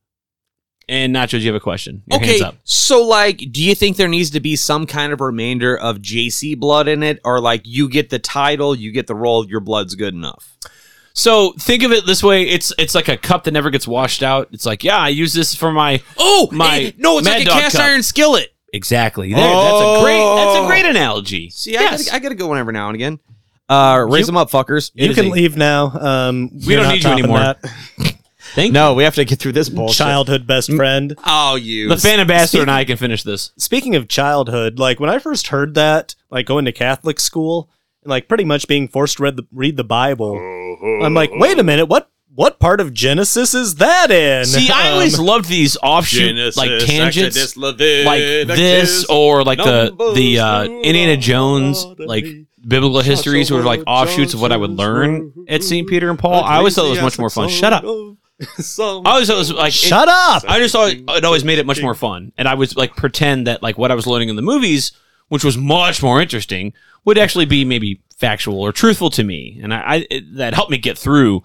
And Nacho, do you have a question? Your
Okay,
hands up.
so like, do you think there needs to be some kind of remainder of JC blood in it, or like you get the title, you get the role, your blood's good enough?
So think of it this way: it's it's like a cup that never gets washed out. It's like, yeah, I use this for my
Oh,
My
eh, no, it's
Mad
like a
Dog
cast
cup. Oh.
iron skillet.
Oh,
exactly. There, That's a great that's a
Oh!
great analogy.
See, I, gotta, I gotta go one every now and again. Uh, raise them up, fuckers.
It
You
is
can
a-
leave now. Um,
We
you're
don't
not
need you
topping
anymore.
that.
Thank
No, we have to get through this bullshit.
Childhood best
Mm.
friend.
Uh,
Oh, you.
you. The fan ambassador and I can finish this.
Speaking of childhood, like when I first heard that, like going to Catholic school and like pretty much being forced to read the, read the Bible, I'm like, wait a minute, what what part of Genesis is that in?
See, I
Um,
always loved these offshoot
Genesis,
like tangents,
Exodus, Leviticus,
like this or like the the uh,
Numbers,
Indiana Jones like biblical histories were like offshoots of what I would learn at St. Peter and Paul. I always thought it was much more fun. Shut up.
so
I always was like,
Shut up!
I just thought it always made it much more fun, and I would like pretend that like what I was learning in the movies, which was much more interesting, would actually be maybe factual or truthful to me, and I, I it, that helped me get through.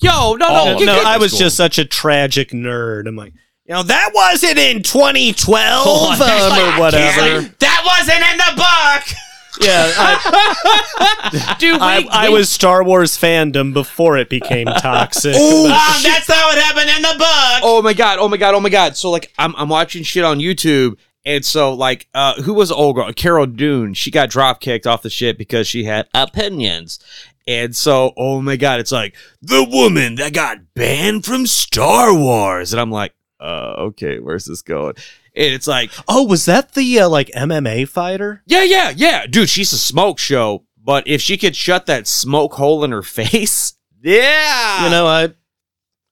Yo, no, (laughs)
Oh,
no,
you
no!
did-
I was
Cool.
just such a tragic nerd. I'm like,
You know, that wasn't in 2012
um,
(laughs)
or whatever.
That wasn't in the book.
yeah, I,
Dude, wait,
I, I
wait.
was Star Wars fandom before it
(laughs)
became toxic.
Oh, ah.
Um, that's not what happened in the book.
Ah, Oh my god! Oh my god! Oh my god! So like, I'm I'm watching shit on YouTube, and so like, uh, who was the old girl? Carol Dune. She got drop kicked off the shit because she had opinions, and so oh my god, it's like the woman that got banned from Star Wars, and I'm like, uh, okay, where's this going? And it's like,
oh, was that the uh, like MMA fighter?
yeah, yeah, yeah, dude, she's a smoke show, but if she could shut that smoke hole in her face, yeah,
You know, I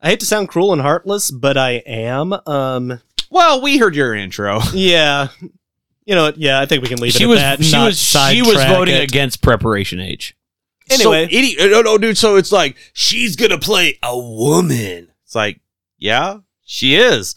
I hate to sound cruel and heartless, but I am. Um,
Well, we heard your intro. (laughs)
yeah, you know, what, yeah, I think we can leave
She
it
was
at that.
she
not
was she was
sidetrack
voting
it.
against preparation age.
Anyway.
so idiot. No, no, dude. So it's like she's gonna play a woman. It's like, yeah, she is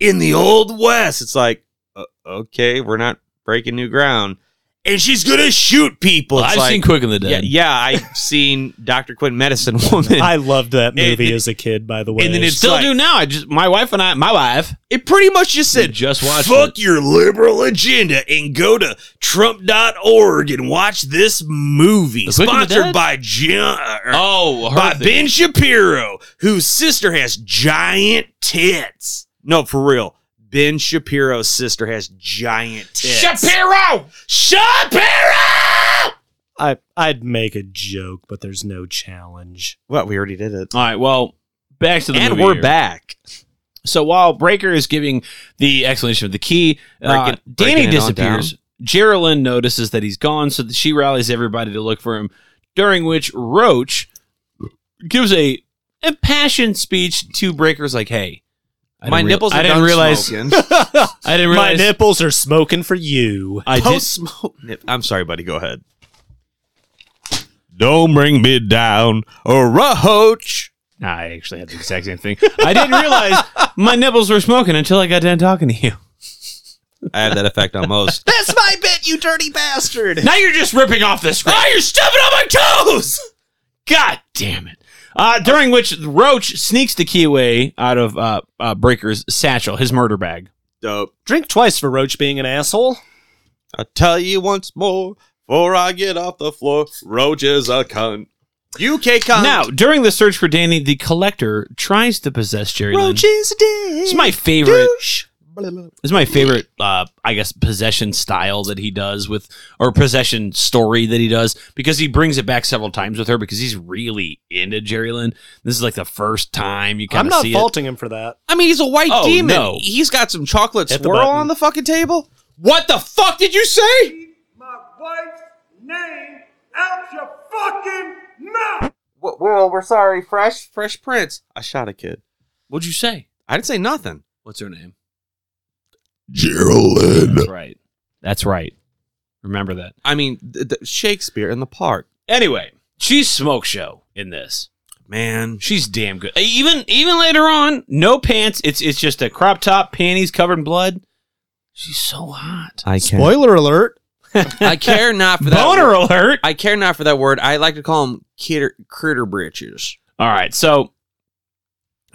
in the old west. It's like, uh, okay, we're not breaking new ground, and she's gonna shoot people. It's
I've
like,
seen Quick and the
yeah,
Dead.
yeah, I've seen Doctor Quinn, Medicine (laughs) Woman.
I loved that
It-
movie
it-
as a kid, by the way.
and then it's
Still
like-
do now. I just my wife and I my wife
it pretty much just
we
said,
just watched
fuck
it.
your liberal agenda and go to Trump.org and watch this movie
The Quick and the
sponsored
Dead?
by John. or-
Oh, her
by
thing.
Ben Shapiro, whose sister has giant tits. No, for real. Ben Shapiro's sister has giant tits.
Shapiro! Shapiro!
I I'd make a joke, but there's no challenge.
What? We already did it.
All right, well, back to the
And
movie
we're
here.
back.
So while Breaker is giving the explanation of the key, uh,
Breaking-
Danny
breaking it on
disappears. Geraldine notices that he's gone, so that she rallies everybody to look for him. During which Roach gives a impassioned speech to Breaker's like, "Hey, I
My
didn't real-
nipples. Are
I didn't
done
realize.
(laughs) Smoking.
I didn't
My
realize.
nipples are smoking for you.
I
Don't
did.
smoke. nip- I'm sorry, buddy. Go ahead.
Don't bring me down, or roach.
Nah, I actually had the exact same thing. I didn't realize my nipples were smoking until I got done talking to you.
I have that effect
(laughs)
on most.
That's my bit, you dirty bastard.
Now you're just ripping off this. Now you're stepping on my toes. God damn it. Uh, during which Roach sneaks the key away out of uh, uh, Breaker's satchel, his murder bag.
Dope.
Drink twice for Roach being an asshole.
I tell you once more, before I get off the floor, Roach is a cunt. UK cunt.
Now, during the search for Danny, the collector tries to possess Jerry Lynn.
Roach is a dick.
It's my favorite. It's my favorite, uh, I guess, possession style that he does with, or possession story that he does, because he brings it back several times with her because he's really into Jerry Lynn. This is like the first time you
I'm
kind of
not
see it.
faulting him for that.
I mean, he's a white
Oh,
demon.
no.
He's got some chocolate
Hit the
swirl
button.
on the fucking table. What the fuck did you say?
My wife's name out your fucking mouth!
Well, we're sorry, Fresh Fresh Prince. I shot a kid.
What'd you say?
I didn't say nothing.
What's her name?
Geraldine.
That's right. That's right. Remember that.
I mean, th- th- Shakespeare in the park.
Anyway, she's smoke show in this.
Man,
She's damn good. E, Even even later on, no pants. It's it's just a crop top, panties covered in blood. She's so hot.
I
Spoiler alert.
I care not for that.
Boner
word.
alert.
I care not for that word. I like to call them critter, critter britches.
All right. So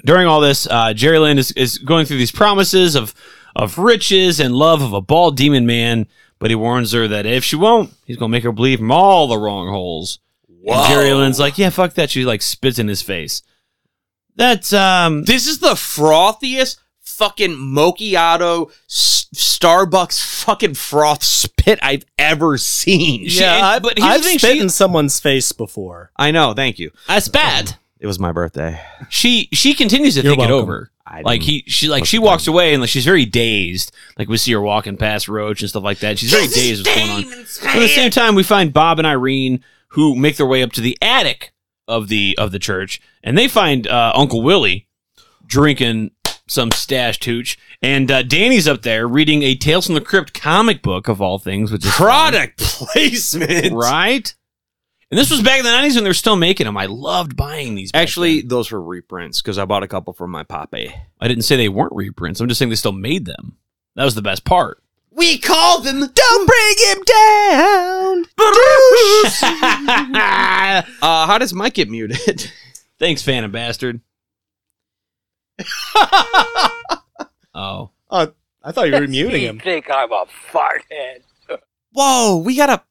during all this, uh, Jerry Lynn is, is going through these promises of of riches and love of a bald demon man, but he warns her that if she won't, he's gonna make her bleed from all the wrong holes. And Jerry Lynn's like, yeah, fuck that. She like spits in his face. That's um.
This is the frothiest fucking macchiato s- Starbucks fucking froth spit I've ever seen.
Yeah,
She-
I-
but here's
I've
the thing,
spit
she-
in someone's face before.
I know. Thank you.
That's bad.
It was my birthday.
She she continues to
You're
think it
welcome.
over.
I
Like
didn't-
he she like she walks away and like she's very dazed. Like we see her walking past Roach and stuff like that. She's very dazed. What's going on? But at the same time, we find Bob and Irene who make their way up to the attic of the of the church, and they find uh, Uncle Willie drinking some stash tooch, and uh, Danny's up there reading a Tales from the Crypt comic book of all things, which is fun.
product placement.
right? And And this was back in the 90s when they were still making them. I loved buying these.
Actually, those were reprints because I bought a couple from my pape.
I didn't say they weren't reprints. I'm just saying they still made them. That was the best part.
We called them.
Don't bring him (laughs) down. (laughs) uh, how does Mike get muted? (laughs)
Thanks,
(laughs)
Phantom Bastard. oh.
Uh, I thought you were muting him.
think I'm a fart head.
Whoa, we got a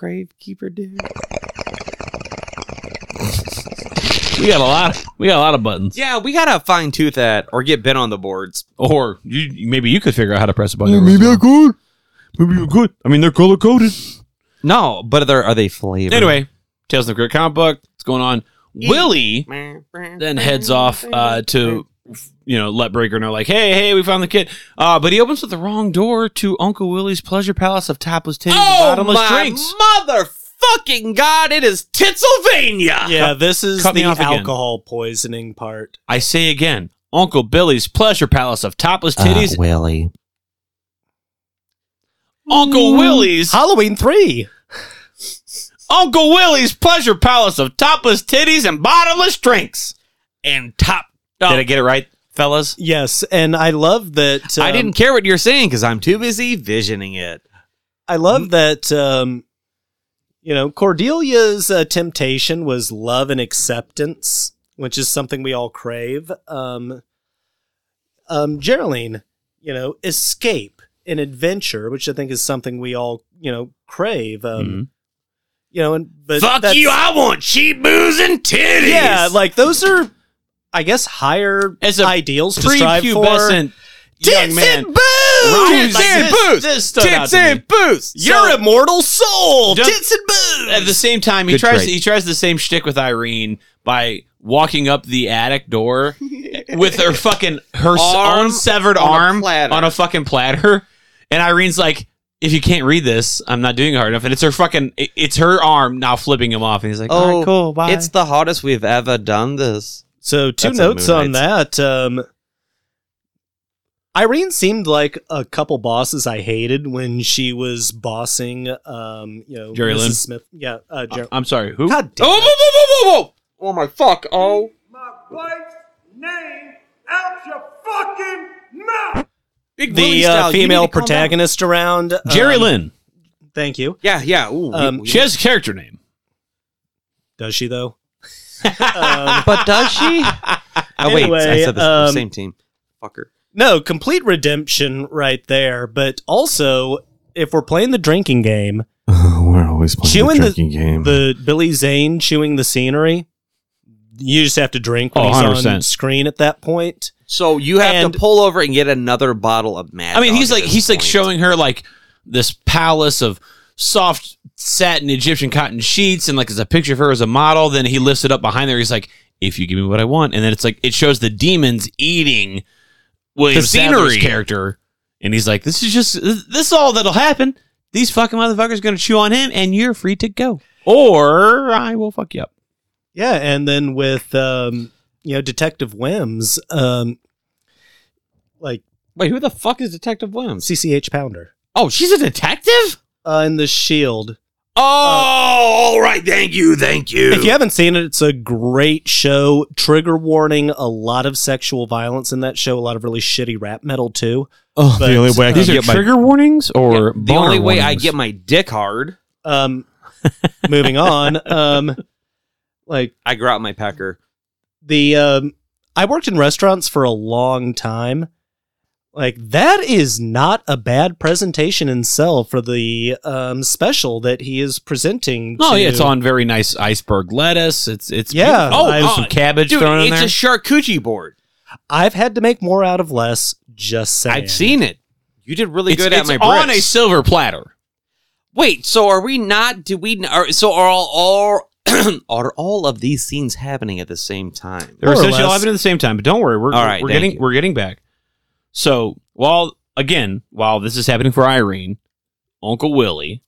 gravekeeper dude.
We got a lot. We got a lot of buttons.
Yeah, we gotta fine tooth that or get bent on the boards.
Or you, maybe you could figure out how to press a button.
I could. Maybe you could. I mean, they're color coded.
No, but are they, are they flavored?
Anyway, Tales of the Great Comic Book. What's going on? Willie then heads off uh, to, you know, let Breaker know, like, hey, hey, we found the kid. Uh, but he opens with the wrong door to Uncle Willie's pleasure palace of topless titties and
Oh
bottomless
my
drinks.
motherfucking god! It is Pennsylvania.
(laughs) Yeah, this is
cut me
the
off again.
alcohol poisoning part.
I say again, Uncle Billy's pleasure palace of topless
Uh,
titties.
Willie.
Uncle Willie's
Halloween three.
Uncle Willie's pleasure palace of topless titties and bottomless drinks. And top. Did I get it right, fellas?
Yes, and I love that.
I
um,
didn't care what you're saying because I'm too busy visioning it.
I love that um you know Cordelia's uh, temptation was love and acceptance, which is something we all crave. Um um Geraldine, you know, escape and adventure, which I think is something we all, you know, crave. Um you know, and but
Fuck
that's-
you, I want cheap booze and titties.
Yeah, like those are I guess higher
As a
ideals to strive for.
prepubescent young
Tits
man.
and Right,
Tits
like
and
this-
booze.
this stood out
Tits
to me.
and booze.
Your
So-
immortal soul,
Don't-
tits and booze.
At the same time, he
Good
tries
trait.
he tries the same shtick with Irene by walking up the attic door with her fucking her s-
Arm
own severed
on a
arm
platter.
on a fucking platter, and Irene's like, "If you can't read this, I'm not doing it hard enough." And it's her fucking it- it's her arm now flipping him off, and he's like, "Oh, cool, bye."
it's the hottest we've ever done this.
So two
That's a
notes
Moon
on that. Um, Irene seemed like a couple bosses I hated when she was bossing. Um, you know,
Jerry
Mrs.
Lynn?
Smith. Yeah, uh,
Ah,
Jer-
I'm sorry, who?
God damn.
Oh,
it.
whoa, whoa, whoa, whoa, whoa! Oh my fuck! Oh,
My wife's name out your fucking mouth.
Big Willie
The
style,
uh,
you need
female
to calm down.
protagonist around um,
Jerry Lynn.
Thank you.
Yeah, yeah. Ooh,
Um,
we-
She has a character name.
Does she though?
but does
(laughs)
she? Oh wait, I
Anyway,
said this
um,
same team. Fucker.
No, complete redemption right there. But also, if we're playing the drinking game,
(laughs) We're always playing
Chewing the-
the drinking game.
the Billy Zane chewing the scenery. You just have to drink when
Oh,
he's on
100%.
screen at that point.
So you have
And-
to pull over and get another bottle of Mad.
I mean,
Dog
he's
at
like
this
he's like
point.
showing her like this palace of soft satin Egyptian cotton sheets, and like there's a picture of her as a model. Then he lifts it up behind there. He's like, "If you give me what I want," and then it's like it shows the demons eating William
The
Sadler's
scenery.
character, and he's like, "This is just this is all that'll happen. These fucking motherfuckers gonna chew on him, and you're free to go, or I will fuck you up."
Yeah, and then with um, you know Detective Wims, um, like
Wait, who the fuck is Detective Williams?
CCH Pounder
Oh, she's a detective.
uh, in the Shield.
Oh, all right. Thank you. Thank you.
If you haven't seen it, it's a great show. Trigger warning: a lot of sexual violence in that show. A lot of really shitty rap metal too.
oh,
but,
the only way I
Uh,
can get
These
my
warnings or
the only way I get my dick hard,
Um,
(laughs)
moving on. Um, like
I grout my pecker.
the um I worked in restaurants for a long time. Like that is not a bad presentation in cell for the um special that he is presenting.
Oh
to-
yeah, it's on very nice iceberg lettuce. It's it's
Yeah,
beautiful. Oh,
I-
there's some cabbage
Dude,
thrown in
it's
there.
a charcuterie board.
I've had to make more out of less. Just saying.
I've seen it. You did really
it's
good
it's
at my
on a
bricks.
silver platter.
Wait, so are we not? Do we? Are, so are all, all (clears throat) are all of these scenes happening at the same time?
They're
More or
essentially all
less.
happening at the same time, but don't worry, we're
All right,
we're
thank
getting
you.
we're getting back. So while again, while this is happening for Irene, Uncle Willie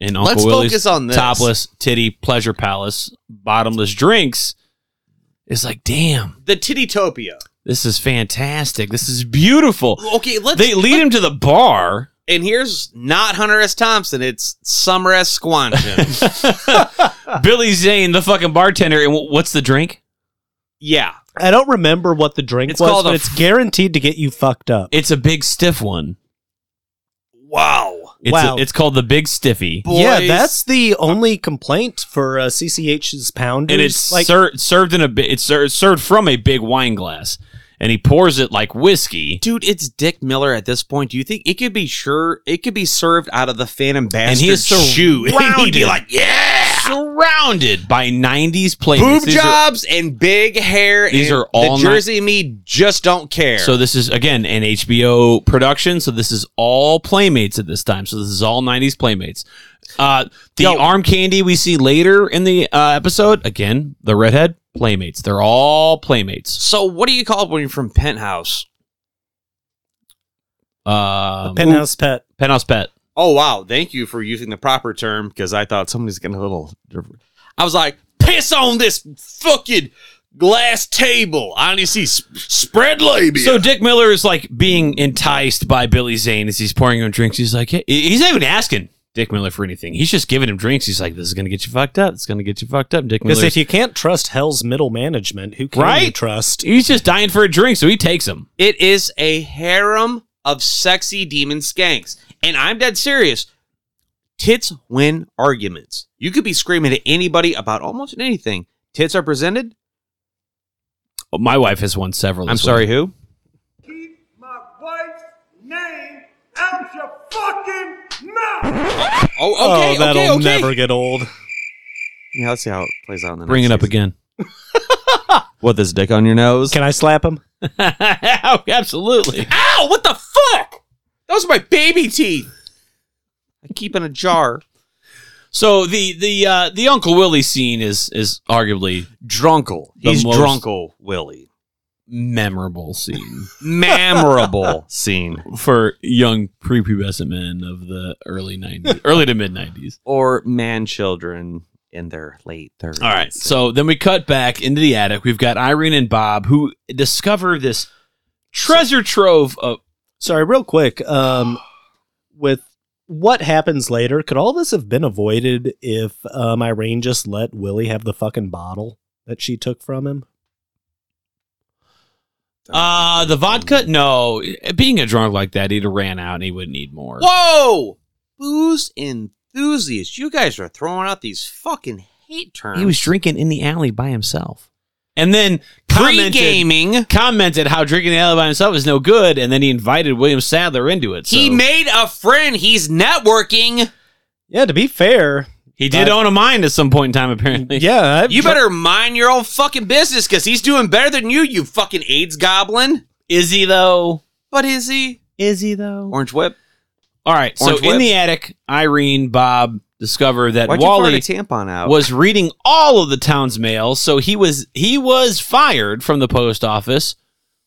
and Uncle
Let's
Willie's
focus on this.
topless titty pleasure palace, bottomless drinks is like, damn,
The Tittytopia.
this is fantastic. This is beautiful.
Okay, let's.
They lead him to the bar
and here's not Hunter S. Thompson. It's Summer S. (laughs) Squanton.
Billy Zane, the fucking bartender, and wh- what's the drink?
yeah.
I don't remember what the drink
It's
was,
called
but
a
it's guaranteed to get you fucked up.
It's a big stiff one.
Wow.
It's
Wow.
it's called the Big Stiffy,
Yeah, that's the only complaint for uh, CCH's pounders.
and it's ser- served in a bi- it's ser- served from a big wine glass, and he pours it like whiskey.
Dude, it's Dick Miller at this point. Do you think it could be sure it could be served out of the Phantom Bastard
he is
shoe? (laughs) He'd be
surrounded.
like, yeah,
(laughs) surrounded by '90s playmates.
boob
These are-
jobs and big hair.
These
and
are all
the
ni-
Jersey and me just don't care.
So this is again an HBO production. So this is all Playmates at this time. So this is all '90s Playmates. Uh, the arm candy we see later in the uh, episode again the redhead Playmates. They're all Playmates.
so what do you call it when you're from Penthouse?
Um,
penthouse pet.
penthouse pet.
Oh wow, thank you for using the proper term because I thought somebody's getting a little. I was like, piss on this fucking glass table. I only see sp- spread labia.
So Dick Miller is like being enticed by Billy Zane as he's pouring him drinks. He's like, hey, he's not even asking Dick Miller for anything. He's just giving him drinks. He's like, this is gonna get you fucked up. It's gonna get you fucked up. Dick
because
Miller,
if you can't trust Hell's middle management, who can you
Right?
trust?
he's just dying for a drink, so he takes him.
It is a harem of sexy demon skanks. And I'm dead serious. Tits win arguments. You could be screaming at anybody about almost anything. Tits are presented.
Well, my wife has won several.
I'm
this
sorry,
week.
who?
My wife's name out your fucking mouth.
Oh, okay,
oh, that'll
okay, okay.
never get old.
Yeah, let's see how it plays out in the
Bring it
next
up (laughs) again.
What this dick on your nose?
Can I slap him?
Ow, Oh, absolutely.
Ow! Oh, What the fuck? Those are my baby teeth. I keep in a jar.
So the the uh, the Uncle Willie scene is is arguably
Drunkle.
The
He's
most-
drunkle, Willie.
memorable scene
(laughs) Memorable scene.
for young prepubescent men of the early (laughs) nineties, early to mid nineties.
Or man children in their late 30s.
All right. So then we cut back into the attic. We've got Irene and Bob who discover this treasure trove of
Sorry, real quick. Um, with what happens later, could all this have been avoided if um, Irene just let Willie have the fucking bottle that she took from him?
uh the vodka. No, being a drunk like that, he'd have ran out and he would need more.
Whoa! Booze enthusiasts. You guys are throwing out these fucking hate terms.
He was drinking in the alley by himself, and then commented
pre-gaming.
commented how drinking in the alley by himself is no good, and then he invited William Sadler into it. So
He made a friend. He's networking.
Yeah, to be fair,
he did own a mine at some point in time, apparently.
yeah, I've
You better mind your own fucking business because he's doing better than you, you fucking AIDS goblin.
Is he though?
But is he?
Is he though?
Orange whip.
All right. So
Orange
in
whip?
the attic, Irene, Bob discover that
Why'd
Wally
you fart a tampon out?
was reading all of the town's mail, so he was he was fired from the post office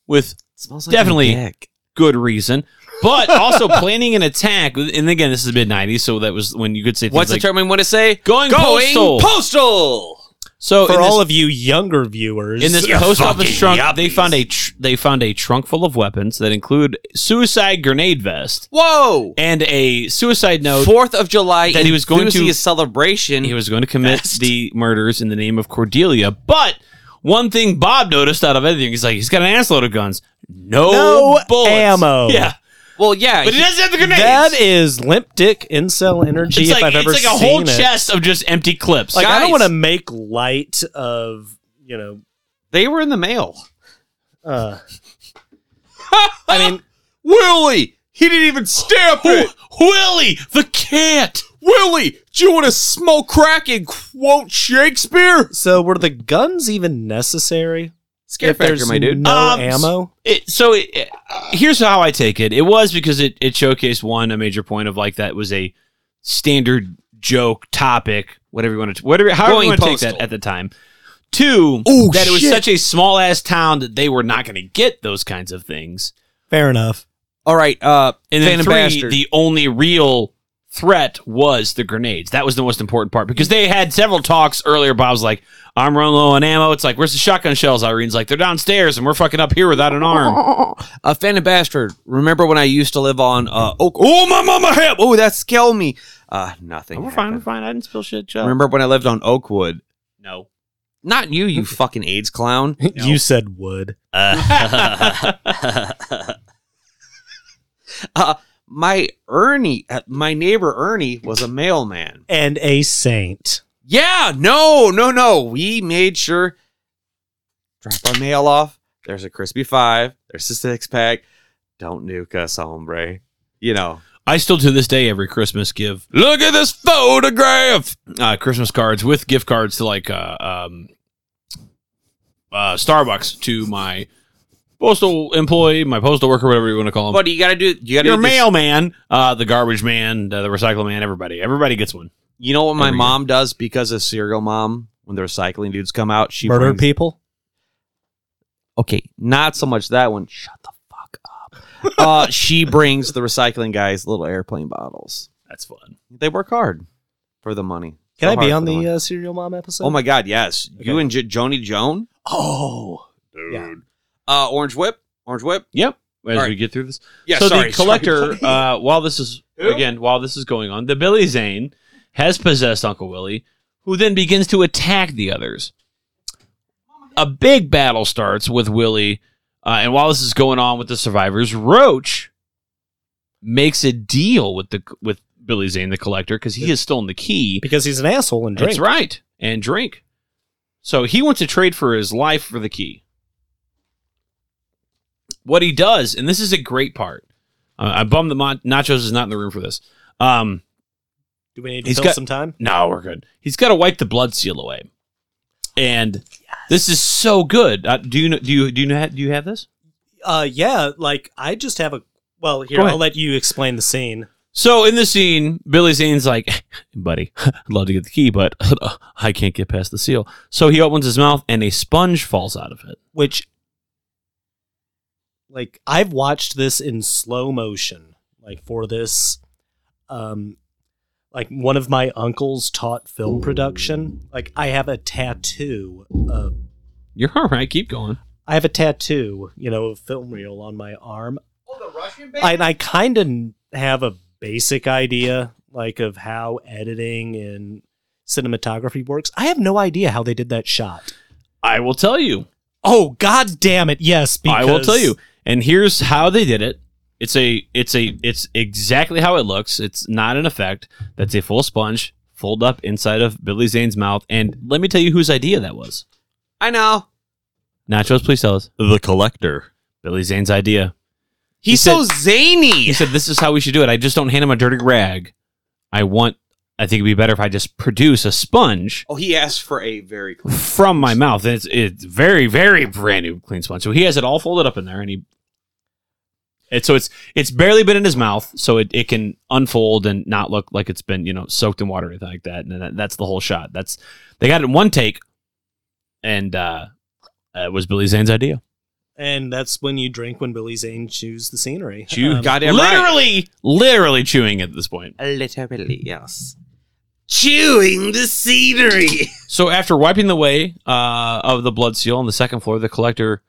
with
It smells
definitely-
a dick.
good reason, but also planning an attack. And again, this is mid '90s, so that was when you could say things
What's
like
the term we want to say?
going, postal.
postal.
so
for
Oh, in
all
this,
of you younger viewers, (laughs)
in this post office trunk, they found a tr- they found a trunk full of weapons that include suicide grenade vest
Whoa!
and a
(laughs)
suicide note.
Fourth of July
That he was going to-
enthusiast celebration.
he was going to commit
Vest.
the murders in the name of Cordelia, but. One thing Bob noticed out of everything, he's like, he's got an assload of guns, no,
No
bullets,
ammo.
Yeah,
well, yeah,
but he
he-
doesn't have the grenades.
that is limp dick incel energy.
it's
if
like,
I've
it's
ever
like a
seen
whole
it.
chest of just empty clips.
Like I
Guys.
don't want to make light of you know.
they were in the mail.
Uh,
I mean, Willie, he didn't even stamp it.
Willie the cat.
Willie, do you want to smoke crack and quote Shakespeare?
so were the guns even necessary?
Scare
if there's
factor, my dude.
no
Um,
ammo.
It, so it, it- here's how I take it. It was because it, it showcased one a major point of like that was a standard joke topic, whatever you want to whatever however
Going
you want to take that
postal.
at the time. Two,
Ooh,
that it was
shit.
such a small ass town that they were not going to get those kinds of things.
Fair enough.
All right, uh,
And then
Phantom
three,
Bastard.
the only real threat was the grenades. That was the most important part because they had several talks earlier. Bob's like, I'm running low on ammo. It's like, where's the shotgun shells? Irene's like, they're downstairs and we're fucking up here without an
(laughs)
arm.
A Uh, fan of bastard. Remember when I used to live on uh, Oak? Oh my mama help! Oh that scaled me. Uh nothing.
We're fine. We're fine. I didn't spill shit. Joe.
Remember when I lived on Oakwood?
No.
Not you, (laughs) you fucking AIDS clown.
(laughs) You said wood.
Uh, my Ernie, uh, my neighbor Ernie, was a mailman.
and a saint.
Yeah, no, no, no. We made sure drop our mail off. There's a crispy five. There's a six pack. Don't nuke us, hombre. You know.
I still to this day every Christmas give look at this photograph uh, Christmas cards with gift cards to like uh, um, uh, Starbucks to my postal employee, my postal worker, whatever you want to call him.
But you gotta do. You gotta
Your
do this-
mailman, uh, the garbage man, the, the recycle man, everybody, everybody gets one.
You know what my
Every
mom does because of serial mom when the recycling dudes come out. She
Murder
brings-
people.
Okay, not so much that one. Shut the fuck up. (laughs) uh, she brings the recycling guys little airplane bottles.
That's fun.
They work hard for the money.
Can
So
I be
hard
on
for
the
money.
uh, Serial Mom episode?
Oh my god, yes. You and J- Joni Joan?
Oh,
Yeah. Uh, Orange Whip. Orange Whip.
Yep. As
All right.
we get through this,
Yeah,
so
sorry,
the collector, (laughs)
sorry.
uh, while this is again, while this is going on, the Billy Zane has possessed Uncle Willie, who then begins to attack the others. A big battle starts with Willie, uh, and while this is going on with the survivors, Roach makes a deal with the with Billy Zane, the collector, because he has stolen the key.
because he's an asshole and drink.
That's right, and drink. So he wants to trade for his life for the key. What he does, and this is a great part. Uh, I bummed the mon- nachos is not in the room for this. Um,
Do we need to
He's
fill
got-
some time?
no, we're good. He's got to wipe the blood seal away, and this is so good. Uh, do you know, do you do you know, do you have this?
Uh, yeah. Like I just have a. Well, here
Go ahead.
I'll let you explain the scene.
So in the scene, Billy Zane's like, (laughs) "Buddy, I'd love to get the key, but (laughs) I can't get past the seal." So he opens his mouth, and a sponge falls out of it.
which like I've watched this in slow motion like for this um like one of my uncles taught film production like I have a tattoo of
You're all right. Keep going.
I have a tattoo you know of film reel on my arm
Oh, the Russian
I, and I kind of have a basic idea like of how editing and cinematography works I have no idea how they did that shot
I will tell you.
oh god damn it yes
I will tell
because-
you. And here's how they did it. It's a it's a it's exactly how it looks. It's not an effect. That's a full sponge fold up inside of Billy Zane's mouth. And let me tell you whose idea that was.
I know.
Nachos, please tell us. The collector. Billy Zane's idea.
He's
said-
so zany.
He said this is how we should do it. I just don't hand him a dirty rag. I want I think it'd be better if I just produce a sponge
Oh, he asked for a very clean.
from my mouth. It's it's very very brand new clean sponge. So he has it all folded up in there, and he. And so it's it's barely been in his mouth, so it, it can unfold and not look like it's been you know soaked in water or anything like that. And that, that's the whole shot. That's they got it in one take, and uh, it was Billy Zane's idea.
And that's when you drink when Billy Zane chews the scenery.
Chew,
Um,
Goddamn right.
literally, literally chewing at this point.
Literally, yes.
Chewing the scenery.
So after wiping the way uh, of the blood seal on the second floor, the collector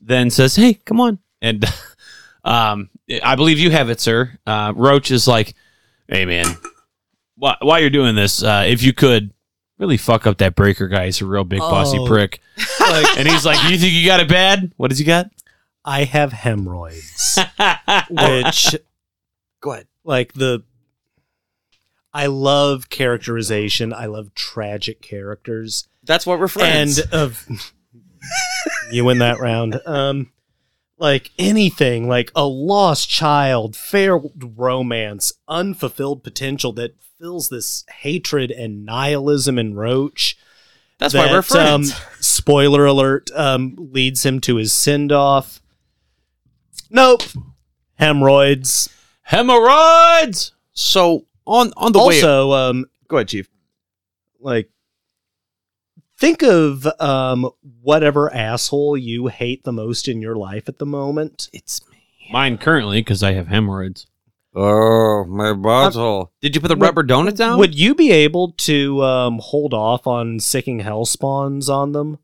then says, "Hey, come on!" And (laughs) um, I believe you have it, sir. Uh, Roach is like, "Hey, man, wh- while you're doing this, uh, if you could really fuck up that breaker guy, he's a real big bossy
Oh.
prick."
Like,
And he's like, "You think you got it bad? What does he got?"
(laughs) I have hemorrhoids, which
Go ahead.
like the. I love characterization. I love tragic characters,
That's what we're friends.
and of (laughs) you win that round. Um, like anything, like a lost child, failed romance, unfulfilled potential that fills this hatred and nihilism in Roach.
That's why we're friends.
Um, spoiler alert um, leads him to his send off. Nope. Hemorrhoids.
Hemorrhoids.
so on on the way.
also, um,
Go ahead, Chief.
like, think of um, whatever asshole you hate the most in your life at the moment.
It's me.
Mine currently because I have hemorrhoids.
Oh, my butthole. Did you put the rubber donut down?
Would you be able to um, hold off on sicking hell spawns on them?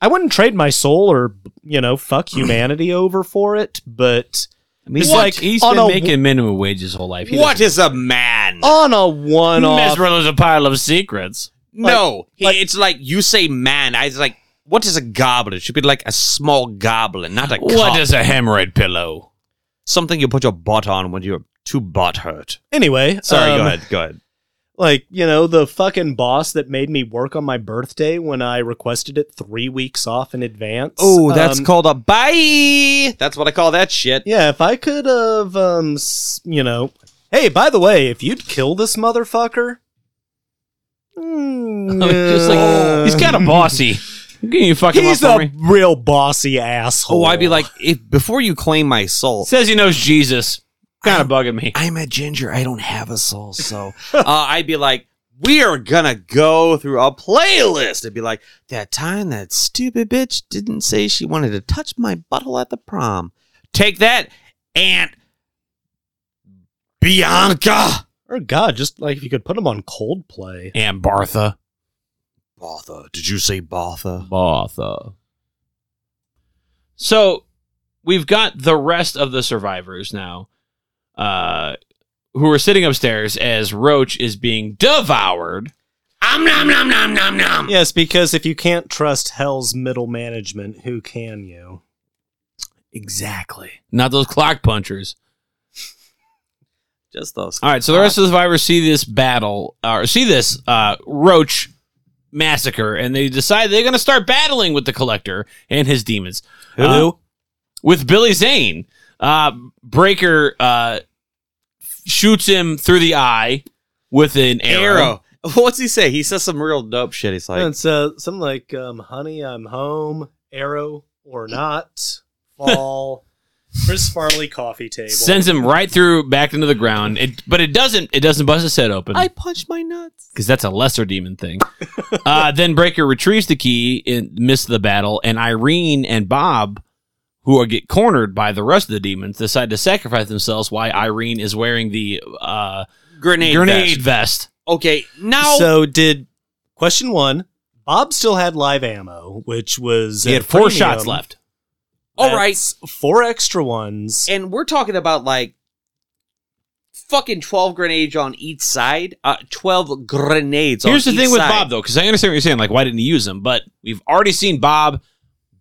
I wouldn't trade my soul or you know
(clears throat)
fuck humanity over for it, but
He's
it's
like he's been
a-
making minimum wage his whole life.
What is a man?
on a one off.
Miserable as a pile of secrets.
no, he, it's like you say man. I was like, what is a goblin? It should be like a small goblin, not a.
What
cock.
is a hemorrhoid pillow?
Something you put your butt on when you're too butt hurt.
Anyway,
Sorry,
um,
go ahead. Go ahead.
Like you know the fucking boss that made me work on my birthday when I requested it three weeks off in advance.
Oh, that's
um,
called a bye. That's what I call that shit.
Yeah, if I could have, um, s- you know, hey, by the way, if you'd kill this motherfucker, Hmm,
(laughs) Just like he's kind of bossy. Can you fucking
he's
up
a
for me?
real bossy asshole.
Oh, I'd be like, if before you claim my soul,
Says he knows Jesus. Kind of bugging me.
I'm a ginger. I don't have a soul, so uh, I'd be like, we are gonna go through a playlist. It'd be like that time that stupid bitch didn't say she wanted to touch my butthole at the prom. Take that, Aunt Bianca.
or God, just like if you could put him on Coldplay.
And Bartha.
Botha, did you say Botha?
Botha. So we've got the rest of the survivors now, uh, who are sitting upstairs as Roach is being devoured.
Om nom nom nom nom nom.
Yes, because if you can't trust Hell's middle management, who can you?
Exactly. Not those clock punchers.
Just those.
All right, so the rest of the survivors see this battle, or see this uh, Roach massacre, and they decide they're going to start battling with the Collector and his demons.
Who?
Uh, with Billy Zane. Uh, Breaker uh, shoots him through the eye with an arrow.
arrow. (laughs) What's he say? He says some real dope shit. He's like,
it's uh, something like, um, "Honey, I'm home." Arrow or
(laughs)
not, fall. Chris Farley coffee table.
Sends him right through back into the ground. It, but it doesn't it doesn't bust his head open.
I punched my nuts.
because that's a lesser demon thing. (laughs) uh, then Breaker retrieves the key in midst of the battle, and Irene and Bob, who are get cornered by the rest of the demons, decide to sacrifice themselves. Why Irene is wearing the uh,
Grenade.
grenade
vest.
vest.
Okay, now
So did question one? Bob still had live ammo, which was
He
at
had
a
four
premium.
shots left.
All right.
That's four extra ones.
and we're talking about like fucking 12 grenades on each side uh 12 grenades
Here's the
on
thing
each
with
side.
Bob though, because I understand what you're saying. Like, why didn't he use them? But we've already seen Bob.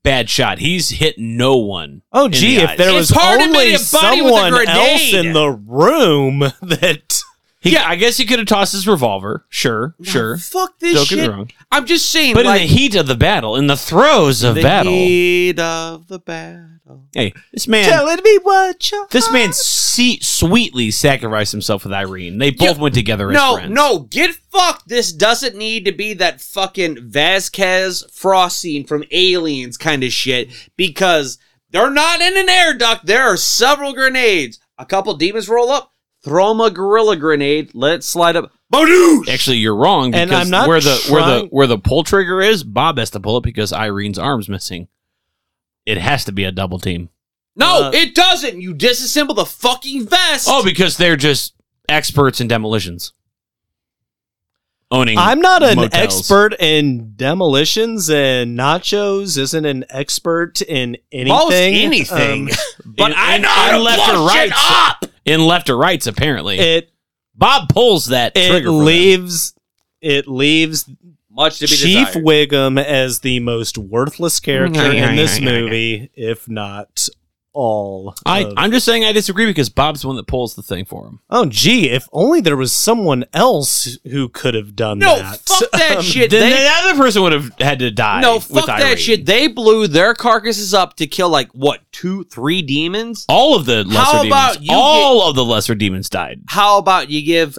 Bad shot. He's hit no one.
Oh,
in the
gee, if
eyes.
there was
It's hard to
only
admit a body with a
someone else
grenade.
in the room (laughs) that
He- I guess he could have tossed his revolver. Sure,
Now,
sure.
fuck
Don't
this
get me
shit
wrong.
i'm just saying
But
like
in the heat of the battle, in the throes of
the
battle,
heat of the battle
Hey, this man.
telling me what you
this man see, sweetly sacrificed himself with Irene. They both
Yeah.
went together as
no
friends.
no get fucked this doesn't need to be that fucking vasquez frost scene from aliens kind of shit because they're not in an air duct there are several grenades a couple demons roll up throw them a gorilla grenade let it slide up Badoosh!
Actually, you're wrong because
And I'm not
where the where the
trying-
where the pull trigger is, Bob has to pull it because Irene's arm's missing. It has to be a double team.
No,
Uh,
it doesn't. You disassemble the fucking vest.
Oh, because they're just experts in demolitions. Owning.
I'm not an
motels.
expert in demolitions and nachos isn't an expert in anything.
Most anything.
Um,
but I know
how to
left or
blow shit
rights. In left or rights, apparently.
it
Bob pulls that
it
trigger. for them.
leaves it leves
Much to be
Chief
desired.
Wiggum as the most worthless character in this movie, if not all.
I,
of-
I'm just saying I disagree because Bob's the one that pulls the thing for him.
oh, gee, if only there was someone else who could have done
no,
that. Um,
fuck
(laughs)
that shit.
Then
They,
the other person would have had to die.
no,
with
fuck
Irene.
that shit. They blew their carcasses up to kill like what two, three demons.
All of the lesser
How about
demons.
you
All of the lesser demons died.
How about you give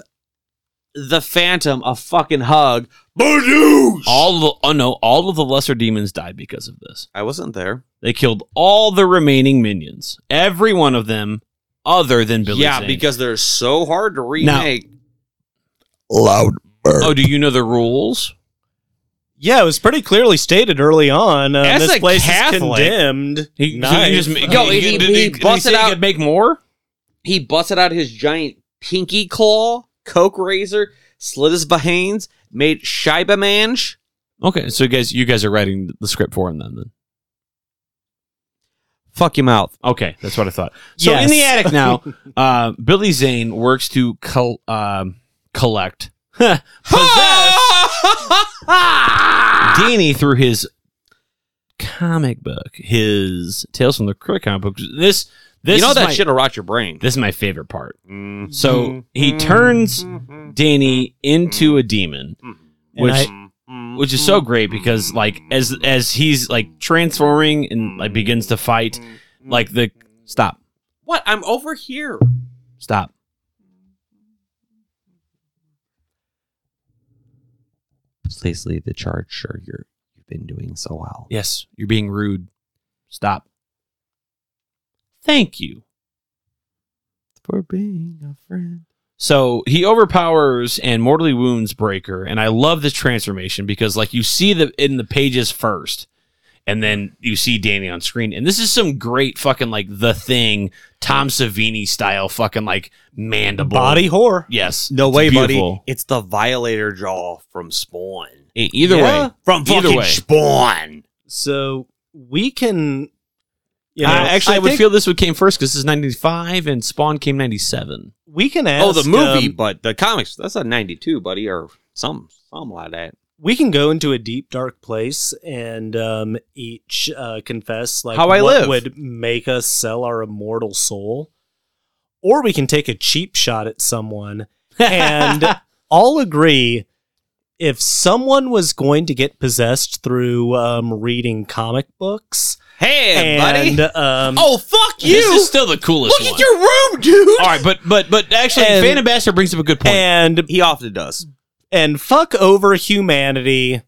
the Phantom a fucking hug?
All the oh no, all of the lesser demons died because of this.
I wasn't there.
They killed all the remaining minions. Every one of them, other than Billy.
yeah,
Zane.
because they're so hard to remake.
Loud bird.
oh, do you know the rules?
Yeah, it was pretty clearly stated early on. Uh,
As
this
a
place
Catholic-
is condemned.
He, so you
Nice.
just ma-
Yo, he- he
did he
busted
say he
out-
could make more.
He busted out his giant pinky claw, coke razor, slit his behinds, made Shiba Manch.
Okay, so you guys, you guys are writing the script for him then. Then
fuck your mouth.
Okay, that's what I thought. So
Yes.
in the attic
(laughs)
now, uh, Billy Zane works to col- um, collect (laughs) possess
(laughs)
Danny through his comic book, his Tales from the Crypt comic book. This this
you know
is
that
my-
shit'll rot your brain.
This is my favorite part. So he turns Danny into a demon, which which is so great because like as as he's like transforming and like begins to fight, like the stop
What? I'm over here.
stop.
(laughs) Please leave the charge. Sure, you're you've been doing so well.
Yes, you're being rude. Stop. Thank you.
For being a friend.
So he overpowers and mortally wounds Breaker, and I love this transformation because like you see the in the pages first, and then you see Danny on screen, and this is some great fucking like the thing Tom Savini style fucking like mandible
Body horror.
Yes,
No
It's
way,
beautiful.
buddy. It's the violator jaw from Spawn.
E- Either
Yeah.
way,
From
either
fucking
way.
Spawn.
So we can. You know,
I- actually, I, would
think
feel this would came first because this is ninety five and Spawn came ninety seven.
we can ask.
Oh, the movie,
um,
but the comics. That's a '92, buddy, or some some like that.
we can go into a deep dark place and um, each uh, confess like
How I
what
live.
would make us sell our immortal soul or we can take a cheap shot at someone and
(laughs)
all agree if someone was going to get possessed through um, reading comic books
Hey,
and
buddy.
um,
oh, fuck you.
This is still the coolest.
Look
one.
at your room, dude.
All right, but but but actually,
And-
Fan Ambassador brings up a good point.
and
He often does.
and fuck over humanity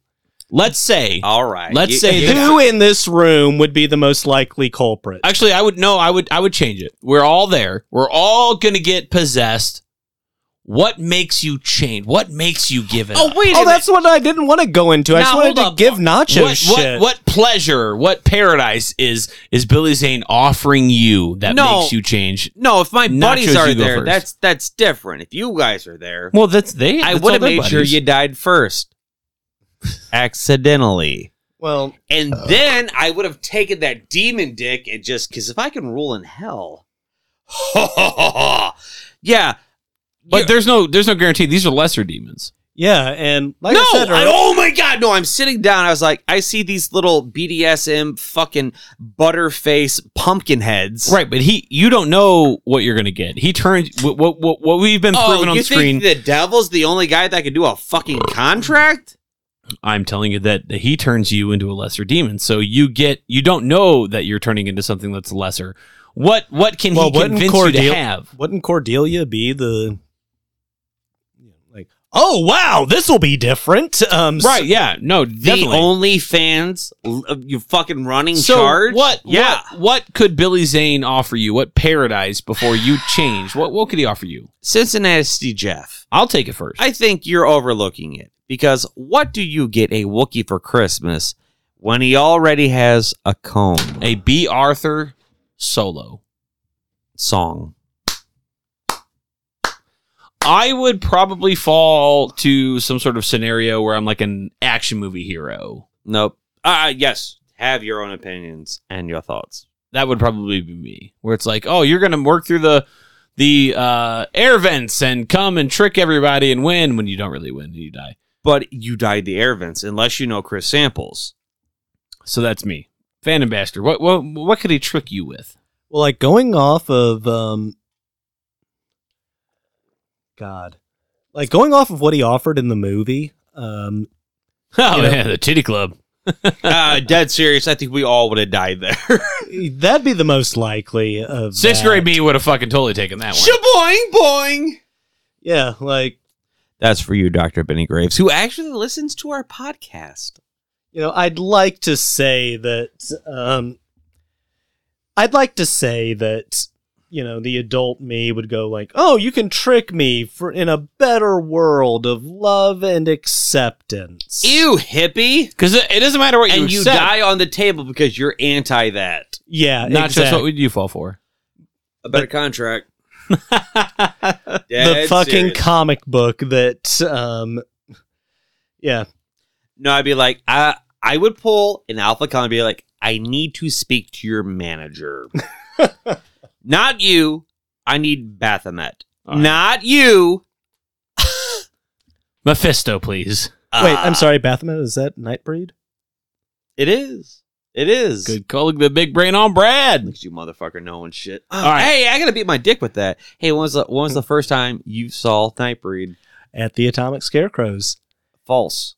Let's say,
All right.
Let's
You-
say
you-
who in this room would be the most likely culprit
actually, I would no, I would I would change it. We're all there. We're all gonna get possessed. What makes you change? What makes you give it?
Oh
up?
wait.
Oh, that's what I didn't want to go into. I
Now,
just wanted
hold
to
up.
give Nacho
What,
shit.
what what pleasure? What paradise is is Billy Zane offering you that
No.
makes you change?
No, if my
Nachos,
buddies are
you go
there,
first.
that's that's different. If you guys are there,
Well, that's they.
I
that's
would
all
have
their
made sure
buddies.
you died first, accidentally,
Well,
and then I would have taken that demon dick and just because if I can rule in hell, (laughs) yeah,
But there's no there's no guarantee. These are lesser demons.
yeah, and like
no,
I said,
I-
earlier,
oh my god, no! I'm sitting down. I was like, I see these little BDSM fucking butterface pumpkin heads.
Right, but he you don't know what you're gonna get. He turns what what what, what we've been
Oh,
proven on
you
screen.
think the devil's the only guy that can do a fucking contract?
I'm telling you that that he turns you into a lesser demon. So you get you don't know that you're turning into something that's lesser. What what can
well,
he
wouldn't
convince you
Cordelia
to have?
wouldn't Cordelia be the like? Oh wow, this will be different. Um, s-
Right, yeah. No,
The
definitely.
only fans you fucking running
so
charge.
what
Yeah.
what what could Billy Zane offer you? What paradise before you change? What what could he offer you?
Cincinnati Jeff.
I'll take it first.
I think you're overlooking it because what do you get a Wookiee for Christmas when he already has a comb?
A B Arthur solo.
Song.
I would probably fall to some sort of scenario where I'm like an action movie hero.
Nope. Uh yes. Have your own opinions and your thoughts.
that would probably be me where it's like oh you're gonna work through the the uh air vents and come and trick everybody and win when you don't really win and you die
But you died the air vents unless you know Chris Samples.
so that's me fan ambassador what what, what could he trick you with (laughs)
Well, like going off of um, God, like going off of what he offered in the movie. Um,
oh
You know-
yeah the titty club
uh, dead serious. I think we all would have died there.
that'd be the most likely of
sixth
that.
grade me would have fucking totally taken that one
Shaboing boing.
Yeah, like
That's for you, Dr. Benny Graves, who actually listens to our podcast.
you know i'd like to say that um i'd like to say that you know the adult me would go like oh you can trick me for in a better world of love and acceptance
Ew, hippie.
because it, it doesn't matter what
And
you,
you
accept.
die on the table because you're anti that.
yeah
not
exact-
just what would you fall for
A better contract.
the fucking comic book that um yeah.
No, I'd be like, I I would pull an alpha con and be like, I need to speak to
(laughs)
your manager. Not you. I need Bathomet. Not you.
Mephisto, please.
Wait,
Ah.
I'm sorry, Bathomet, is that Nightbreed?
Uh, It is. It is.
Good calling the big brain on Brad.
Look at you motherfucker knowing shit. Oh,
All right.
Hey, I gotta beat my dick with that. Hey, when was the when was the first time you saw Nightbreed?
At the Atomic Scarecrows.
False.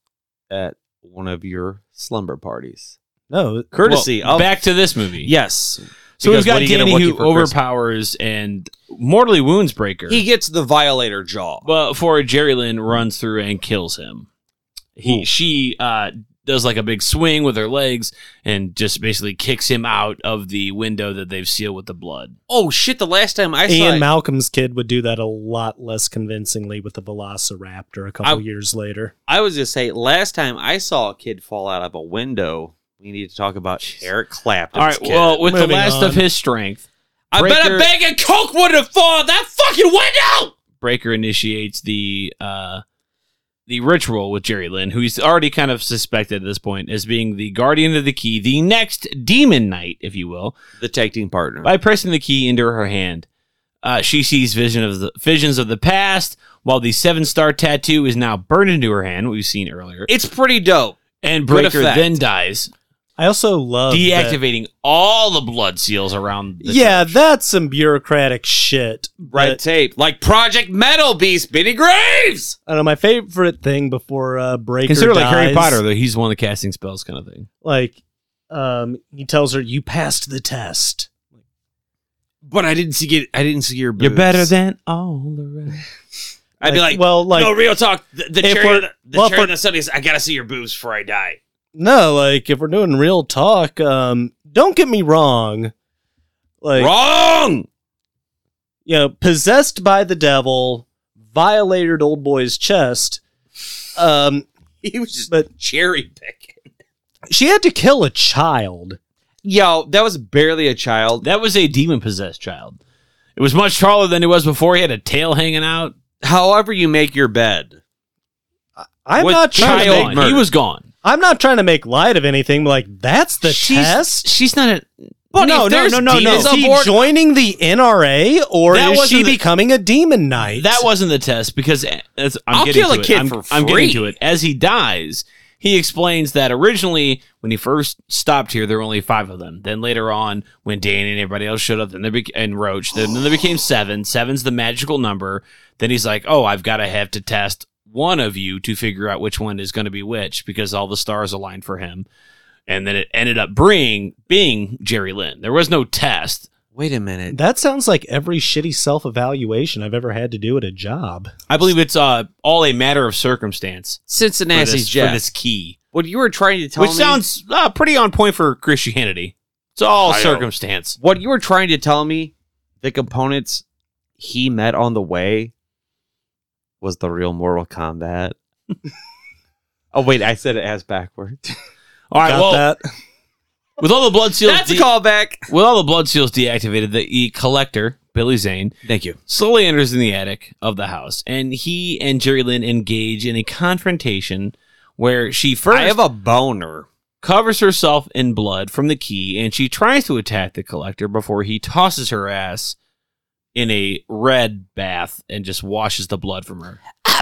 At one of your slumber parties.
No,
Courtesy
Well,
of
back to this movie.
Yes.
So
Because
we've got
what do you get a
Danny
Wookiee
who
for Christmas?
overpowers and mortally wounds Breaker.
He gets the violator jaw.
But before Jerry Lynn runs through and kills him, he she uh, does like a big swing with her legs and just basically kicks him out of the window that they've sealed with the blood.
Oh shit, the last time I saw
Ian
it-
Malcolm's kid would do that a lot less convincingly with the Velociraptor a couple years later.
I was just say last time I saw a kid fall out of a window. We need to talk about Eric Clapton.
All right. Well, with the last of his strength,
I bet a bag of coke would have fallen that fucking window.
Breaker initiates the uh, the ritual with Jerry Lynn, who he's already kind of suspected at this point as being the guardian of the key, the next demon knight, if you will,
the tag team partner.
By pressing the key into her hand, uh, she sees vision of the visions of the past, while the seven star tattoo is now burned into her hand. We've seen earlier.
It's pretty dope.
And
Good
Breaker
effect.
then dies,
I also love that-
deactivating all the blood seals around. The
yeah, that's some bureaucratic shit.
Red tape, like Project Metal Beast, Benny Graves.
I know my favorite thing before uh, Breaker
Consider like Harry
dies-
Potter, though he's one of the casting spells, kind of thing.
Like, um, he tells her, "You passed the test."
But I didn't see get. I didn't see your. boobs.
than all the rest.
I'd be like,
well, like
no real talk. The, the
if
cherry,
we're-
on the, the
well,
cherry
for-
on the Sunday is I gotta see your boobs before I die.
No, like if we're doing real talk, um, don't get me wrong. Like
wrong.
You know, possessed by the devil, violated old boy's chest. Um,
(laughs) he was just
but
cherry pick.
she had to kill a child.
Yo, that was barely a child.
That was a demon possessed child. It was much taller than it was before. He had a tail hanging out.
However, you make your bed.
I'm
With
not trying
child
to
murder.
make,
He was gone.
I'm not trying to make light of anything. But like that's the test.
She's not a.
But
no,
if
no,
there's
no, no, no.
demons
Is he
aboard-
joining the NRA or
That
is
wasn't
she
the-
becoming a demon knight?
That wasn't the test because as I'm
I'll
getting
kill
to
a
it.
kid
I'm,
for
I'm getting
free.
to it. As he dies, he explains that originally when he first stopped here, there were only five of them. Then later on, when Danny and everybody else showed up, then they bec- and Roach, then, then they became seven. Seven's the magical number. Then he's like, "Oh, I've got to have to test one of you to figure out which one is going to be which because all the stars aligned for him." And then it ended up being being Jerry Lynn. There was no test.
Wait a minute.
That sounds like every shitty self evaluation I've ever had to do at a job.
I believe it's uh, all a matter of circumstance.
Cincinnati's
for this,
Jeff.
for this key,
What you were trying to tell
which
me.
sounds uh, pretty on point for Christianity. It's all circumstance.
What you were trying to tell me, the components he met on the way was the real Mortal Kombat. (laughs) oh wait, I said it as backward.
All right, well, with all the blood seals,
That's a callback.
With all the blood seals deactivated, the, the collector Billy Zane,
thank you,
slowly enters in the attic of the house, and he and Jerry Lynn engage in a confrontation where she first
I have a boner.
covers herself in blood from the key, and she tries to attack the collector before he tosses her ass in a red bath and just washes the blood from her.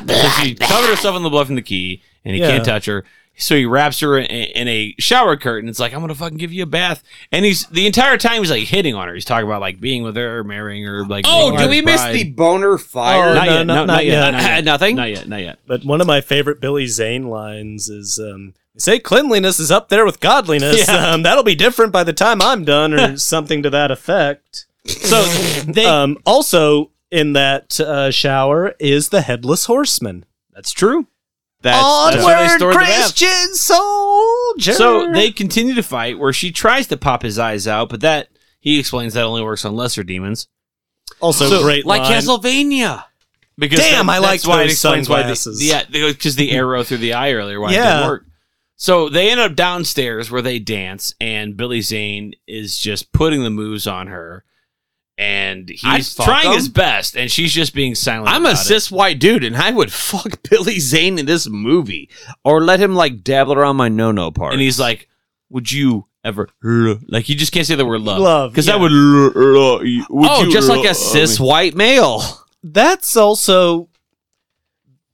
So she covered herself in the blood from the key, and he
Yeah.
can't touch her. So he wraps her in, in a shower curtain. It's like I'm gonna fucking give you a bath, and he's the entire time he's like hitting on her. He's talking about like being with her, marrying her. Like
Oh,
making
do
her
we miss
bride.
the boner fire?
Oh,
Not
no,
yet.
no,
No, not
not
yet.
yet.
Not yet.
(laughs) Nothing?
Not yet. Not yet.
But one of my favorite Billy Zane lines is um, they say cleanliness is up there with godliness.
Yeah.
Um, that'll be different by the time I'm done, (laughs) or something to that effect.
So they
um, also in that uh, shower is the headless horseman.
That's true.
That's,
that's where they stored the bath.
Christian soldier.
So they continue to fight where she tries to pop his eyes out, but that he explains that only works on lesser demons.
also
So,
great
like
line.
Castlevania.
Because
Damn,
that-
I liked
that's why it
those
explains why
sunglasses.
the, yeah, because the arrow through the eye earlier why it
Yeah.
didn't work. So they end up downstairs where they dance, and Billy Zane is just putting the moves on her, and
I'd
he's
fuck
trying
him.
his best, and she's just being silent.
I'm a
about it.
cis white dude, and I would (laughs) fuck Billy Zane in this movie, or let him like dabble around my no no part.
and he's like, "Would you ever like?" You just can't say the word love,
Love,
because
yeah.
that would.
oh,
you
just like
lo-
a cis
me?
white male.
That's also.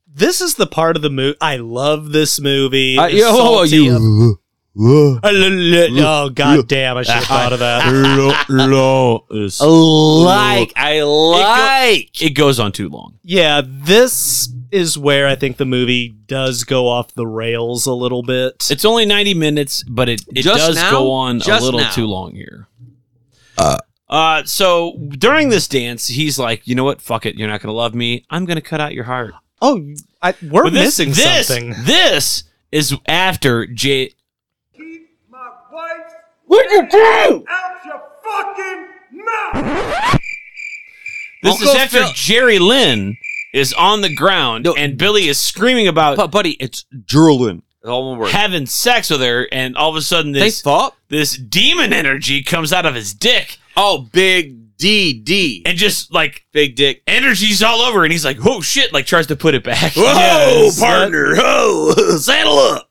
This is the part of the movie I love. This movie.
Uh,
It's
yo, oh,
salty.
you.
Uh, l- l- (laughs) Oh god damn! I should have thought of
(laughs)
that.
like
I
like it goes on too long.
(laughs) Yeah, this is where I think the movie does go off the rails a little bit.
It's only ninety minutes, but it it
Just
does
now?
go on a
Just
little
now.
too long here. Uh, so during this dance, he's like, "You know what? Fuck it. You're not gonna love me. I'm gonna cut out your heart."
Oh, I, we're
But this-
missing
this,
something.
This is after J.
What'd you do? Out your fucking mouth!
This is
Uncle
after
Phil-
Jerry Lynn is on the ground and Billy is screaming about,
but Oh, buddy, it's drooling. All one word.
having sex with her, and all of a sudden this
thought
this demon energy comes out of his dick.
Oh, big D D,
and just like
big dick
energy's all over, and he's like, "Oh shit!" Like tries to put it back.
Whoa, partner,
Oh, saddle up.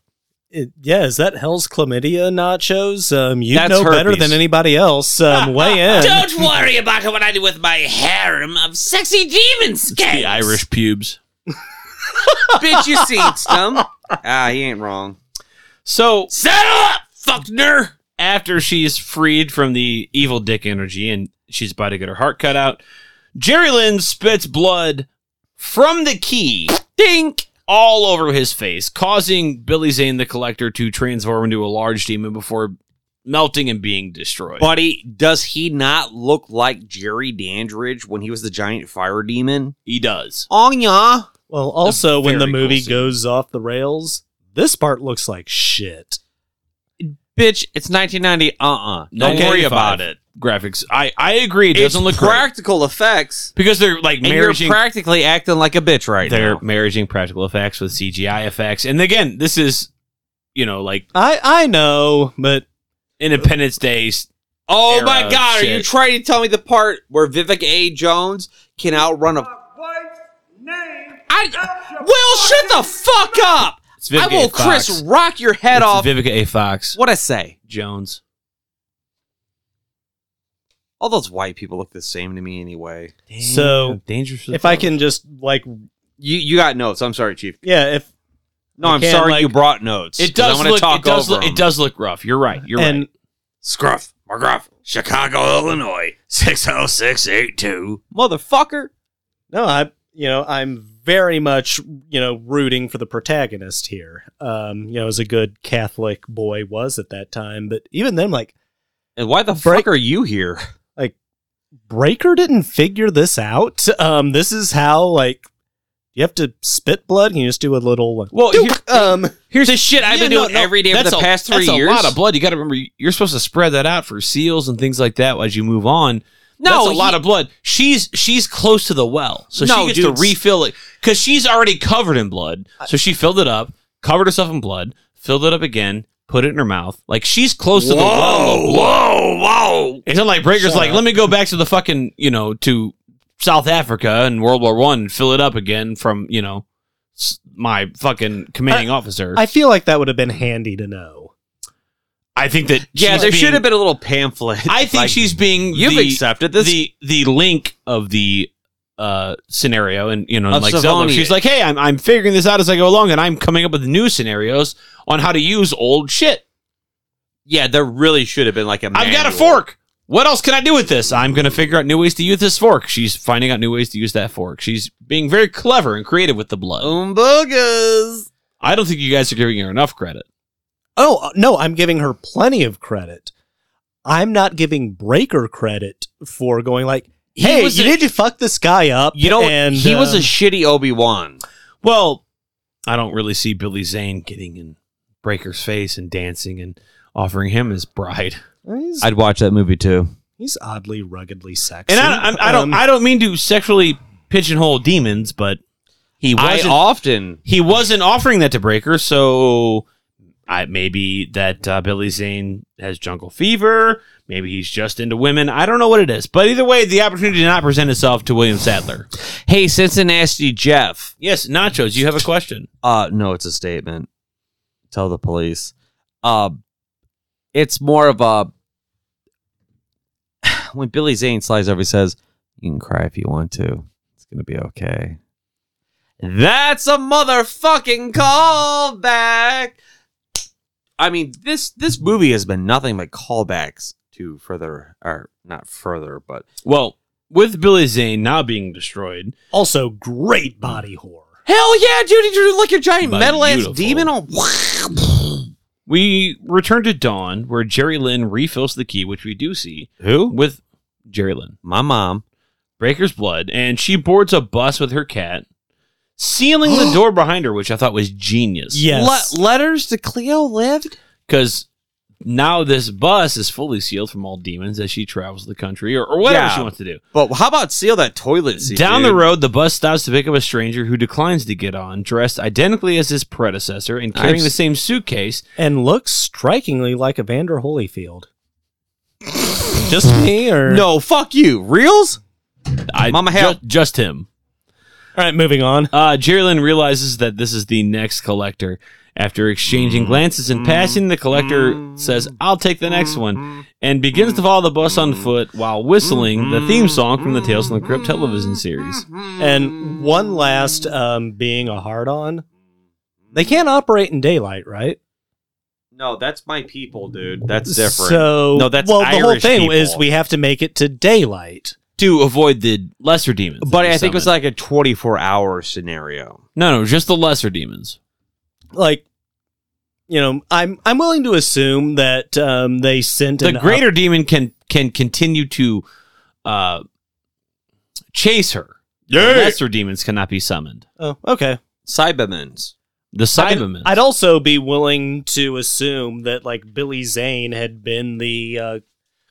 It- yeah, is that Hell's chlamydia nachos? Um, you
That's
know better
herpes.
than anybody else.
(laughs)
Um, weigh in.
Don't worry about what I do with my harem of sexy demon scales.
The Irish pubes.
bitch, you seen some? Ah, he ain't wrong.
So
Saddle up, fuckner.
after she's freed from the evil dick energy and she's about to get her heart cut out, Jerry Lynn spits blood from the key, dink, all over his face, causing Billy Zane the Collector to transform into a large demon before melting and being destroyed.
Buddy, does he not look like Jerry Dandridge when he was the giant fire demon?
he does.
Oh yeah.
Well, also when the
very cool
movie
scene.
goes off the rails, this part looks like shit.
Bitch, it's 1990. Uh-uh. Don't
Okay,
worry
five
about it.
Graphics. I, I agree. It doesn't
it's
look right.
practical effects.
Because they're like
And you're
marrying
practically acting like a bitch right
they're
now.
marrying practical effects with CGI effects. And again, this is you know, like
I I know, but
Independence Day's
Oh
era
my god, are you
shit.
trying to tell me the part where Vivek A. Jones can outrun a
Wife's name.
I Will shut the fuck up!
It's
I
Vivica
will
A. Fox.
Chris rock your head
It's
off.
Vivica A. Fox
what I say.
Jones.
All those white people look the same to me anyway.
So,
dangerous.
if I can just like
You you got notes. I'm sorry, Chief.
yeah, if
No,
I
I'm
can,
sorry
like-
you brought notes.
it
'cause I
does
wanna
look
talk
it does
over
look,
'em.
it does look rough. You're right. You're
and (laughs)
right.
Scruff, McGruff, Chicago, Illinois, 60682.
Motherfucker.
no, I you know, I'm very much, you know, rooting for the protagonist here. Um, you know, as a good Catholic boy was at that time, but even then like
And why the fuck
Break-
are you here?
Breaker didn't figure this out. Um, this is how like you have to spit blood and you just do a little like,
Well,
doop,
here-
um
Here's the shit
I've been doing every day for the past three
that's
years.
a lot of blood. You got to remember, you're supposed to spread that out for seals and things like that as you move on.
No,
that's a
he-
lot of blood. She's she's close to the well, so
No,
she gets
dudes.
to refill it because she's already covered in blood. So she filled it up, covered herself in blood, filled it up again, put it in her mouth. Like she's close to the well. of
Whoa,
blood.
whoa, whoa.
Until like Breaker's like, let me go back to the fucking you know to South Africa and World War One and fill it up again from you know s- my fucking
Uh,
commanding officer.
I feel like that would have been handy to know.
I think that
Yeah,
she's
there
being-
should have been a little pamphlet.
I think
Like,
she's being
you've
the,
accepted this.
the the link of the uh scenario and you know
Of
like Zelda,
Savonia.
she's like hey I'm I'm figuring this out as I go along and I'm coming up with new scenarios on how to use old shit.
yeah, there really should have been like a.
I've got a
manual.
fork. What else can I do with this? I'm going to figure out new ways to use this fork. She's finding out new ways to use that fork. She's being very clever and creative with the blood.
Oombogas.
I don't think you guys are giving her enough credit.
Oh uh, no, I'm giving her plenty of credit. I'm not giving Breaker credit for going like, "Hey,
was
you
a-
need to fuck this guy up."
You know,
and
he was a
um,
shitty Obi Wan.
Well, I don't really see Billy Zane getting in Breaker's face and dancing and offering him his bride.
he's,
I'd watch that movie too.
he's oddly ruggedly sexy.
And I, I, I don't,
Um,
I don't mean to sexually pigeonhole demons, but he
I
wasn't,
often.
he wasn't offering that to Breaker, so I maybe that uh, Billy Zane has jungle fever. Maybe he's just into women. I don't know what it is, but either way, the opportunity did not present itself to William Sadler.
Hey, Cincinnati Jeff.
Yes, Nachos, you have a question.
Uh no, it's a statement. Tell the police. Uh it's more of a (sighs) when Billy Zane slides over he says, You can cry if you want to. It's gonna be okay. That's a motherfucking callback. I mean, this this movie has been nothing but callbacks to further or not further, but
Well, with Billy Zane now being destroyed,
also great body horror.
Hell yeah, dude! You're like a giant
But
metal ass
beautiful.
demon. On
we return to Dawn, where Jerry Lynn refills the key, which we do see. Who? With Jerry Lynn.
My mom.
Breaker's blood, and she boards a bus with her cat, sealing
(gasps)
the door behind her, which I thought was genius.
Le- letters to Cleo lived.
Because now this bus is fully sealed from all demons as she travels the country or, or whatever
Yeah.
she wants to do.
But how about seal that toilet seat?
Down the
dude?
road, the bus stops to pick up a stranger who declines to get on, dressed identically as his predecessor and carrying
I've-
the same suitcase.
And looks strikingly like Evander Holyfield.
(clears throat)
Just me or
No, fuck you. Reels?
I,
Mama
ju-
help.
just him.
All right, moving on.
Uh, Jerry Lynn realizes that this is the next collector. After exchanging glances and passing, the collector says, I'll take the next one, and begins to follow the bus on foot while whistling the theme song from the Tales from the Crypt television series. Mm.
And one last um, being a hard on. They can't operate in daylight, right?
No, that's my people, dude. That's different.
So
no, that's
well. the whole
Irish
thing
people.
is we have to make it to daylight.
To avoid the lesser demons. that
But
they
I think it was
summon.
like a 24 hour scenario.
No, no, just the lesser demons.
Like, you know, I'm I'm willing to assume that um, they sent
The
uh,
an
greater demon can can continue to uh, chase her. The lesser demons cannot be summoned.
Oh, okay.
Cybermen's.
The
I'd-
Cybermen.
I'd also be willing to assume that like Billy Zane had been the uh,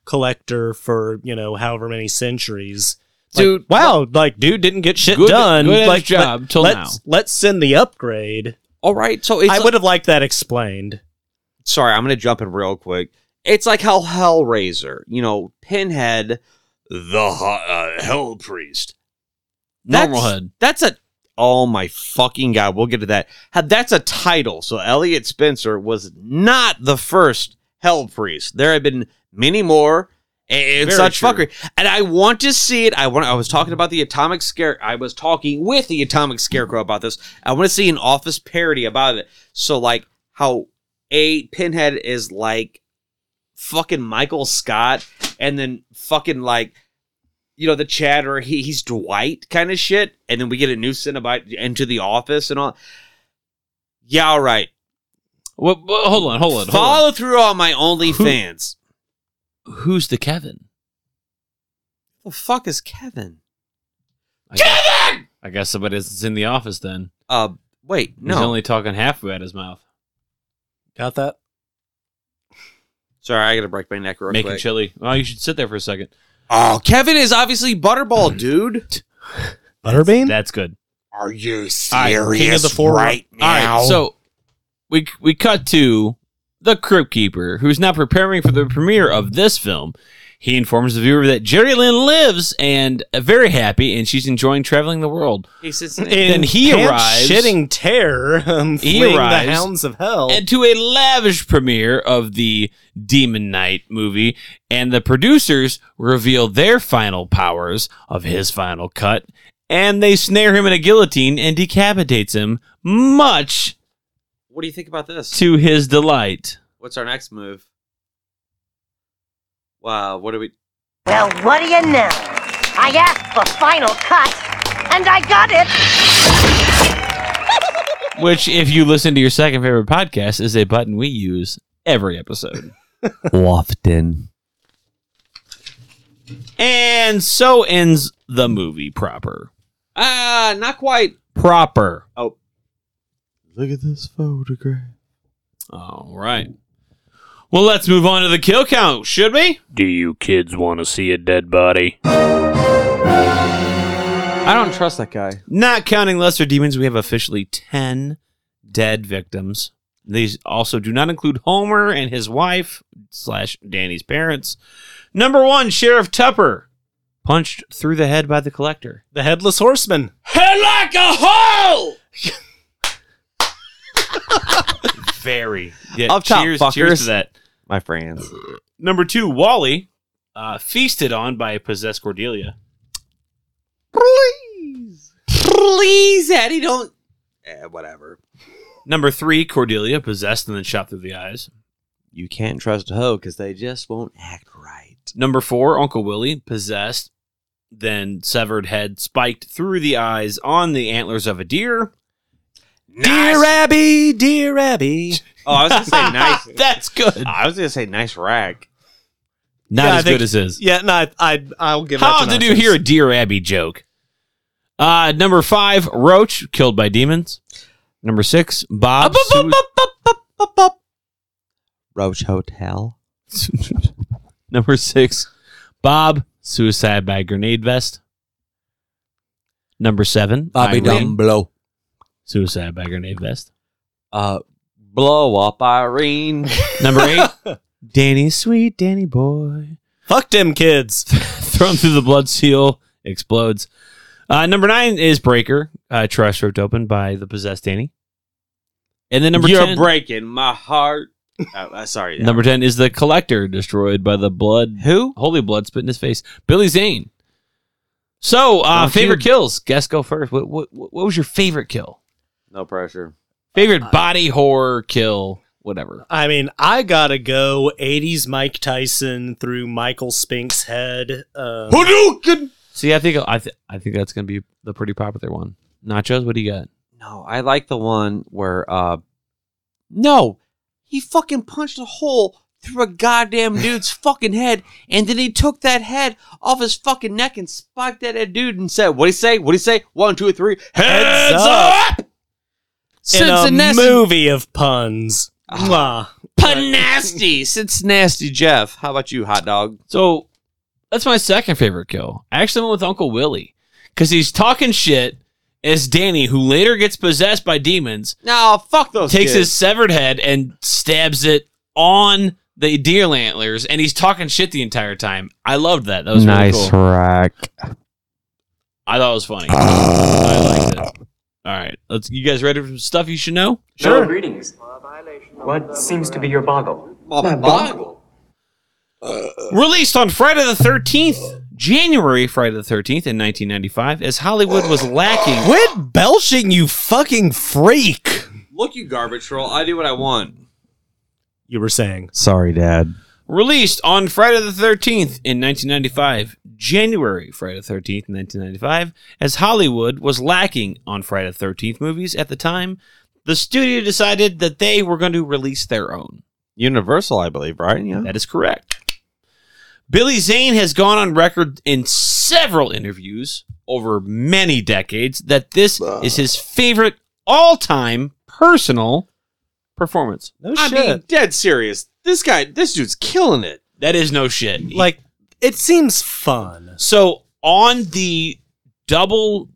collector for you know however many centuries. Like,
Dude,
wow, like dude didn't get shit
Good-
done.
good at his
like,
job till
let's,
now.
Let's send the upgrade.
All right, so it's
I
like-
would have liked that explained.
sorry, I'm gonna jump in real quick. It's like how Hellraiser, you know, Pinhead, the ho- uh, Hell Priest,
Normal Hood.
That's a oh my fucking god. We'll get to that. Ha- That's a title. So Elliot Spencer was not the first Hell Priest. There have been many more. And
Very
such
true.
fuckery, and I want to see it. I want. I was talking about the atomic scare. I was talking with the atomic scarecrow about this. I want to see an office parody about it. So like how a pinhead is like fucking Michael Scott, and then fucking like you know the Chatterer, he he's Dwight kind of shit, and then we get a new Cinnabite into the office and all. Yeah, all right.
Well, well, hold on, hold on, hold on.
Follow through
(laughs)
on my OnlyFans.
Who's the Kevin?
Who the fuck is Kevin?
I Kevin! Guess, I guess somebody that's in the office then.
Uh, wait,
He's
no.
only talking halfway out his mouth.
Got that?
Sorry, I gotta break my neck real
Making
quick.
chili. Oh, you should sit there for a second.
oh, Kevin is obviously Butterball, dude.
Butterbean.
That's good.
Are you
All right, so we we cut to the Crypt Keeper, who's now preparing for the premiere of this film. He informs the viewer that Jerry Lynn lives and uh, very happy, and she's enjoying traveling the world.
He sits
In
Then he
pants
arrives-
shitting terror, (laughs) um,
He
fleeing the
arrives-
hounds of hell.
And to a lavish premiere of the Demon Knight movie, and the producers reveal their final powers of his final cut, and they snare him in a guillotine and decapitates him, much
What do you think about this?
to his delight.
What's our next move? Wow, what do we?
Well, what do you know? I asked for final cut, and I got it.
Which, if you listen to your second favorite podcast, is a button we use every episode.
Often.
and so ends the movie proper.
Ah, not quite.
Proper.
Oh.
Look at this photograph.
All right. Well, let's move on to the kill count, should we?
Do you kids want to see a dead body?
I don't trust that guy.
Not counting lesser demons, we have officially 10 dead victims. These also do not include Homer and his wife slash Danny's parents. Number one, Sheriff Tupper, punched through the head by the collector.
The headless horseman.
Head like a hole!
Very.
Up top,
cheers,
fuckers.
cheers to that.
My friends.
Number two, Wally, uh, feasted on by possessed Cordelia.
Please, Eddie, don't.
Eh, whatever.
Number three, Cordelia, possessed and then shot through the eyes.
You can't trust Ho because they just won't act right.
Number four, Uncle Willie, possessed, then severed head spiked through the eyes on the antlers of a deer.
Dear Abby, dear Abby. (laughs) Oh, I was gonna say nice.
(laughs) That's good.
I was gonna say nice rag.
Not
Yeah, I
as
think-
good as his.
Yeah, no, I, I I'll give.
How
that to
did you
Nachos.
hear a Dear Abby joke? Uh, number five, Roach, killed by demons. Number six, Bob.
Uh,
sui-
Roach Hotel.
(laughs) number six, Bob, suicide by grenade vest. Number seven,
Bobby
Irene,
Dumblow.
suicide by grenade vest.
Uh, blow up Irene. (laughs)
Number eight, Danny, sweet Danny boy, (laughs)
Fuck them kids.
thrown through the blood seal, explodes. Uh, number nine is Breaker, uh, trash ripped open by the possessed Danny. And then number
You're
ten,
breaking my heart. Oh, uh, sorry.
Number 10 is the collector destroyed by the blood. Who? Holy blood spit in his face. Billy Zane. So, uh,
Don't
favorite
you-
kills. Guess go first. What, what, what was your favorite kill?
No pressure.
Favorite body horror kill, whatever.
I mean, I gotta go 80s Mike Tyson through Michael Spink's head. Um,
Hadouken!
See, I think I, th- I think that's going to be the pretty popular one. Nachos, what do you got?
No, I like the one where uh No. He fucking punched a hole through a goddamn dude's (laughs) fucking head and then he took that head off his fucking neck and spiked at that dude and said, What'd he say? What'd he say? One, two, three, heads, up!
in a
Cincinnati-
movie of puns. Mwah.
Pun nasty. (laughs) Since nasty Jeff. How about you, hot dog?
So, that's my second favorite kill. I actually went with Uncle Willie because he's talking shit. It's Danny, who later gets possessed by demons.
No, fuck those.
takes
kids.
his severed head and stabs it on the deer antlers, and he's talking shit the entire time. I loved that. That was really cool.
rack.
I thought it was funny. I liked it. All right, let's. You guys ready for some stuff you should know?
Sure. Greetings. What seems to be your boggle?
My boggle.
Released on Friday the thirteenth, January Friday the thirteenth in 1995, as Hollywood was lacking.
Quit belching, you fucking freak.
Look, you garbage troll. I do what I want.
You were saying.
Sorry, Dad.
Released on Friday the 13th in 1995, January Friday the 13th, 1995, as Hollywood was lacking on Friday the 13th movies at the time, the studio decided that they were going to release their own.
Universal, I believe, right? Yeah.
That is correct. Billy Zane has gone on record in several interviews over many decades that this is his favorite all time personal performance.
No
I mean, dead serious. This guy, this dude's killing it.
That is no shit.
like, it seems fun.
So on the double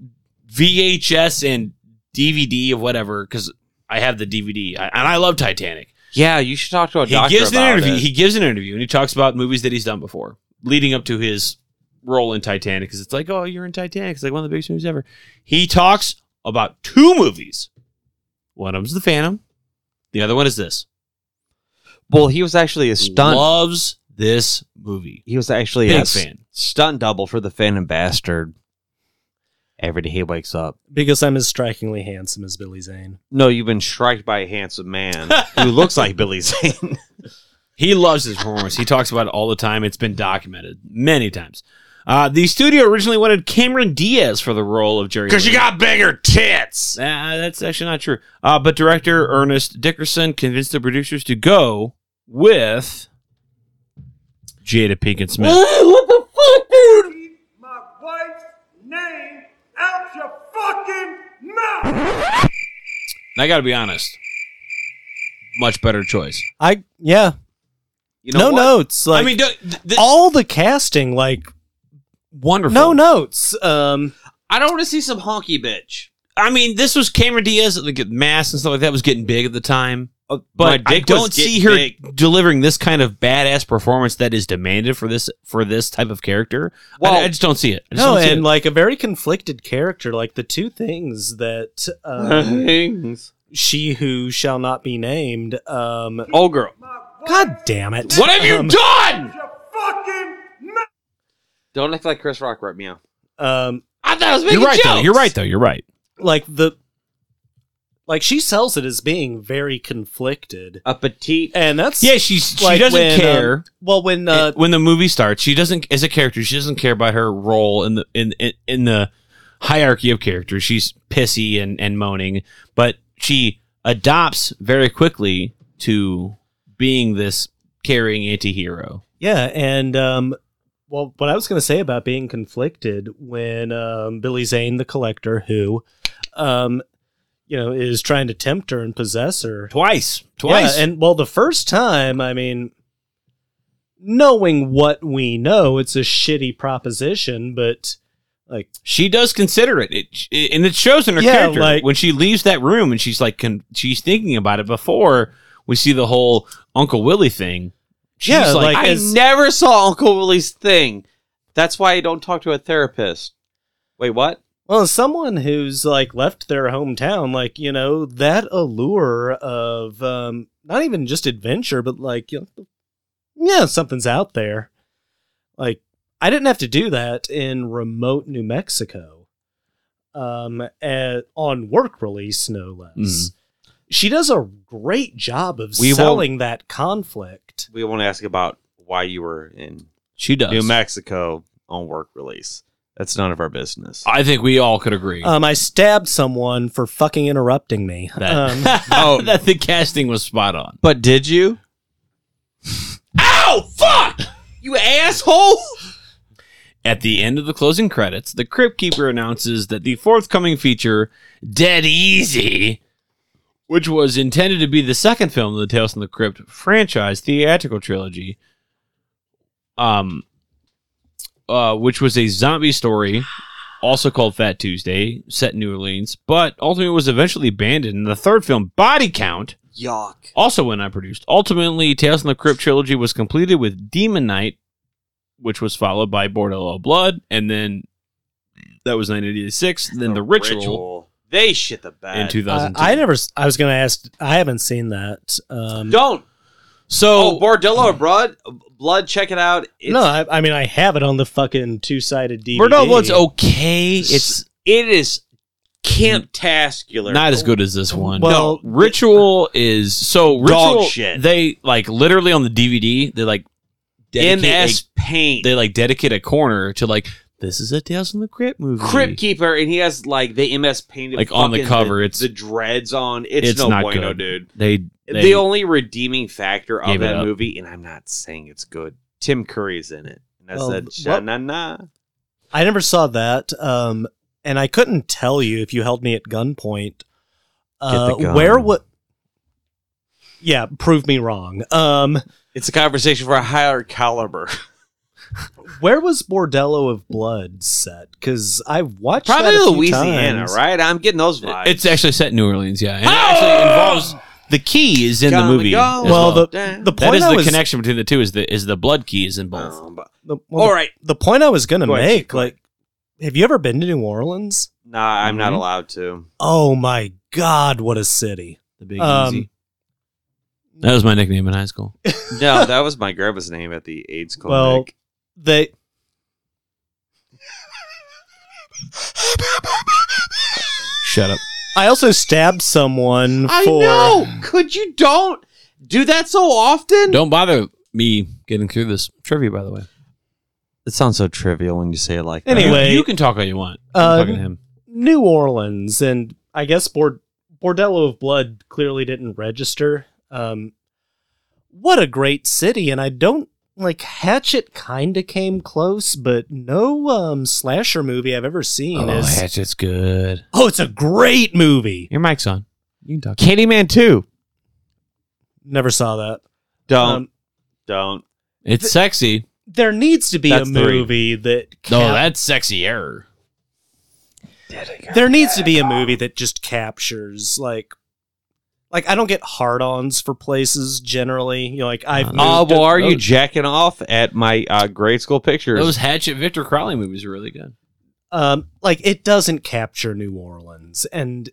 VHS and DVD of whatever, because I have the DVD, I, and I love Titanic.
Yeah, you should talk to a
He
doctor
gives an
about
interview.
it.
He gives an interview, and he talks about movies that he's done before, leading up to his role in Titanic. Because it's like, oh, you're in Titanic. It's like one of the biggest movies ever. He talks about two movies. One of them's The Phantom. The other one is this.
well, he was actually a stunt.
Loves this movie.
he was actually
Big
a s-
fan.
stunt double for the Phantom Bastard. Every day he wakes up.
Because I'm as strikingly handsome as Billy Zane.
No, you've been striked by a handsome man who looks like Billy Zane.
He loves his performance. He talks about it all the time. It's been documented many times. Uh, the studio originally wanted Cameron Diaz for the role of Jerry.
Because you
Lee.
got bigger tits.
Nah, that's actually not true. Uh, but director Ernest Dickerson convinced the producers to go with Jada Pinkett Smith.
what the fuck, dude? Keep my wife's name out your fucking mouth.
And I got to be honest, much better choice.
I, yeah.
You
no
know what?
notes. Like,
I mean, don't- th- th-
all the casting, like,
wonderful.
no notes. Um,
I don't want to see some honky bitch.
I mean, this was Cameron Diaz. The mass and stuff like that was getting big at the time.
uh, my
But
dick
I
was
don't see
getting
her
big.
delivering this kind of badass performance that is demanded for this for this type of character. Well, I, I just don't see it. I just
No,
don't see
and
it.
like a very conflicted character, like the two things that
(laughs)
uh,
Things.
she who shall not be named, um, old
girl.
God damn it!
What have you
Um,
done? Don't act like Chris Rock right now.
Um,
I thought I was
you're right though. You're right though. You're right.
Like the, like she sells it as being very conflicted,
a petite,
and that's
Yeah, she's- she doesn't
um,
care.
well, when uh,
when the movie starts, she doesn't as a character. She doesn't care about her role in the in in, in the hierarchy of characters. She's pissy and and moaning, but she adopts very quickly to being this caring anti-hero.
Yeah, and um, well, what I was going to say about being conflicted when um, Billy Zane, the collector, who, um, you know, is trying to tempt her and possess her
twice, twice.
and well, the first time, I mean, knowing what we know, it's a shitty proposition, but like
She does consider it, it, it- and it shows in her
Yeah,
character
like-
when she leaves that room and she's like con- she's thinking about it before we see the whole Uncle Willie thing. She's
Yeah,
like,
like,
I
as-
Never saw Uncle Willie's thing. That's why I don't talk to a therapist. Wait, what?
Well, as someone who's like left their hometown, like you know that allure of um, not even just adventure, but like you know, yeah, something's out there. Like I didn't have to do that in remote New Mexico, um, at, on work release, no less.
Mhm.
She does a great job of
We won't-
selling that conflict.
We won't ask about why you were in
she does.
New Mexico on work release. That's none of our business.
I think we all could agree.
Um, I stabbed someone for fucking interrupting me.
(laughs)
Um,
that, that the casting was spot on.
Oh. But did you?
Ow! Fuck!
You asshole!
At the end of the closing credits, the Crypt Keeper announces that the forthcoming feature, Dead Easy, which was intended to be the second film of the Tales from the Crypt franchise theatrical trilogy, um, uh, which was a zombie story, also called Fat Tuesday, set in New Orleans, but ultimately was eventually abandoned. And the third film, Body Count,
Yuck.
also when I produced. Ultimately, Tales from the Crypt trilogy was completed with Demon Knight, which was followed by Bordello of Blood, and then that was 1986. Then the, Ritual,
They shit the bed. Uh,
in 2002.
I, I never. s- I was going to ask. I haven't seen that. Um,
Don't.
So
oh, Bordello Blood, Blood, check it out. It's,
no, I, I mean I have it on the fucking two sided DVD.
Bordello of Blood's okay. It's
it is camptascular.
not as good as this one.
Well-
No, Ritual is so Ritual.
Dog shit.
They like literally on the DVD. They like dedicate a-
MS Paint,
they like dedicate a corner to like this is a Tales from the Crypt movie.
Crypt Keeper, and he has like the MS Paint
Like, on the
fucking
cover,
the-
it's-
the dreads on. It's,
it's
no
not
bueno,
good.
dude.
They, they
the only redeeming factor of
Gave it
that
up.
movie, and I'm not saying it's good. Tim Curry's in it, and I
Well,
said,
what-
"Sha na na."
I never saw that. Um, and I couldn't tell you if you held me at gunpoint. Uh,
gun.
Where what? Yeah, prove me wrong. Um,
It's a conversation for a
(laughs)
higher caliber.
where was Bordello of Blood set? Because I've watched
Probably
that a few
Louisiana,
times.
right? I'm getting those vibes.
It's actually set in New Orleans, yeah. And it actually involves the key is in the
Come and
movie.
Oh! go.
as
Well, the
Damn.
the point
that is
I
the
was,
connection between the two is the is the blood key is involved.
Um, but-
The,
All
the-
right.
The point I was gonna
Go ahead,
make,
Chief. Go
like, have you ever been to New Orleans?
Nah, I'm not
Mhm.
allowed to.
Oh my God, what a city!
The big
Um,
easy. That was my nickname in
(laughs)
high school.
No, that was my grandma's name at the AIDS clinic.
Well, they
Shut up.
I also stabbed someone
I
for
know. Could you don't do that so often?
Don't bother me getting through this trivia, by the way.
It sounds so trivial when you say it like
Anyway.
you, you can talk all you want. I'm
Uh,
talking to him.
New Orleans, and I guess Bord- Bordello of Blood clearly didn't register. Um, what a great city, and I don't like Hatchet. Kind of came close, but no um, slasher movie I've ever seen
Oh,
is.
Hatchet's good.
Oh, it's a great movie.
Your mic's on. You can talk.
Candyman 2.
Never saw that.
Don't.
Um,
don't.
It's sexy.
there needs to be
That's
a
three.
movie that
No,
cap-
that's sexy error.
there needs to be a movie that just captures like Like I don't get hard-ons for places generally. You know, like I've.
Uh-huh.
moved
Oh,
to-
well, are you
those-
jacking off at my uh, grade school pictures?
Those Hatchet Victor Crowley movies are really good.
um, like it doesn't capture New Orleans, and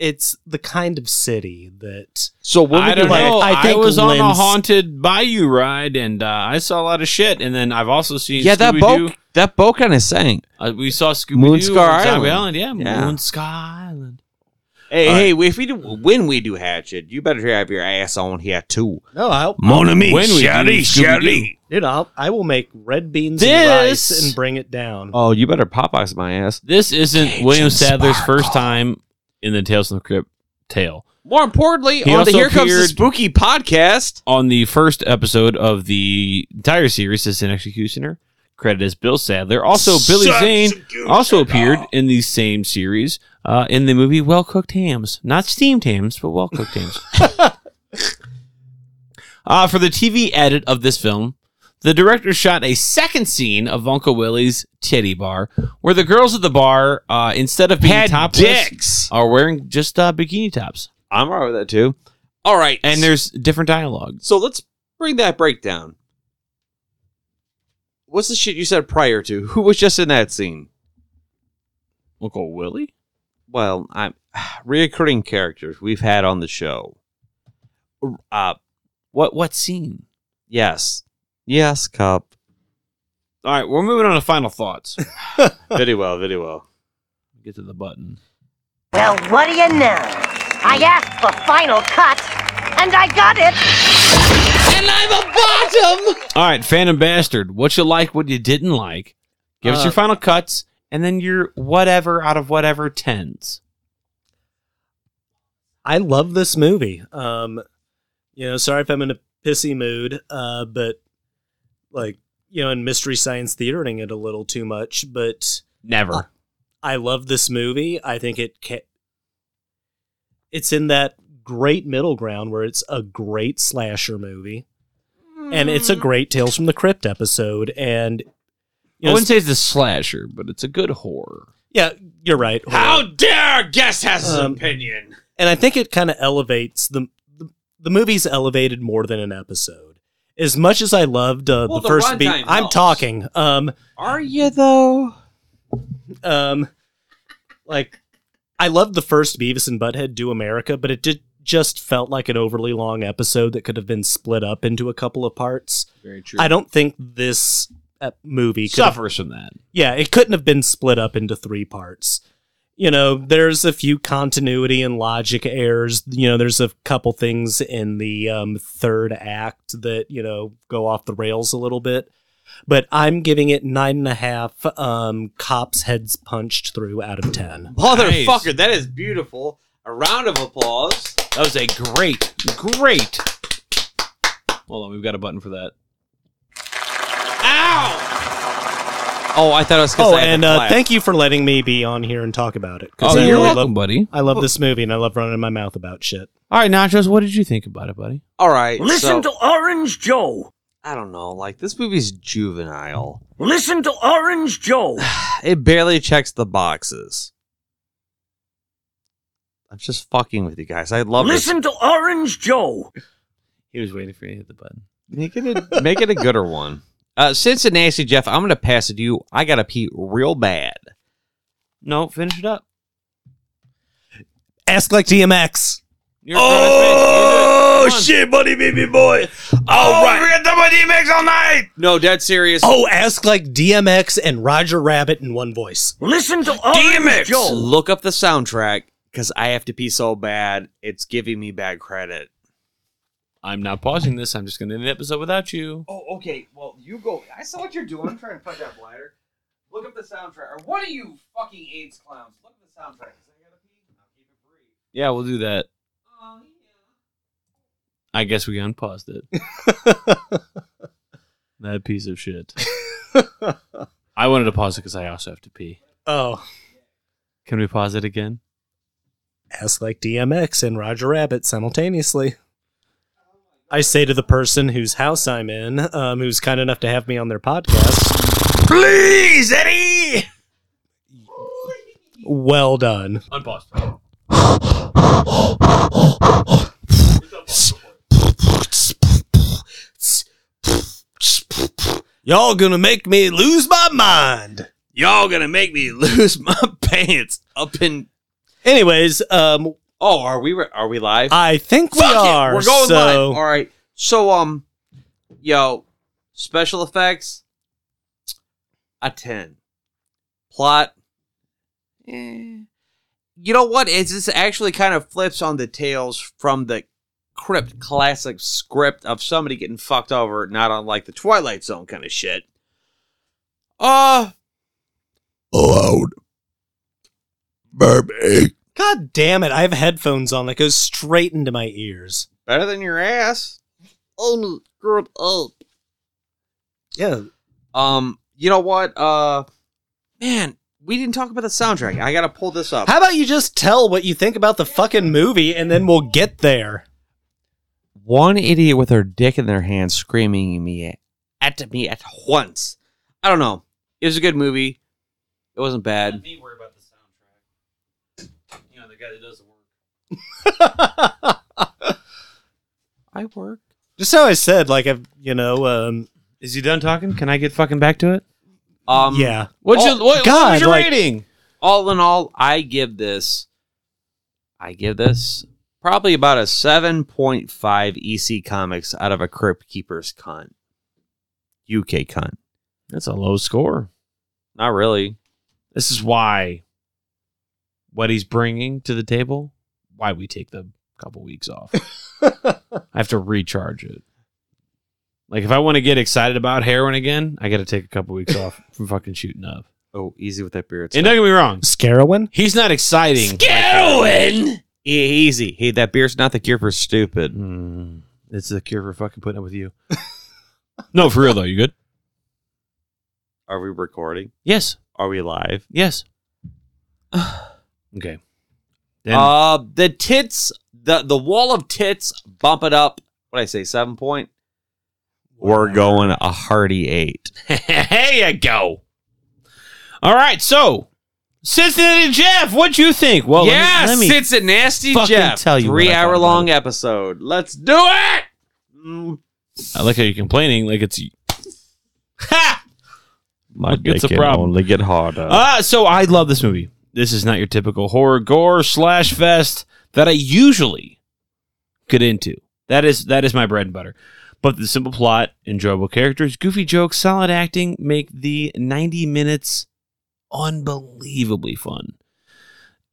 it's the kind of city that.
So what
I
would you
don't
like-
know.
I
I,
think
was on a
Lynn's-
haunted bayou ride, and uh, I saw a lot of shit. And then I've also seen
yeah, that
Scooby-Doo.
boat, that boat kind of sank.
Uh, we saw Scooby Doo
Moonscar Island.
Island. Yeah,
Yeah.
Moonscar Island.
Hey, hey, if we do, when we do Hatchet, you better have your ass on here too.
No, I'll,
Mon ami,
When we do
Shari,
Scooby-Doo.
Shari.
Dude, I'll, I will make red beans and
This-
rice and bring it down.
Oh, you better Popeyes my ass.
This isn't William Sadler's first time in the Tales from the Crypt tale.
More importantly,
He
on
also
the Here Comes the
appeared-
Spooky podcast.
On the first episode of the entire series, as an executioner, credited as Bill Sadler. Also, Billy
Such
Zane also appeared in the same series uh, in the movie Well Cooked Hams. Not steamed hams, but well cooked
(laughs)
hams. Uh, for the TV edit of this film, the director shot a second scene of Uncle Willie's titty bar, where the girls at the bar, uh, instead of being
Had
topless, are wearing just uh, bikini tops.
I'm all right with that too. All right,
And there's different dialogue.
so let's bring that breakdown. What's the shit you said prior to? Who was just in that scene?
Uncle Willie.
Well, I'm reoccurring characters we've had on the show. Uh,
What what scene?
yes, yes, cup.
All right, we're moving on to final thoughts.
Very well, very well.
Get to the button.
Well, what do you know? I asked for final cut, and I got it. And I'm a bottom.
All right, Phantom Bastard. What you like? What you didn't like? Give us
Uh,
your final cuts, and then your whatever out of whatever tens.
I love this movie. Um, you know, sorry if I'm in a pissy mood, uh, but like you know, in Mystery Science Theatering it a little too much, but
Never.
I love this movie. I think it ca- it's in that great middle ground where it's a great slasher movie, and it's a great Tales from the Crypt episode, and you
I
know,
wouldn't say it's a slasher, but it's a good horror.
yeah, you're right.
How
dare our guest
has
an opinion? And I think it kind of elevates the, the the movie's elevated more than an episode. As much as I loved uh,
Well,
the
the
first beat,
runtime
I'm
helps.
talking. Um,
Are you though?
um, like I loved the first Beavis and Butthead Do America, but it did just felt like an overly long episode that could have been split up into a couple of parts.
Very
I don't think this uh, movie could have-
suffers from that.
yeah, it couldn't have been split up into three parts. You know, there's a few continuity and logic errors. You know, there's a couple things in the um, third act that, you know, go off the rails a little bit. But I'm giving it nine and a half um, cops' heads punched through out of 10.
Motherfucker, that is beautiful. A round of applause.
That was a great, great. Hold on, we've got a button for that.
Oh, I thought I was
Oh, and uh, thank you for letting me be on here and talk about it. 'cause
Oh,
I
you're
really
welcome, buddy.
I love this movie and I love running my mouth about shit.
All right, Nachos, what did you think about it, buddy?
All right.
Listen to Orange Joe.
I don't know. Like this movie's juvenile.
Listen to Orange Joe.
(sighs) It barely checks the boxes. I'm just fucking with you guys. I love this.
Listen to Orange Joe.
He was waiting for you to hit the button.
Make it
(laughs)
a make it a gooder one. Uh, Cincinnati Jeff, I'm gonna pass it to you. I gotta pee real bad.
No, finish it up.
Ask like DMX.
Oh shit, buddy, baby boy. All right, we got the buddy mix all night.
No, dead serious.
Oh, ask like DMX and Roger Rabbit in one voice.
Listen to
DMX.
Orange Joe.
Look up the soundtrack because I have to pee so bad. It's giving me bad credit.
I'm not pausing this. I'm just going to end the episode without you.
Oh, okay. Well, you go. I saw what you're doing. I'm trying to put that bladder. Look up the soundtrack. Or what are you fucking AIDS clowns? Look up the soundtrack.
Yeah, we'll do that. Oh, I guess we unpaused it. (laughs) that piece of (laughs) shit. I wanted to pause it because I also have to pee.
Oh.
Can we pause it again?
Ask like DMX and Roger Rabbit simultaneously. I say to the person whose house I'm in, um, who's kind enough to have me on their podcast,
Please, Eddie.
well done.
Unpaused. Y'all gonna make me lose my mind.
Y'all gonna make me (laughs) lose my pants up in.
Anyways, um.
Oh, are we re- are we live?
I think we
Fuck it,
are.
We're going
so-
live. All right. So um, yo, special effects, a ten. Plot, eh. You know what? Is this actually kind of flips on the tails from the crypt classic script of somebody getting fucked over, not unlike the Twilight Zone kind of shit. Uh,
Allowed. Baby.
God damn it! I have headphones on that goes straight into my ears.
better than your ass. Oh, screwed up.
Yeah.
Um, you know what? Uh, man, we didn't talk about the soundtrack. I gotta pull this up.
How about you just tell what you think about the fucking movie, and then we'll get there. (laughs)
one idiot with her dick in their hand screaming me at, at me at once. I don't know. It was a good movie. It wasn't bad.
me worry about the soundtrack. You know, the guy that does the work.
I work.
Just how I said, like I've you know, um
Is he done talking? Can I get fucking back to it?
Um,
yeah. Oh,
What's
all,
your what, what
God,
was your
like-
rating?
all in all, I give this. I give this probably about a seven point five EC comics out of a Crypt Keeper's cunt. UK cunt.
That's a low score.
Not really.
This is why what he's bringing to the table, why we take the couple weeks off. I have to recharge it. Like if I want to get excited about heroin again, I got to take a couple weeks off from fucking shooting up.
Oh, easy with that beard.
And don't get me wrong,
Scarowin?
he's not exciting.
Erwin!
E- easy. Hey, that beer's not the cure for stupid.
Mm, it's the cure for fucking putting up with you. (laughs) no, for real though, you good?
Are we recording?
Yes,
Are we live?
yes. (sighs) okay. Then
uh, the tits, the the wall of tits, bump it up. What I say, seven point. We're going a hearty eight.
(laughs) there you go. All right, so Cincinnati Jeff, what you think? Well, let me-
yes,
let me,
it's a nasty
fucking
Jeff.
tell you what I
three
thought
hour
about
long episode. Let's do it. Mm.
I like how you're complaining like
(laughs)
it's ha!
My
It's a dick can problem.
only get harder.
Uh, so I love this movie. This is not your typical horror gore slash fest that I usually get into. That is that is my bread and butter. But the simple plot, enjoyable characters, goofy jokes, solid acting make the 90 minutes unbelievably fun.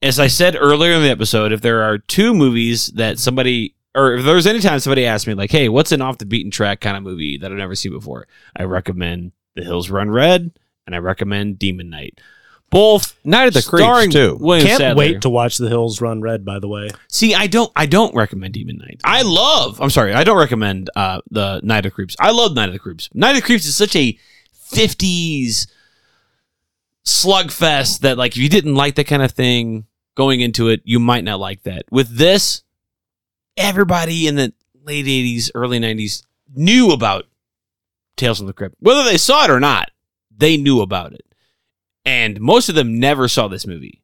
As I said earlier in the episode, if there are two movies that somebody or if there's any time somebody asks me like, "Hey, what's an off the beaten track kind of movie that I've never seen before?" I recommend The Hills Run Red and I recommend Demon Knight. Both
Night of the
starring
Creeps too.
William
Can't
Sadler.
wait to watch The Hills Run Red, by the way.
See, I don't I don't recommend Demon Knight. I love I'm sorry, I don't recommend uh the Night of the Creeps. I love Night of the Creeps. Night of the Creeps is such a fifties slugfest that like if you didn't like that kind of thing going into it, you might not like that. With this, everybody in the late eighties, early nineties knew about Tales from the Crypt. Whether they saw it or not, they knew about it. And most of them never saw this movie.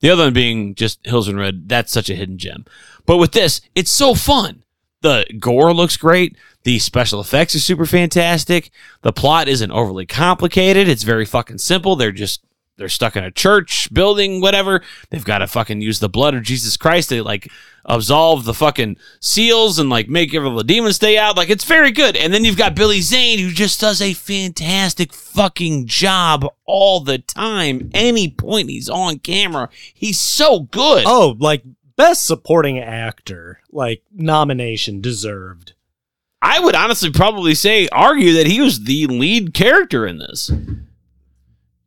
The other one being just Hills and Red. That's such a hidden gem. But with this, it's so fun. The gore looks great. The special effects are super fantastic. The plot isn't overly complicated. It's very fucking simple. They're just they're stuck in a church building, whatever. They've got to fucking use the blood of Jesus Christ. They like absolve the fucking seals and like make all the demons stay out. Like it's very good. And then you've got Billy Zane who just does a fantastic fucking job all the time. Any point he's on camera, he's so good.
Oh, like best supporting actor, like nomination deserved.
I would honestly probably say argue that he was the lead character in this.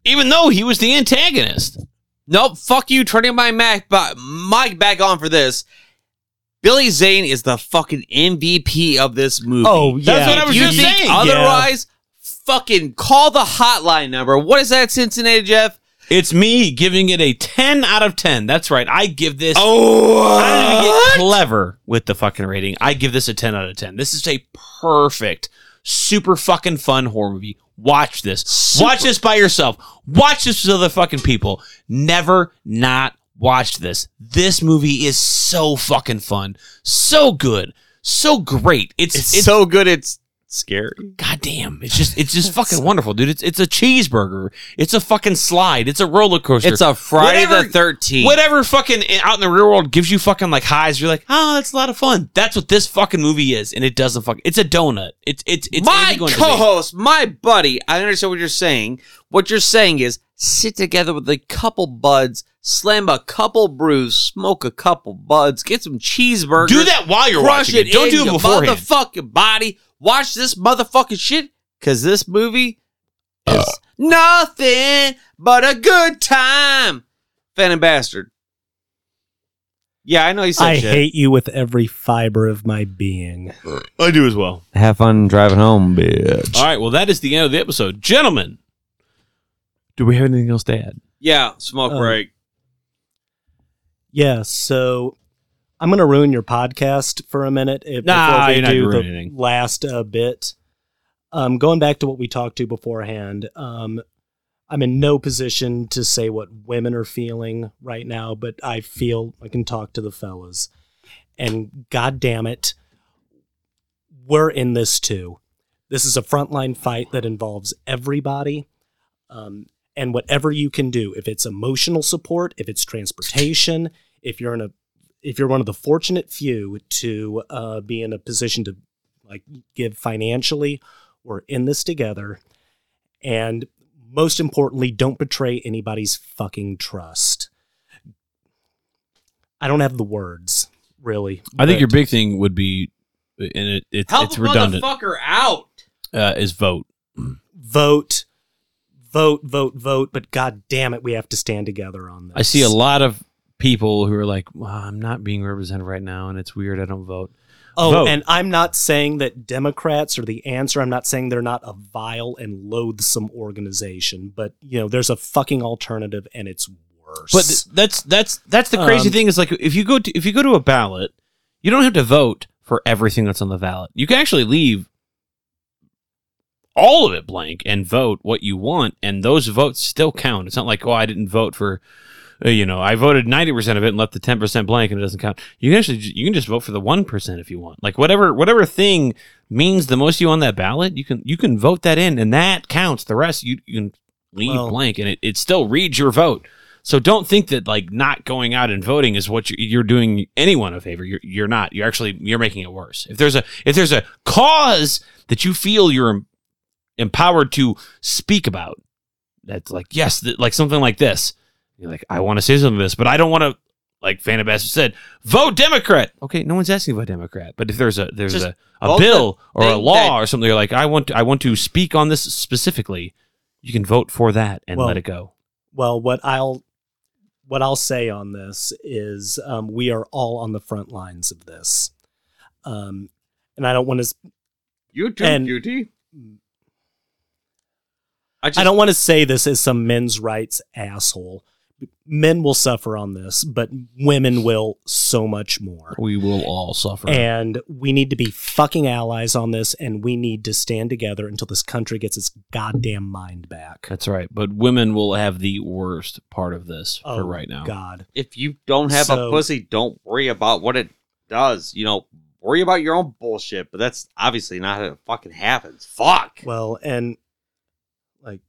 Even though he was the antagonist.
Nope. Fuck you. Turning my Mac bu- mic back on for this. Billy Zane is the fucking MVP of this movie.
Oh, yeah.
That's what I was
you
just
think
saying.
Otherwise, fucking call the hotline number. What is that, Cincinnati Jeff?
It's me giving it a 10 out of 10. That's right. I give this I don't even
Oh,
get clever with the fucking rating. I give this a 10 out of 10. This is a perfect, super fucking fun horror movie. Watch this. Watch this by yourself. Watch this with other fucking people. Never not watch this. This movie is so fucking fun. So good. So great. It's,
it's, so good. It's scary.
Goddamn. It's just it's just fucking wonderful, dude. It's it's a cheeseburger. It's a fucking slide. It's a roller coaster.
It's a Friday the 13th.
Whatever fucking eh, out in the real world gives you fucking like highs. You're like, oh, that's a lot of fun. That's what this fucking movie is, and it doesn't fucking. It's a donut. It's it's it's
my
anything going to be.
co-host, my buddy. I understand what you're saying. What you're saying is sit together with a couple buds, slam a couple brews, smoke a couple buds, get some cheeseburgers.
Do that while you're
crush
watching it. Don't
in
do it
your
beforehand.
Motherfucking body. Watch this motherfucking shit because this movie is nothing but a good time. Phantom bastard. Yeah, I know you said
I
shit.
hate you with every fiber of my being.
I do as well.
Have fun driving home, bitch.
All right, well, that is the end of the episode, gentlemen. Do we have anything else to add?
Yeah, smoke
Um,
break.
Yeah, so I'm going to ruin your podcast for a minute if, before
Nah,
we
you're not
do
gonna
the
ruin anything.
last uh, bit. Um, going back to what we talked to beforehand, um, I'm in no position to say what women are feeling right now, but I feel I can talk to the fellas. And god damn it, we're in this too. This is a frontline fight that involves everybody. Um, and whatever you can do, if it's emotional support, if it's transportation, if you're in a if you're one of the fortunate few to uh, be in a position to like give financially, we're in this together. And most importantly, don't betray anybody's fucking trust. I don't have the words, really.
I think
but-
your big thing would be, and it, it's
Help
it's
the
redundant.
motherfucker out.
Uh, is vote.
vote, vote, vote, vote. But god damn it, we have to stand together on this.
I see a lot of people who are like, well, I'm not being represented right now, and it's weird. I don't vote.
Oh,
Vote.
and I'm not saying that Democrats are the answer. I'm not saying they're not a vile and loathsome organization, but you know, there's a fucking alternative, and it's worse.
But th- that's that's that's the crazy
Um,
thing is like if you go to if you go to a ballot, you don't have to vote for everything that's on the ballot. You can actually leave all of it blank and vote what you want, and those votes still count. It's not like oh, I didn't vote for. uh, You know, I voted ninety percent of it and left the ten percent blank, and it doesn't count. You can actually ju- you can just vote for the one percent if you want. Like whatever whatever thing means the most to you on that ballot, you can you can vote that in, and that counts. The rest you, you can leave
Well-
blank, and it, it still reads your vote. So don't think that like not going out and voting is what you're, you're doing anyone a favor. You're, you're not. You're actually you're making it worse. If there's a if there's a cause that you feel you're em- empowered to speak about, that's like yes, th- like something like this. You're like I want to say something to this, but I don't want to. Like Fanny Bastard said, vote Democrat. Okay, no one's asking about Democrat, but if there's a there's
Just
a, a
vote
bill
the
or a
thing
law
that-
or something, you're like I want to, I want to speak on this specifically. You can vote for that and
Well,
let it go.
well, what I'll what I'll say on this is um, we are all on the front lines of this, um, and I don't want to
You too,
And-
cutie. I, just,
I don't want to say this as some men's rights asshole. Men will suffer on this, but women will so much more.
We will all suffer.
And we need to be fucking allies on this, and we need to stand together until this country gets its goddamn mind back.
That's right. But women will have the worst part of this for right now.
Oh, God.
If you don't have
So-
a pussy, don't worry about what it does. You know, worry about your own bullshit. But that's obviously not how it fucking happens. Fuck.
Well, and like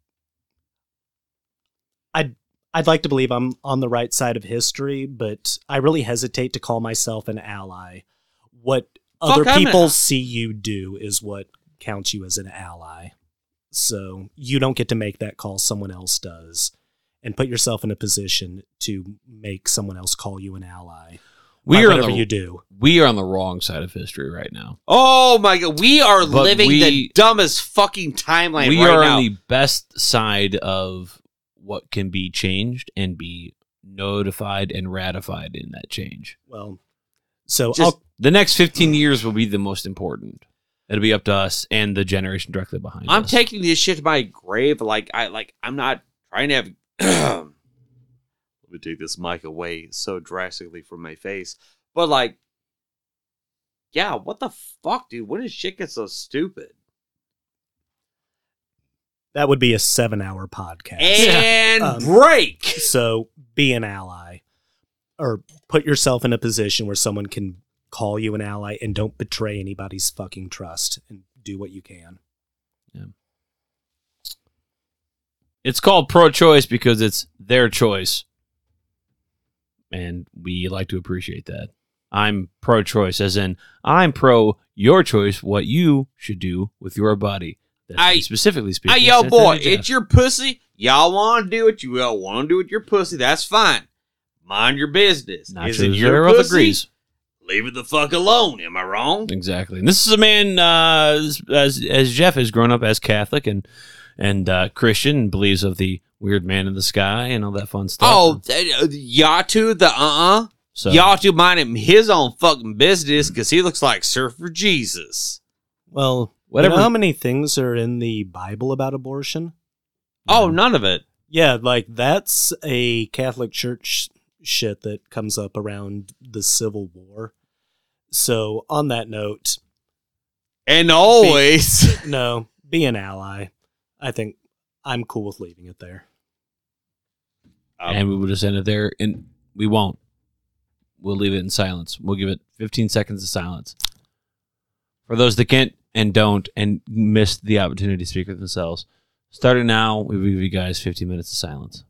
I'd I'd like to believe I'm on the right side of history, but I really hesitate to call myself an ally. What
Fuck,
other
I'm an-
people see you do is what counts you as an ally. So you don't get to make that call, someone else does. And put yourself in a position to make someone else call you an ally.
We
by
are on
whatever
the,
you do.
We are on the wrong side of history right now.
Oh my god, we are
But
living
we-
the dumbest fucking timeline
we
right
are
now.
on the best side of what can be changed and be notified and ratified in that change.
Well, so
Just-
I'll,
the next 15 years will be the most important. It'll be up to us and the generation directly behind
I'm
us.
taking this shit to my grave. Like I like I'm not trying to have. (clears throat) Let me take this mic away so drastically from my face, but like, yeah, what the fuck, dude? When did shit get so stupid?
that would be a seven hour podcast.
Eh.
And
Um, (laughs)
break.
So be an ally or put yourself in a position where someone can call you an ally and don't betray anybody's fucking trust and do what you can.
It's called pro choice because it's their choice. And we like to appreciate that. I'm pro choice, as in, I'm pro your choice, what you should do with your body. That's
I-
specifically speaking.
Hey, yo,
Santana
boy,
Jeff.
it's your pussy. Y'all want to do what you all want to do with your pussy. That's fine. Mind your business.
Nacho
Is it your
Zero
pussy?
agrees.
Leave it the fuck alone. Am I wrong?
Exactly. And this is a man uh, as- as as Jeff has grown up as Catholic and and uh, Christian and believes of the weird man in the sky and all that fun stuff.
Oh, uh, Yatu, the uh uh.
So-
Yatu mind him his own fucking business because he looks like Surfer Jesus.
Well,
Whatever-
You know how many things are in the Bible about abortion?
Oh, none of it.
Yeah, like that's a Catholic Church shit that comes up around the Civil War. So, on that note,
and always,
no, be an ally. I think I'm cool with leaving it there.
and we will just end it there. And we won't. We'll leave it in silence. We'll give it 15 seconds of silence for those that can't and don't and miss the opportunity to speak for themselves. Starting now, we will give you guys 15 minutes of silence.